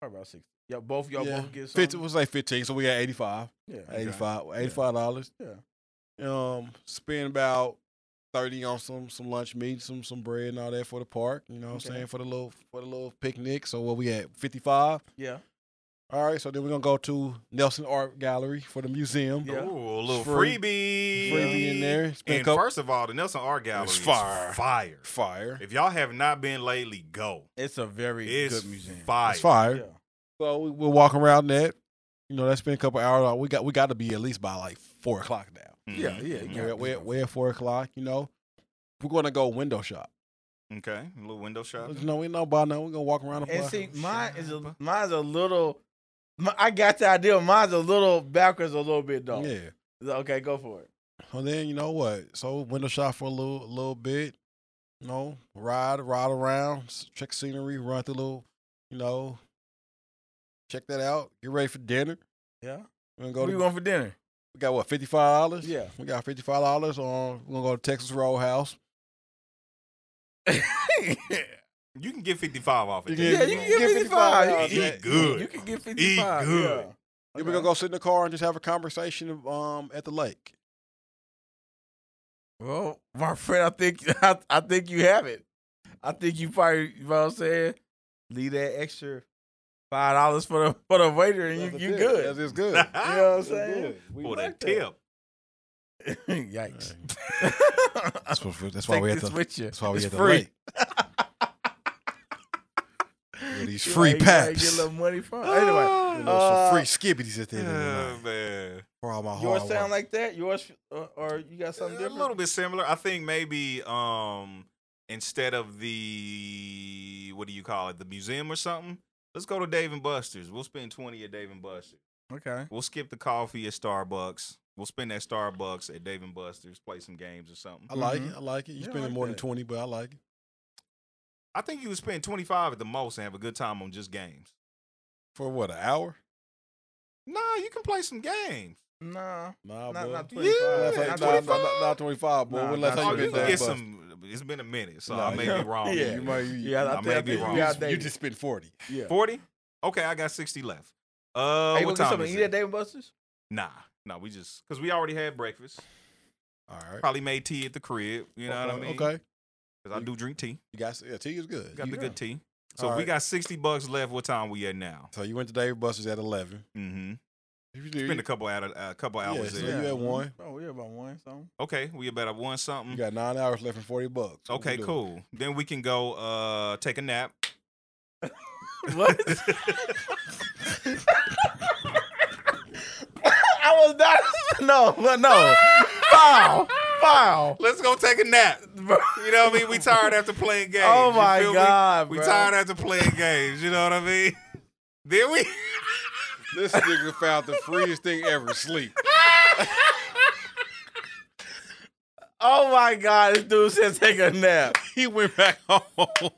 Probably about sixteen. Yeah, both y'all yeah. both get Fifty. something. We'll say fifteen. So we got eighty-five. Yeah, Eighty-five. Eighty-five dollars. Yeah. Um, spend about thirty on some some lunch meat, some some bread and all that for the park. You know what Okay. I'm saying? For the little for the little picnic. So what we at? Fifty-five. yeah. All right. So then we're gonna go to Nelson Art Gallery for the museum. Yeah. Ooh, a little Free- freebie. Freebie in there. Spend a And couple- first of all, the Nelson Art Gallery It's is fire. fire. fire. If y'all have not been lately, go. It's a very It's good museum. fire. It's fire. Yeah. So we, we're walking around that. You know, that's been a couple hours. We got we got to be at least by like four o'clock now. Yeah, Mhm. yeah, you Mhm. got- We're, we're, we're at four o'clock. You know, we're gonna go window shop. Mm-hmm. Okay, a little window shop. You know, we know by now. We're gonna walk around the And block. see, mine is a, mine's a little. My, I got the idea. Mine's a little backwards, a little bit though. yeah. Okay, go for it. Well, then you know what? So window shop for a little little bit. You know, ride ride around, s- check scenery, run through little. You know, check that out. Get ready for dinner. Yeah. We're gonna go What do to you want for dinner? We got what fifty five dollars. Yeah. we got fifty five dollars. On we're gonna go to Texas Roadhouse. You can get 55 off it. You Yeah, can- you can get Get 55. $55. You can- Eat good. You can get 55. good. Yeah. Then we're gonna go sit in the car and just have a conversation um at the lake. Well, my friend, I think I, I think you have it. I think you probably, you know what I'm saying? Leave that extra five dollars for the for the waiter and you That's you it. good. That's it's good. You know what I'm That's saying? good. We For the like tip. Yikes. Right. That's, what, that's why Take we have this to. with you. That's why we it's have to free. late. With these You free ain't- you ain't paps. Get a little money from. Anyway, You know, Uh, some free skibbities at the end of the Oh, night man. for all my hard yours sound work. like that. Yours uh, or you got something A different? little bit similar. I think maybe um instead of the what do you call it, the museum or something, let's go to Dave and Buster's. We'll spend 20 at Dave and Buster's. Okay. We'll skip the coffee at Starbucks. We'll spend at Starbucks at Dave and Buster's, play some games or something. I like Mhm. it. I like it. You Yeah, I spending like more that. than twenty, but I like it. I think you would spend 25 at the most and have a good time on just games. For what? An hour? Nah, you can play some games. Nah. Not, Nah, boy. not Nah, 25. nah, Yeah, Not nah, nah, 25. nah, nah, twenty-five, boy. Nah, When last nah, time Oh, you you been can there? get bust? some. It's been a minute, so Nah, I may yeah. be wrong. Yeah. You might. You, Yeah, I I think- I may be think wrong. we You out just- there. You just spent forty. Yeah. Forty? Okay, I got sixty left. Uh, Are you gonna get what time something is to eat at it? Dave and Buster's? Nah, nah. We just because we already had breakfast. All right. Probably made tea at the crib. You know what I Okay, mean? Okay. Because I do drink tea. You got yeah, tea is good. Got You- the good tea. So All if we right. got sixty bucks left. What time we at now? So you went to Dave Buster's at eleven. Mm-hmm. You did- Spend a couple out a couple Yeah, hours so there. you had Mhm. one. Oh, we had about one. Something. Okay, we about at one something. you got nine hours left and forty bucks. What we okay, doing? cool. Then we can go uh take a nap. What? I was not. No, but no. Foul. Foul. Let's go take a nap. Bro. You know what I mean? We tired after playing games. Oh you my feel me? God, We bro. tired after playing games. You know what I mean? Then we This nigga found the freest thing ever. Sleep. Oh my God. This dude said take a nap. He went back home.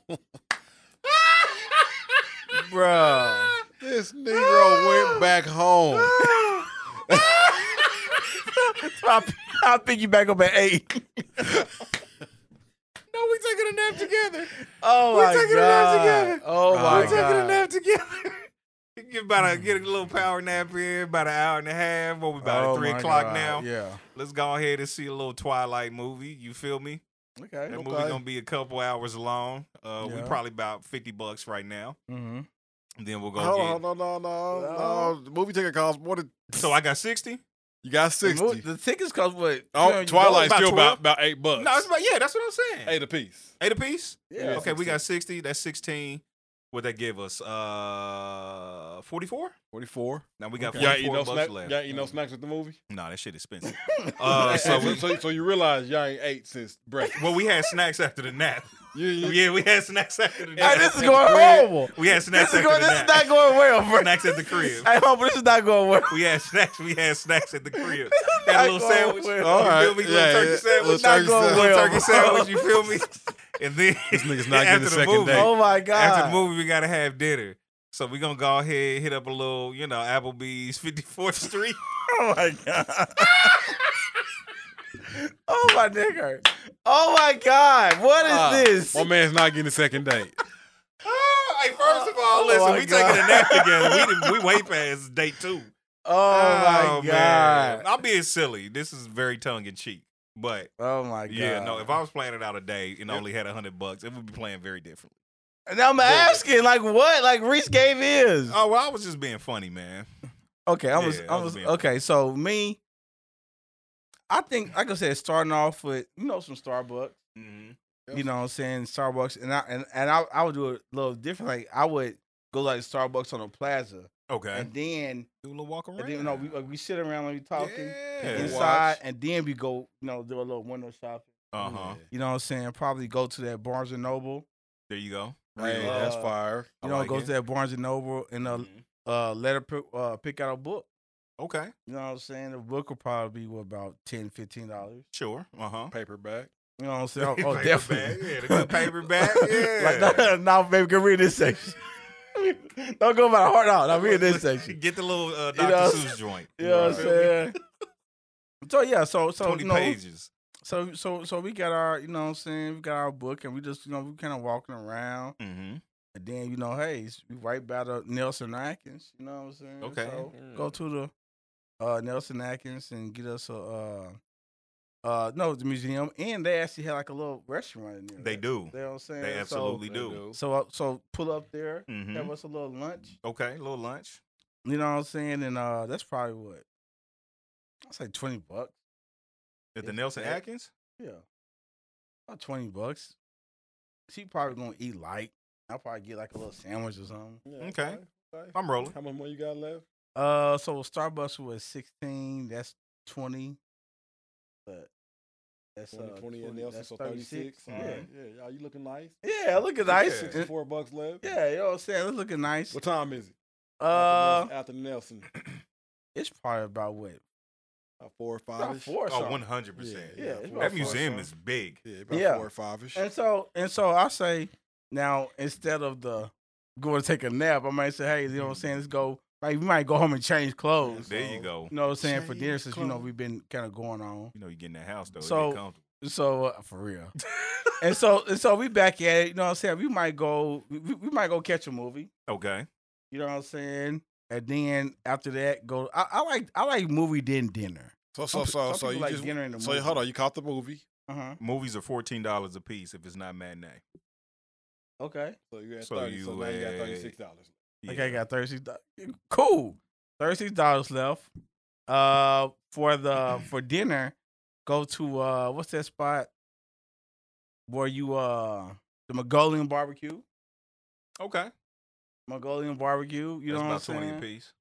Bro. This nigga went back home. I'll, I'll pick you back up at eight. no, we taking a nap together. Oh my taking a nap God. together. Oh my we God. taking a nap together. Get about a Mm. get a little power nap in about an hour and a half. What we about Oh at three my o'clock God, now? Yeah. Let's go ahead and see a little Twilight movie. You feel me? Okay. That movie gonna be a couple hours long. Uh, We Yeah. probably about fifty bucks right now. Mm-hmm. And then we'll go Hold get. on, no, no, no, no. The movie ticket costs more than So I got sixty. you got The, mo- sixty. the tickets cost what? Oh, $200? Twilight's about still 12? about, about eight bucks. No, it's about yeah. That's what I'm saying. eight a piece. Eight apiece. Yeah. okay, we got sixty. That's sixteen. What that give us? Uh, forty-four. Forty-four. Now we got Okay. Y'all eat forty-four bucks no snack, left. Y'all eat no snacks with the movie. Nah, that shit expensive. uh, so so, we, so, so you realize y'all ain't ate since breakfast. well, we had snacks after the nap. You, you, Yeah, we had snacks after the Hey, nap. this is going horrible. We had This snacks is after going. the This is nap. not going well, bro. snacks at the crib. Hey, Humble, this is not going well. We had snacks. We had snacks at the crib. Had a not little going sandwich. well. You All right. feel me? Little Yeah, turkey yeah. sandwich. Little Not turkey going sandwich. well, Little bro. turkey sandwich. You feel me? And then This nigga's not getting after a the second movie- date. Oh my After the god! movie, we gotta have dinner. So we gonna go ahead, hit up a little, you know, Applebee's, 54th Street. Oh my god! oh my nigga! Oh my god! What is Ah, this? My man's not getting a second date. hey, first of all, Oh listen, my we God. taking a nap together. We didn't- we way past date two. oh my god! man. I'm being silly. This is very tongue in cheek, but Oh my god! yeah, no. If I was playing it out a day and only had a hundred bucks, it would be playing very differently. and I'm asking, like, what? Like, Reese gave is. Oh well, I was just being funny, man. Okay, I was, Yeah, I I was was, being- okay. So me, I think, like I said, starting off with you know some Starbucks. Mm-hmm. You know, what I'm saying Starbucks, and I and, and I, I would do it a little different. Like I would go like Starbucks on the plaza, Okay, and then do a little walk and then you know we like, we sit around and we talking Yeah. inside, and then we go you know do a little window shopping. Uh huh. You know, what I'm saying probably go to that Barnes and Noble. There you go. Hey, Uh, that's fire. You I know, like go it. to that Barnes and Noble and uh, Mhm. uh let her pick, uh, pick out a book. Okay, You know what I'm saying? The book will probably be what, about 10 dollars. sure. Uh huh. Paperback. You know what I'm saying? Oh, oh Paperback, definitely. yeah, the good paperback, like, no, no, baby, can read this section. Don't go by the heart out. I'm reading this section. Get the little uh, Dr. You know- Seuss joint. You know what I'm Feel me? saying? So yeah, so so Twenty you know, pages. so so so we got our you know what I'm saying we got our book and we just you know we kind of walking around Mm-hmm. and then you know hey it's we right by the Nelson Atkins you know what I'm saying Okay. so go to the uh, Nelson Atkins and get us a uh, uh no the museum and they actually had like a little restaurant in there They do. you know what I'm saying They So- absolutely do. So uh, so pull up there, Mhm. have us a little lunch. Okay, little lunch. You know what I'm saying? And uh, that's probably what I say, twenty bucks. At the Yes. Nelson Yeah. Atkins. Yeah, about twenty bucks. She probably gonna eat light. I'll probably get like a little sandwich or something. Yeah, Okay. I'm rolling. How much more you got left? Uh, so Starbucks was sixteen. That's twenty. But that's uh, 20, 20 and Nelson, that's so 36. Yeah, All right. Yeah, are you looking nice? yeah, looking nice. Yeah. And- 64 bucks left. Yeah, you know what I'm saying. It's looking nice. What time is it? Uh, after Nelson, after Nelson. it's probably about what About four or about five. four. Or Oh, something. 100 percent. Yeah, uh, it's about That four museum something. is big. Yeah, about Yeah. four or five ish. And so and so I say now instead of the going to take a nap, I might say, hey, you Mm-hmm. know what I'm saying? Let's go. Like we might go home and change clothes. There you go. You know what I'm saying? For dinner Change since you know clothes. we've been kind of going on. You know you get in that house though. it So- get comfortable. So uh, for real. and so and so we back at it. You know what I'm saying? We might go. We, we might go catch a movie. okay. You know what I'm saying? And then after that, go. I, I like I like movie then dinner. So, so, Some- so, some so people you like just. dinner in the So, movie. hold on. You caught the movie. Uh huh. Movies are fourteen dollars a piece if it's not matinee. Okay. So, you had So 30. so, you now you got at- $36. Yeah. Okay, I got thirty six. Cool, thirty six dollars left. Uh, for the for dinner, go to uh, what's that spot where you uh the Mongolian barbecue, Okay. Mongolian barbecue. You know That's what about I'm twenty a saying? piece.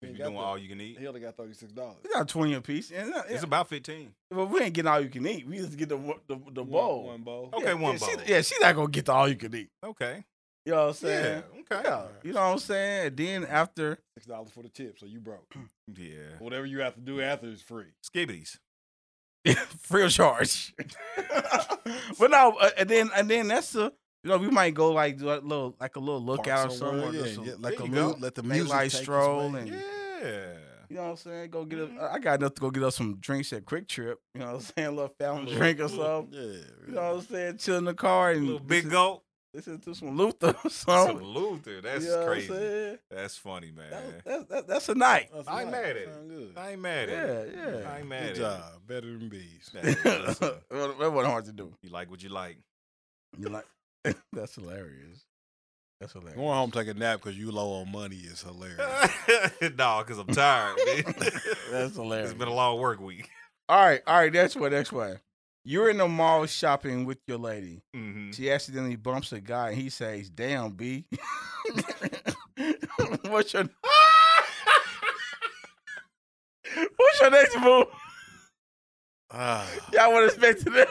If You you're got doing that. all you can eat, He only got $36. We got twenty a piece, and uh, it's about fifteen. but we ain't getting all you can eat. We just get the the, the One- bowl. Oh. One bowl. Okay, yeah, one yeah, bowl. She, yeah, she's not gonna get the all you can eat. Okay. You know what I'm Yeah. saying? Okay. Yeah, you know what I'm saying. And then after, $6 for the tip. So, you broke. Yeah. Whatever you have to do after is free. Skibbies. free of charge. but no, uh, and then and then that's the you know we might go like do a little like a little lookout or somewhere, somewhere, yeah, just a- get like There a you go. mu- let the Nightlight music take its stroll way. Mm-hmm. and- Yeah. You know what I'm saying? Go get a. I got enough to go get us some drinks at Quick Trip. You know what I'm saying? A little fountain Little- drink or little- something. Yeah, You know what I'm saying? Chill in the car and Little big listen, goat. listen to some Luther or something. Some Luther. That's you know What I'm crazy. saying? That's funny, man. That was- that- that- that's a night. That's I ain't nice. mad at it. Sound Good. I ain't mad at Yeah, it. I yeah. ain't Good mad at job. Better than bees. it. Nah, listen, that wasn't hard to do. you like what you like. You like? that's hilarious. That's hilarious. Going home take a nap because you low on money is hilarious. no, because I'm tired. man. That's hilarious. it's been a long work week. All right, all right, next one, next one. You're in the mall shopping with your lady. hmm She accidentally bumps a guy and he says, Damn, B. What's your What's your next move? Ah, Y'all would expect that.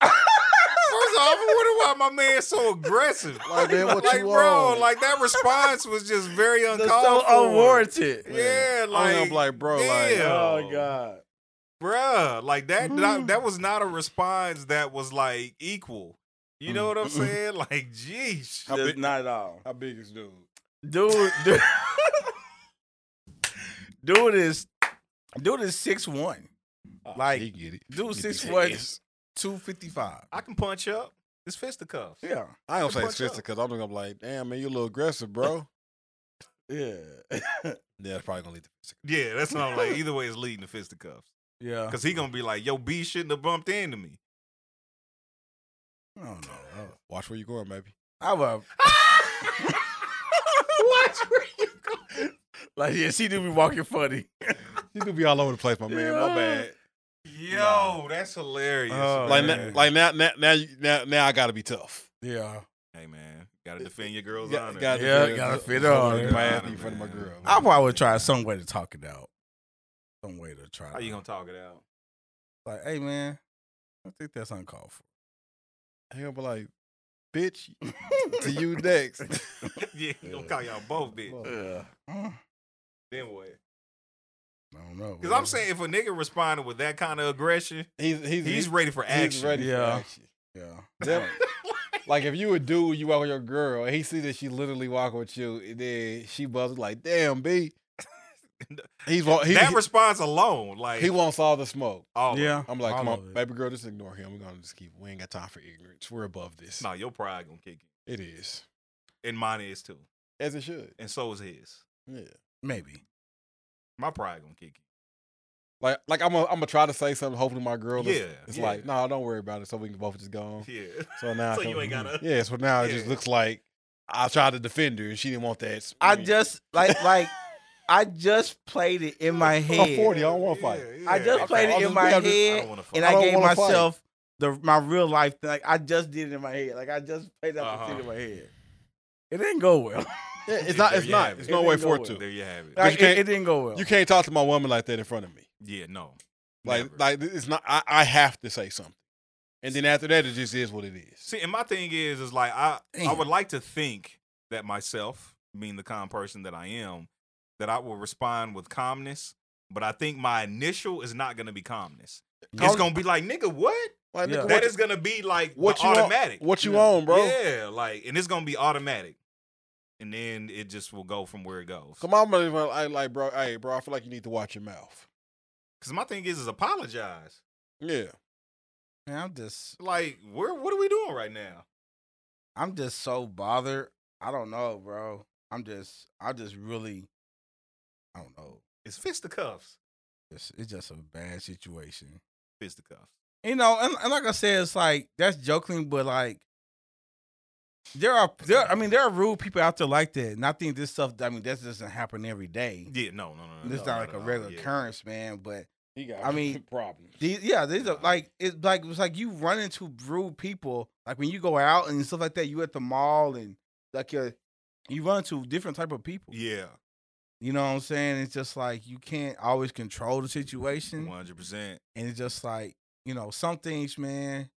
First off, I wonder why my man's so aggressive. Like, man, what like you bro, want? like that response was just very That's uncalled so for. unwarranted. Yeah, I'm like, like, bro, yeah. like, Oh God. bruh, like that, not, that was not a response that was like equal. You know what I'm saying? Like, jeez. How big, Not at all. how big is dude? Dude, dude, dude is dude is six one. Like, he get it. Dude He six get one, it. two fifty five. I can punch up. It's fisticuffs. Yeah. I ain't gonna say it's Punch up. fisted because I'm gonna be like, damn man, you a little aggressive, bro. Yeah. yeah, that's probably gonna lead to fisted. Yeah, that's what I'm like. Either way, it's leading to fisticuffs. Yeah. Because he going to be like, yo, B shouldn't have bumped into me. I don't know. Watch where you going, baby. I would Watch where you go. like yeah, she do be walking funny. You could be all over the place, my man. My bad. Yo, that's hilarious. Oh, Like, man. na- like now, now, now, you- now, now, I gotta be tough. Yeah. hey, man, got to defend your girl's Got- honor. gotta Yeah, be- gotta fit I'm on gonna it. do my ass Honor, in front of my man. girl. I probably would try some way to talk it out. Some way to try. How you to- going to talk it out? like, hey man, I think that's uncalled for. He gonna be like, bitch, to you next. yeah, he going to call y'all both, bitch. Yeah. I Then what? don't know. Because I'm whatever. saying if a nigga responded with that kind of aggression, He's he's he's ready for action. He's ready Yeah. for action. Yeah. Def- like if you a dude, you walk with your girl, and he see that she literally walking with you, and then she buzzes like, "Damn, b." He's wa- he, that he, response alone, like he wants all the smoke. all yeah. yeah. I'm like, all come of on, it. baby girl, just ignore him. We're gonna just keep. We ain't got time for ignorance. We're above this. No, your pride gonna kick It is in. And mine is too. as it should. And so is his. Yeah. Maybe. My pride gonna kick in. Like like I'm gonna I'm gonna try to say something. Hopefully my girl. is- Yeah, It's yeah. like, no, nah, don't worry about it. So we can both just go on. Yeah. So now, I So come- you ain't gotta- Yeah. So now it just Yeah. looks like I tried to defend her, and she didn't want that. I experience. just like like I just played it in my I'm 40. I head. don't want to fight. I just played I'll it just in my be- I'll I don't just- I head, wanna fight. and I I don't gave wanna fight. myself the my real life. thing. Like I just did it in my head. Like I just played out the Uh-huh. thing in my head. It didn't go well. Yeah, it's not. there It's you not. have it. There's It no way ain't for going. it to. There you have it. Like- Like, can't- it, it didn't go well. You can't talk to my woman like that in front of me. yeah, no. Like, Never. like it's not. I, I have to say something, and then after that, it just is what it is. See, and my thing is, is like I, I Damn. would like to think that myself, being the calm person that I am, that I will respond with calmness. But I think my initial is not gonna be calmness. It's gonna be like, nigga, what? Like, Yeah. nigga, That what, is gonna be like what the you automatic. on? What you on, bro? Yeah, like, and it's gonna be automatic, and then it just will go from where it goes. Come on, brother. I like, bro. Hey, bro. I feel like you need to watch your mouth. Because my thing is, is apologize. Yeah. Man, I'm just Like, where? What are we doing right now? I'm just so bothered. I don't know, bro. I'm just I just really I don't know. It's fisticuffs. It's, it's just a bad situation. Fisticuffs. you know, and, and like I said, it's like that's joking, but like there are there. I mean, there are rude people out there like that, and I think this stuff. I mean, that doesn't happen every day. Yeah, no, no, no. no This no, not no, like no, a no, regular yeah. occurrence, man. But He got. I mean- problems. these, yeah, these are Nah. like it's like it's like you run into rude people like when you go out and stuff like that. You at the mall and like you you run into different type of people. Yeah, You know what I'm saying? It's just like you can't always control the situation. one hundred percent. and it's just like you know some things man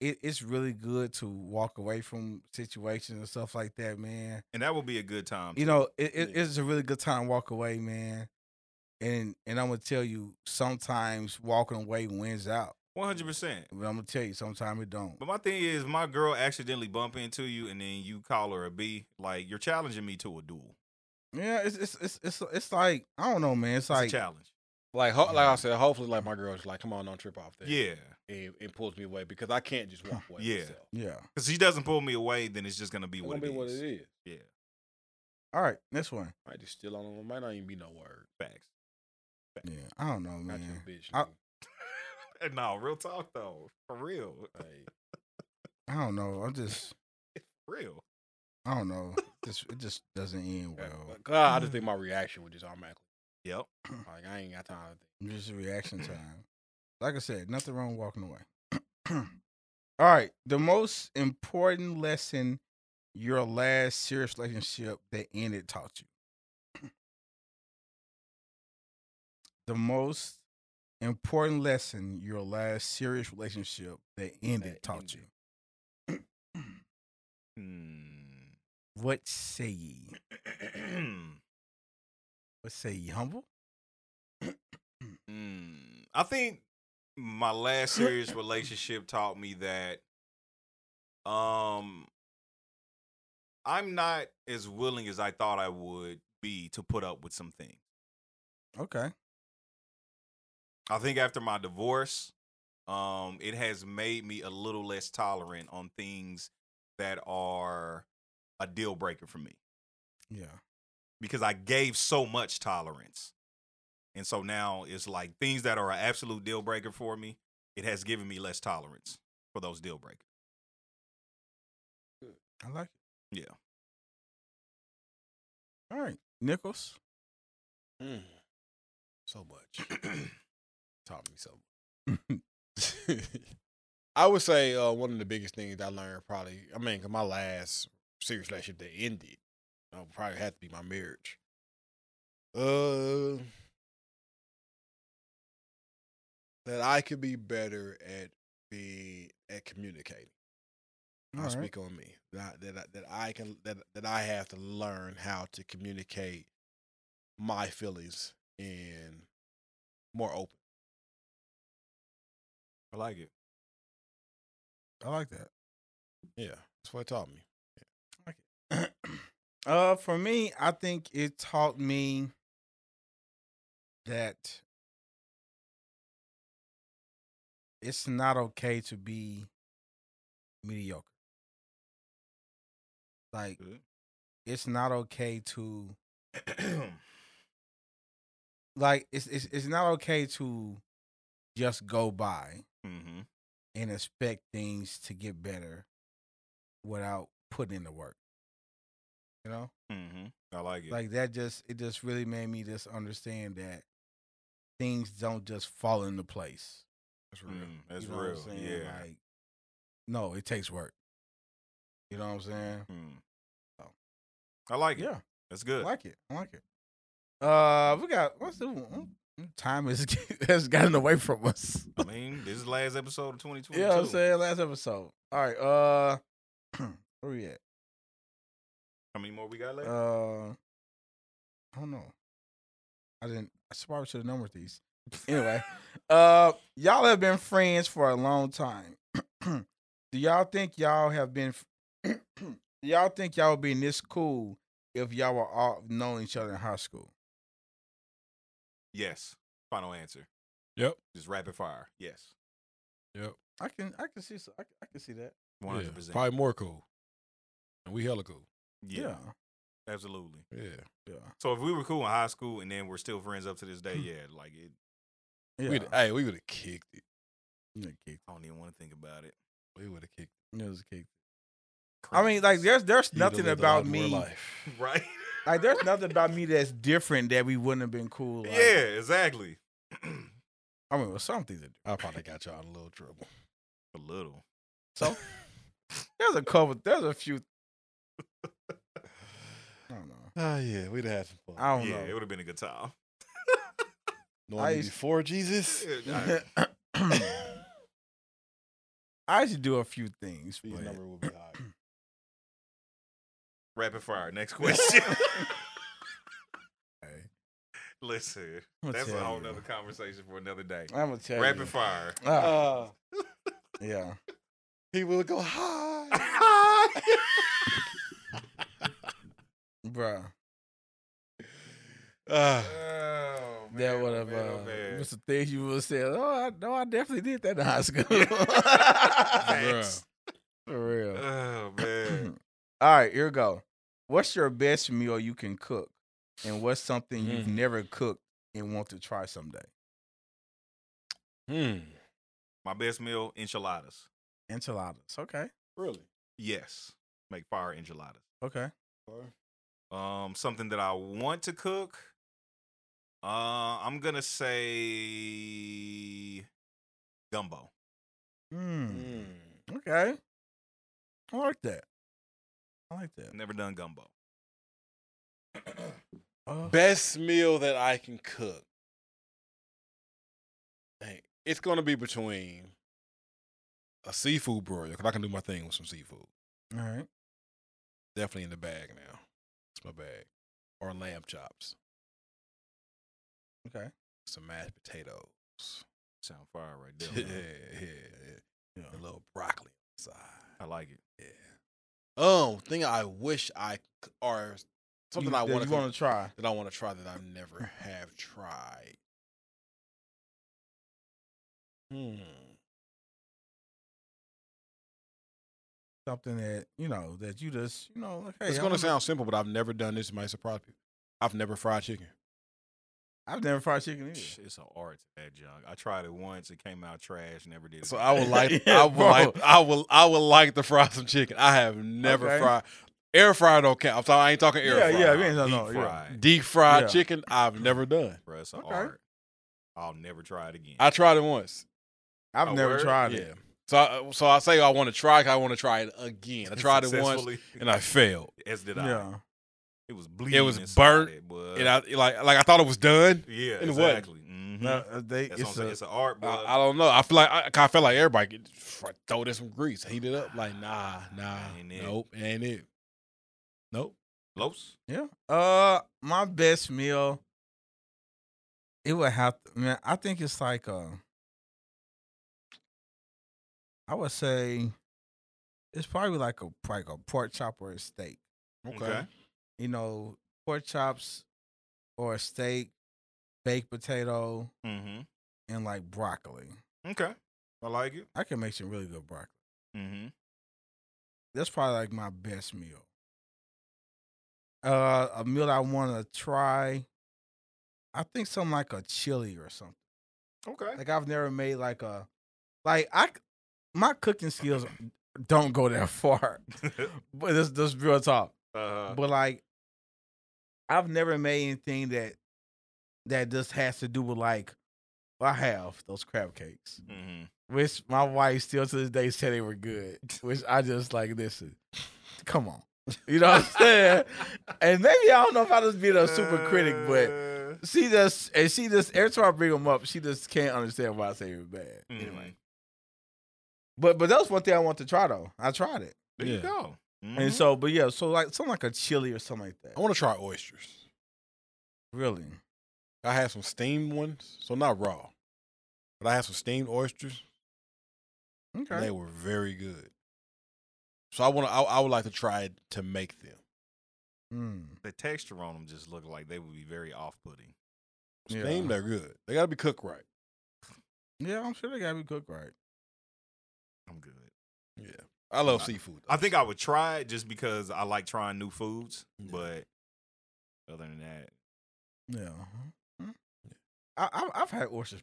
it, it's really good to walk away from situations and stuff like that man And that will be a good time. you know it, it, it's a really good time to walk away man and and i'm gonna tell you sometimes walking away wins out One hundred percent. but i'm gonna tell you sometimes it don't But my thing is, my girl accidentally bump into you, and then you call her a B. Like you're challenging me to a duel. yeah it's it's it's it's, it's like i don't know man it's It's a like challenge. Like, ho- like I said, hopefully, like my girl's like, come on, don't trip off that. Yeah, And it pulls me away because I can't just walk away. Yeah. myself. yeah because she doesn't pull me away, then it's just gonna be It's what gonna it be is. what it is. Yeah, all right next one Might just still on. it Might not even be no word. facts. yeah i don't know Not man your bitch. I- nigga. no, real talk though, for real, Like, i don't know i'm just real. i don't know just it just doesn't end well Like, God, I just mm. think my reaction would just automatically Yep. like I ain't got time. To think. Just reaction time. Like I said, nothing wrong with walking away. All right. The most important lesson your last serious relationship that ended taught you. the most important lesson your last serious relationship that ended That taught ended. Hmm. you. What say ye? What say ye? Humble? Mm, I think my last serious relationship taught me that um I'm not as willing as I thought I would be to put up with some things. Okay. I think after my divorce, um, it has made me a little less tolerant on things that are a deal breaker for me Yeah. because I gave so much tolerance. And so now it's like things that are an absolute deal breaker for me, it has given me less tolerance for those deal breakers. I like it. Yeah. All right. Nichols. Mm. So much. Taught me so much. I would say uh, one of the biggest things I learned probably, I mean, 'cause my last serious relationship that ended uh, probably had to be my marriage. Uh, that I could be better at being at communicating. All I'll right. speak on me. That I- that I, that I can that that I have to learn how to communicate my feelings and more open. I like it. I like that. Yeah, that's what it taught me. uh, for me, I think it taught me that it's not okay to be mediocre. Like, Good. it's not okay to like it's it's it's not okay to just go by mm-hmm. and expect things to get better without putting in the work. You know? Mm-hmm. I like it. Like that just it just really made me just understand that things don't just fall into place. That's real. Mm, that's You know what I'm real. saying? Yeah. Like no, it takes work. You know what I'm saying? Mm. Oh. I like it. Yeah. That's good. I like it. I like it. Uh we got what's the mm, time has has gotten away from us. I mean, this is the last episode of 2022. Yeah, I'm saying last episode. All right, uh, where we at? How many more we got left? Uh, I don't know. I didn't. I probably should have numbered these. Anyway, uh, y'all have been friends for a long time. Do y'all think y'all have been? f- Do y'all think y'all been this cool if y'all were all known each other in high school? yes. Final answer. Yep. Just rapid fire. Yes. Yep. I can. I can see. so- I, I can see that. 100%. Probably more cool. And we hella cool. yeah, Absolutely. Yeah. Yeah. So if we were cool in high school and then we're still friends up to this Hmm. day, yeah, like it, Yeah. We'd, hey, we would have kicked it. Yeah, kick- I don't even want to think about it. We would have kicked. yeah, it was a kick. I mean, like, there's there's it. You'd have nothing lived a about lot more me. life. right? Like there's nothing about me that's different that we wouldn't have been cool. Like, yeah, exactly. a I mean, well, some things are different. I probably got y'all in a little trouble. little. So there's a couple. There's a few. I don't know. Oh yeah, we'd have had some fun. I don't yeah, it know. would have been a good time. Knowing me used- before Jesus. Yeah, nah, I should do a few things, These but number would be high. rapid fire. Next question. Hey, Listen, I'ma that's a tell whole you. nother conversation for another day. I'm gonna tell Rapid you. fire. Ah, Uh, yeah. he will go high. Oh, Bruh, Oh, Uh, that man, would oh, have man, oh, uh, man. was the things you would have said. Oh, I, no, I definitely did that in high school. Facts. For real. Oh man. All right, here we go. What's your best meal you can cook, and what's something you've Mm. never cooked and want to try someday? hmm. My best meal, enchiladas. Enchiladas. Okay. Really? Yes. Make fire enchiladas. Okay. Um, something that I want to cook. Uh, I'm gonna say gumbo. Mm. Mm. Okay. I like that. I like that. Never done gumbo. Uh, Best meal that I can cook. Dang, it's gonna be between a seafood broil because I can do my thing with some seafood. all right. Definitely in the bag now. It's my bag. Or lamb chops, Okay. some mashed potatoes, Sound fire right there. yeah, man. yeah, yeah. A little broccoli side. I like it. Um, thing I wish I c- or something you, I that want you to want to try. that I want to try that I've never have tried. Hmm. Something that you know that you just you know like hey, it's I gonna wanna- sound simple, but I've never done this. It might surprise people. I've never fried chicken. I've never fried chicken either. It's an art to that junk. I tried it once. It came out trash. Never did it. So again. I would like, Yeah, I would bro. like, I will, I would like to fry some chicken. I have never Okay. fried air fryer. Don't count. I'm sorry, I ain't talking air yeah, fryer. yeah, we ain't no, deep no, yeah. fried. Deep fried Yeah. Mm. chicken, I've never done. Bruh, it's an Okay. art. I'll never try it again. I tried it once. I've A never word? tried Yeah. it. So, I, so I say I want to try. 'cause I want to try it again. I tried it once Successfully, and I failed. As did I. Yeah, It was bleeding. was inside burnt, It, but And I like, like I thought it was done. yeah, and it wasn't. exactly. Mm-hmm. no, uh, they That's what I'm it's saying. a, It's an art, bro. I, I don't know. I feel like I, 'cause I felt like everybody could fr- throw this some grease, heat it up. Like nah, nah, Ain't it. nope, ain't it? Nope. Los. yeah. Uh, my best meal. It would have to, man. I think it's like uh, I would say, it's probably like a like a pork chop or a steak. Okay. You know, pork chops or a steak, baked potato, Mm-hmm. and like broccoli. Okay. I like it. I can make some really good broccoli. Mm-hmm. That's probably like my best meal. Uh, a meal I want to try. I think something like a chili or something. Eh. Okay. Like I've never made like a, like I, c- my cooking skills don't go that far. But this this real talk. uh, But like, I've never made anything that that just has to do with like. I have those crab cakes. mhm. Which my wife still to this day said they were good. Which I just like listen, come on. You know what I'm saying? and maybe I don't know if I just be a super critic, but Uh, she just and she just every time I bring them up, she just can't understand why I say they're bad. Anyway. mhm. But but that was one thing I want to try though. I tried it. There Yeah. you go. And Mhm. so but yeah, so like something like a chili or something like I that. want to try oysters. Really? I had some steamed ones, so not raw, but I had some steamed oysters. Okay. and They were very good. So I want to. I, I would like to try to make them. Mm. the texture on them just looked like they would be very off-putting. Yeah. Steamed, they're good. They got to be cooked right. Yeah, I'm sure they gotta be cooked right. I'm good. Yeah, I love I- seafood. I think I would try it just because I like trying new foods. Yeah. But other than that, Yeah. Hmm? I, I've, I've had oysters.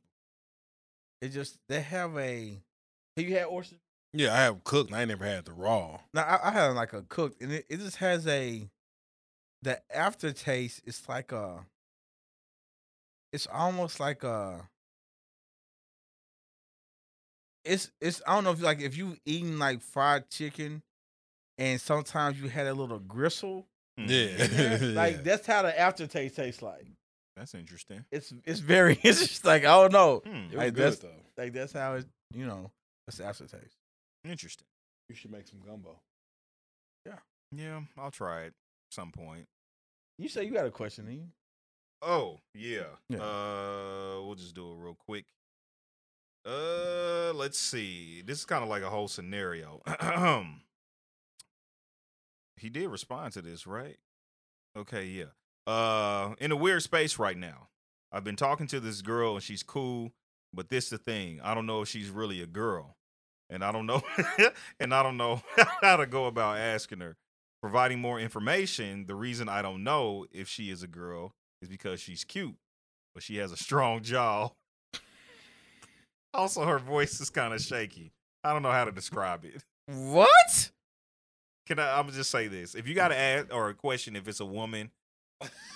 It just they have a. Have you had oysters? Yeah, I have cooked. and I ain't never had the raw. No, I, I had like a cooked, and it, it just has a. The aftertaste is like a. It's almost like a. It's it's I don't know if like if you eaten like fried chicken, and sometimes you had a little gristle. Yeah, Like Yeah. that's how the aftertaste tastes like. that's interesting. It's it's very it's just like I don't know. Hmm, It was like, good, that's- though. Like that's how it, you know, that's the aftertaste. interesting. You should make some gumbo. Yeah, I'll try it at some point. You say you got a question, do you? Oh yeah. Yeah. Uh, we'll just do it real quick. Uh, let's see. This is kind of like a whole scenario. he did respond to this, right? Okay, yeah. Uh, in a weird space right now. I've been talking to this girl and she's cool, but this the thing. I don't know if she's really a girl, and I don't know, and I don't know how to go about asking her. Providing more information, the reason I don't know if she is a girl is because she's cute, but she has a strong jaw. also, her voice is kind of shaky. I don't know how to describe it. What? Can I? I'm gonna just say this: if you got to ask or a question, if it's a woman,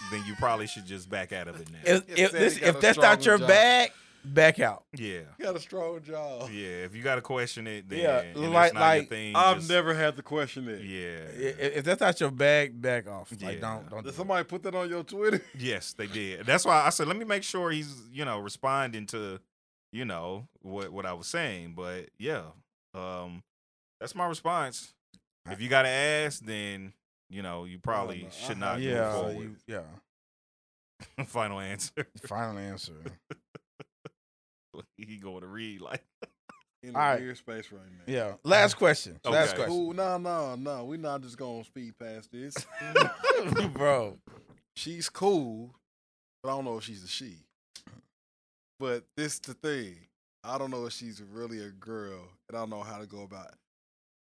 then you probably should just back out of it now. If, You if, said this, he got if a that's not your strong jaw. bag, back out. yeah, You got a strong jaw. yeah. If you got to question it, then Yeah, yeah, it's like- not your like, thing. I've just- never had to question it. Yeah. I- If, if that's not your bag, back off. Yeah. Like don't don't. do Did it. somebody put that on your Twitter? Yes, they did. That's why I said let me make sure he's you know responding to you know what what I was saying. But yeah, um, that's my response. If you got to ask, then you know you probably no, I should have not to yeah, yeah, move so forward. you- yeah. Final answer. Final answer. he going to read like In All a right. weird space right now. Yeah. Last question. Last Okay. question, Ooh, no, no, no. We're not just gonna speed past this. bro. she's cool, but I don't know if she's a she. But this the thing. I don't know if she's really a girl, and I don't know how to go about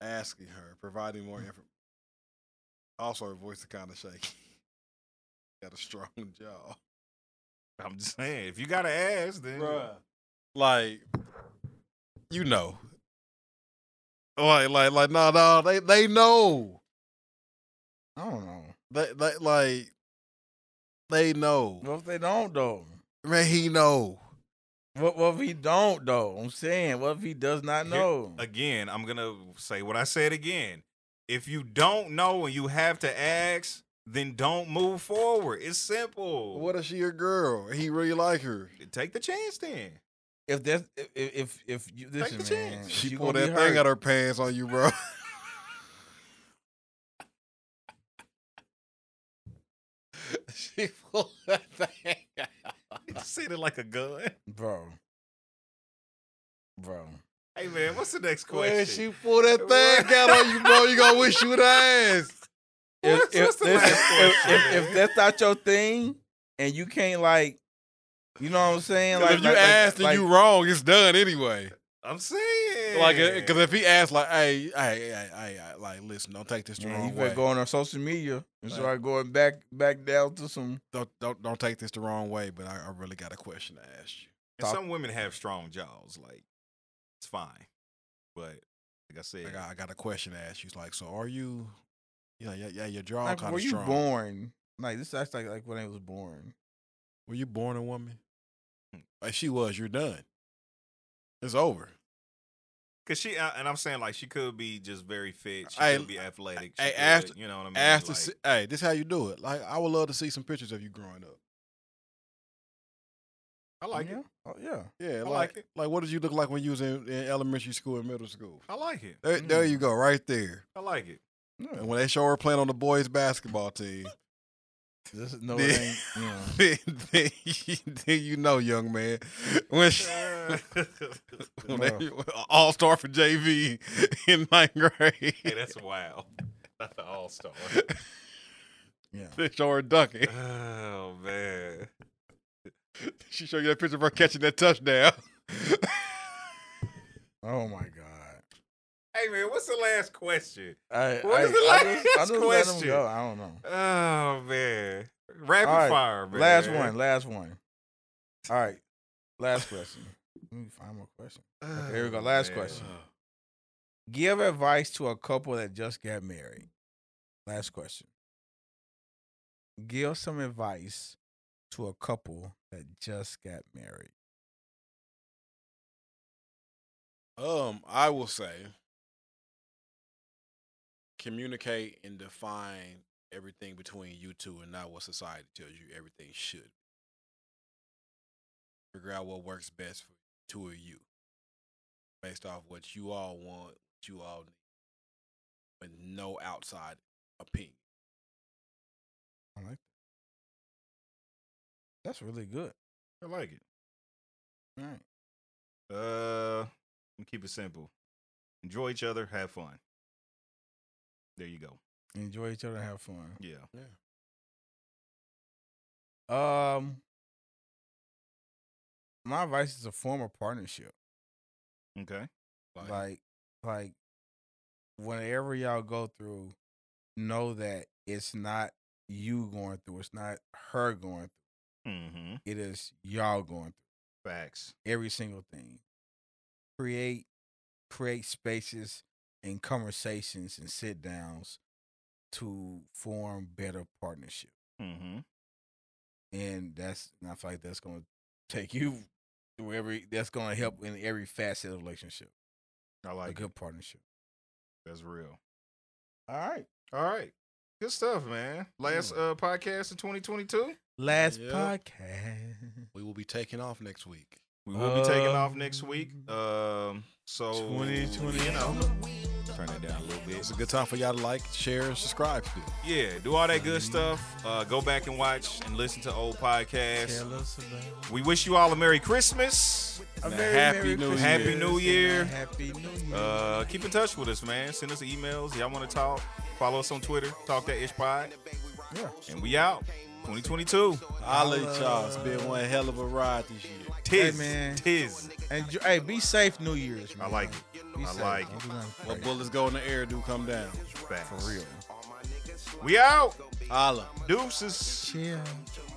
asking her, providing more Mm. information. Also, her voice is kind of shaky. Got a strong jaw. I'm just saying, if you got to ask, then Like, you know. Like, like, like, no, no, they, they know. I don't know. They, they, like, they know. What if they don't though? Man, he know. What what if he don't though? I'm saying, what if he does not Here- know? again, I'm gonna say what I said again. If you don't know and you have to ask, then don't move forward. It's simple. What if she a girl? and He really like her. Take the chance then. If that's if if if you listen, the chance. man, if She you pulled gonna that be thing hurt- out her pants on you, bro. she pulled that thing. Sit it like a gun. bro. Bro, Hey man, what's the next question? When she pulled that thing out on you, bro, you gonna wish you would ass. if What's- if, what's the listen, last if, question, if, if that's not your thing, and you can't like, you know what I'm saying? Like if you like- like- asked like- and you wrong, it's done anyway. I'm saying Like, because if he asked, like, hey, hey, hey, hey, hey, like, listen, don't take this the Man, wrong you way. better go on our social media and start going back back down to some. Don't, don't, don't take this the wrong way. But I, I really got a question to ask you. And some women have strong jaws, like it's fine. But like I said, I got, I got a question to ask you. It's like, so are you? Yeah, yeah, yeah. Your jaw Like, kind were of you strong. born? Like this, that's like like when I was born. Were you born a woman? Like she was. You're done. It's over. cause she uh, and I'm saying like she could be just very fit. She Hey, could be athletic. She hey, could, after- you know what I mean. Ask to Like, see, hey, this how you do it. Like I would love to see some pictures of you growing up. I like yeah. it. Oh yeah. Yeah, like like it. like what did you look like when you was in, in elementary school and middle school? I like it. There, there Mm. you go, right there. I like it. No, Hmm. And when they show her playing on the boys basketball team, this, no Then- it ain't. Yeah. then, then, you, then you know, young man, when she, when they, all star for JV in ninth grade. hey, that's wild. That's an all star. They show her dunking. Oh man. She showed you that picture of her catching that touchdown. Oh my god. Hey man, what's the last question? I, What I, is the I just, I last just let 'em question? go. I don't know. Oh man. Rapid All right, fire, man. Last one. Last one. All right. Last question. Let me find more question. Okay, here we go. Oh, Last man. question. Give advice to a couple that just got married. Last question. Give some advice to a couple that just got married. Um, I will say communicate and define everything between you two and not what society tells you everything should. Figure out what works best for two of you based off what you all want, what you all need, but no outside opinion. I like that. That's really good. I like it. All right. Uh we keep it simple. Enjoy each other, have fun. There you go. Enjoy each other and have fun. Yeah. Um, my advice is a form of partnership. Okay. Like, Like, like, whenever y'all go through, know that it's not you going through. It's not her going Mm-hmm. through. It is y'all going Facts. through every single thing. Create, create spaces and conversations and sit downs to form better partnership. Mm-hmm. and that's and I feel like that's gonna take you through every that's gonna help in every facet of relationship. I a like it. good partnership. That's real. All right. All right. Good stuff, man. Last uh podcast in 2022. Last Yep. podcast. we will be taking off next week. We will be taking Um, off next week. Um, so Oh, 2020. you know, turn that down a little bit. It's a good time for y'all to like, share, and subscribe to. Yeah, do all that good stuff. Uh, go back and watch and listen to old podcasts. We wish you all a Merry Christmas. A Man, very Happy Merry New Christmas Happy and New a Year. Happy New Year. Uh, keep in touch with us, man. Send us emails. Y'all want to talk? Follow us on Twitter. Talk that ish pod. Yeah. And we out. 2022. I'll let y'all. It's been one hell of a ride this year. Tis. man. Tis. and ju- hey, be safe New Year's. I Man. like it. Be I safe. like Don't it. do nothing What crazy. bullets go in the air do come down. Facts. For real. We out. Holla. Deuces. Chill.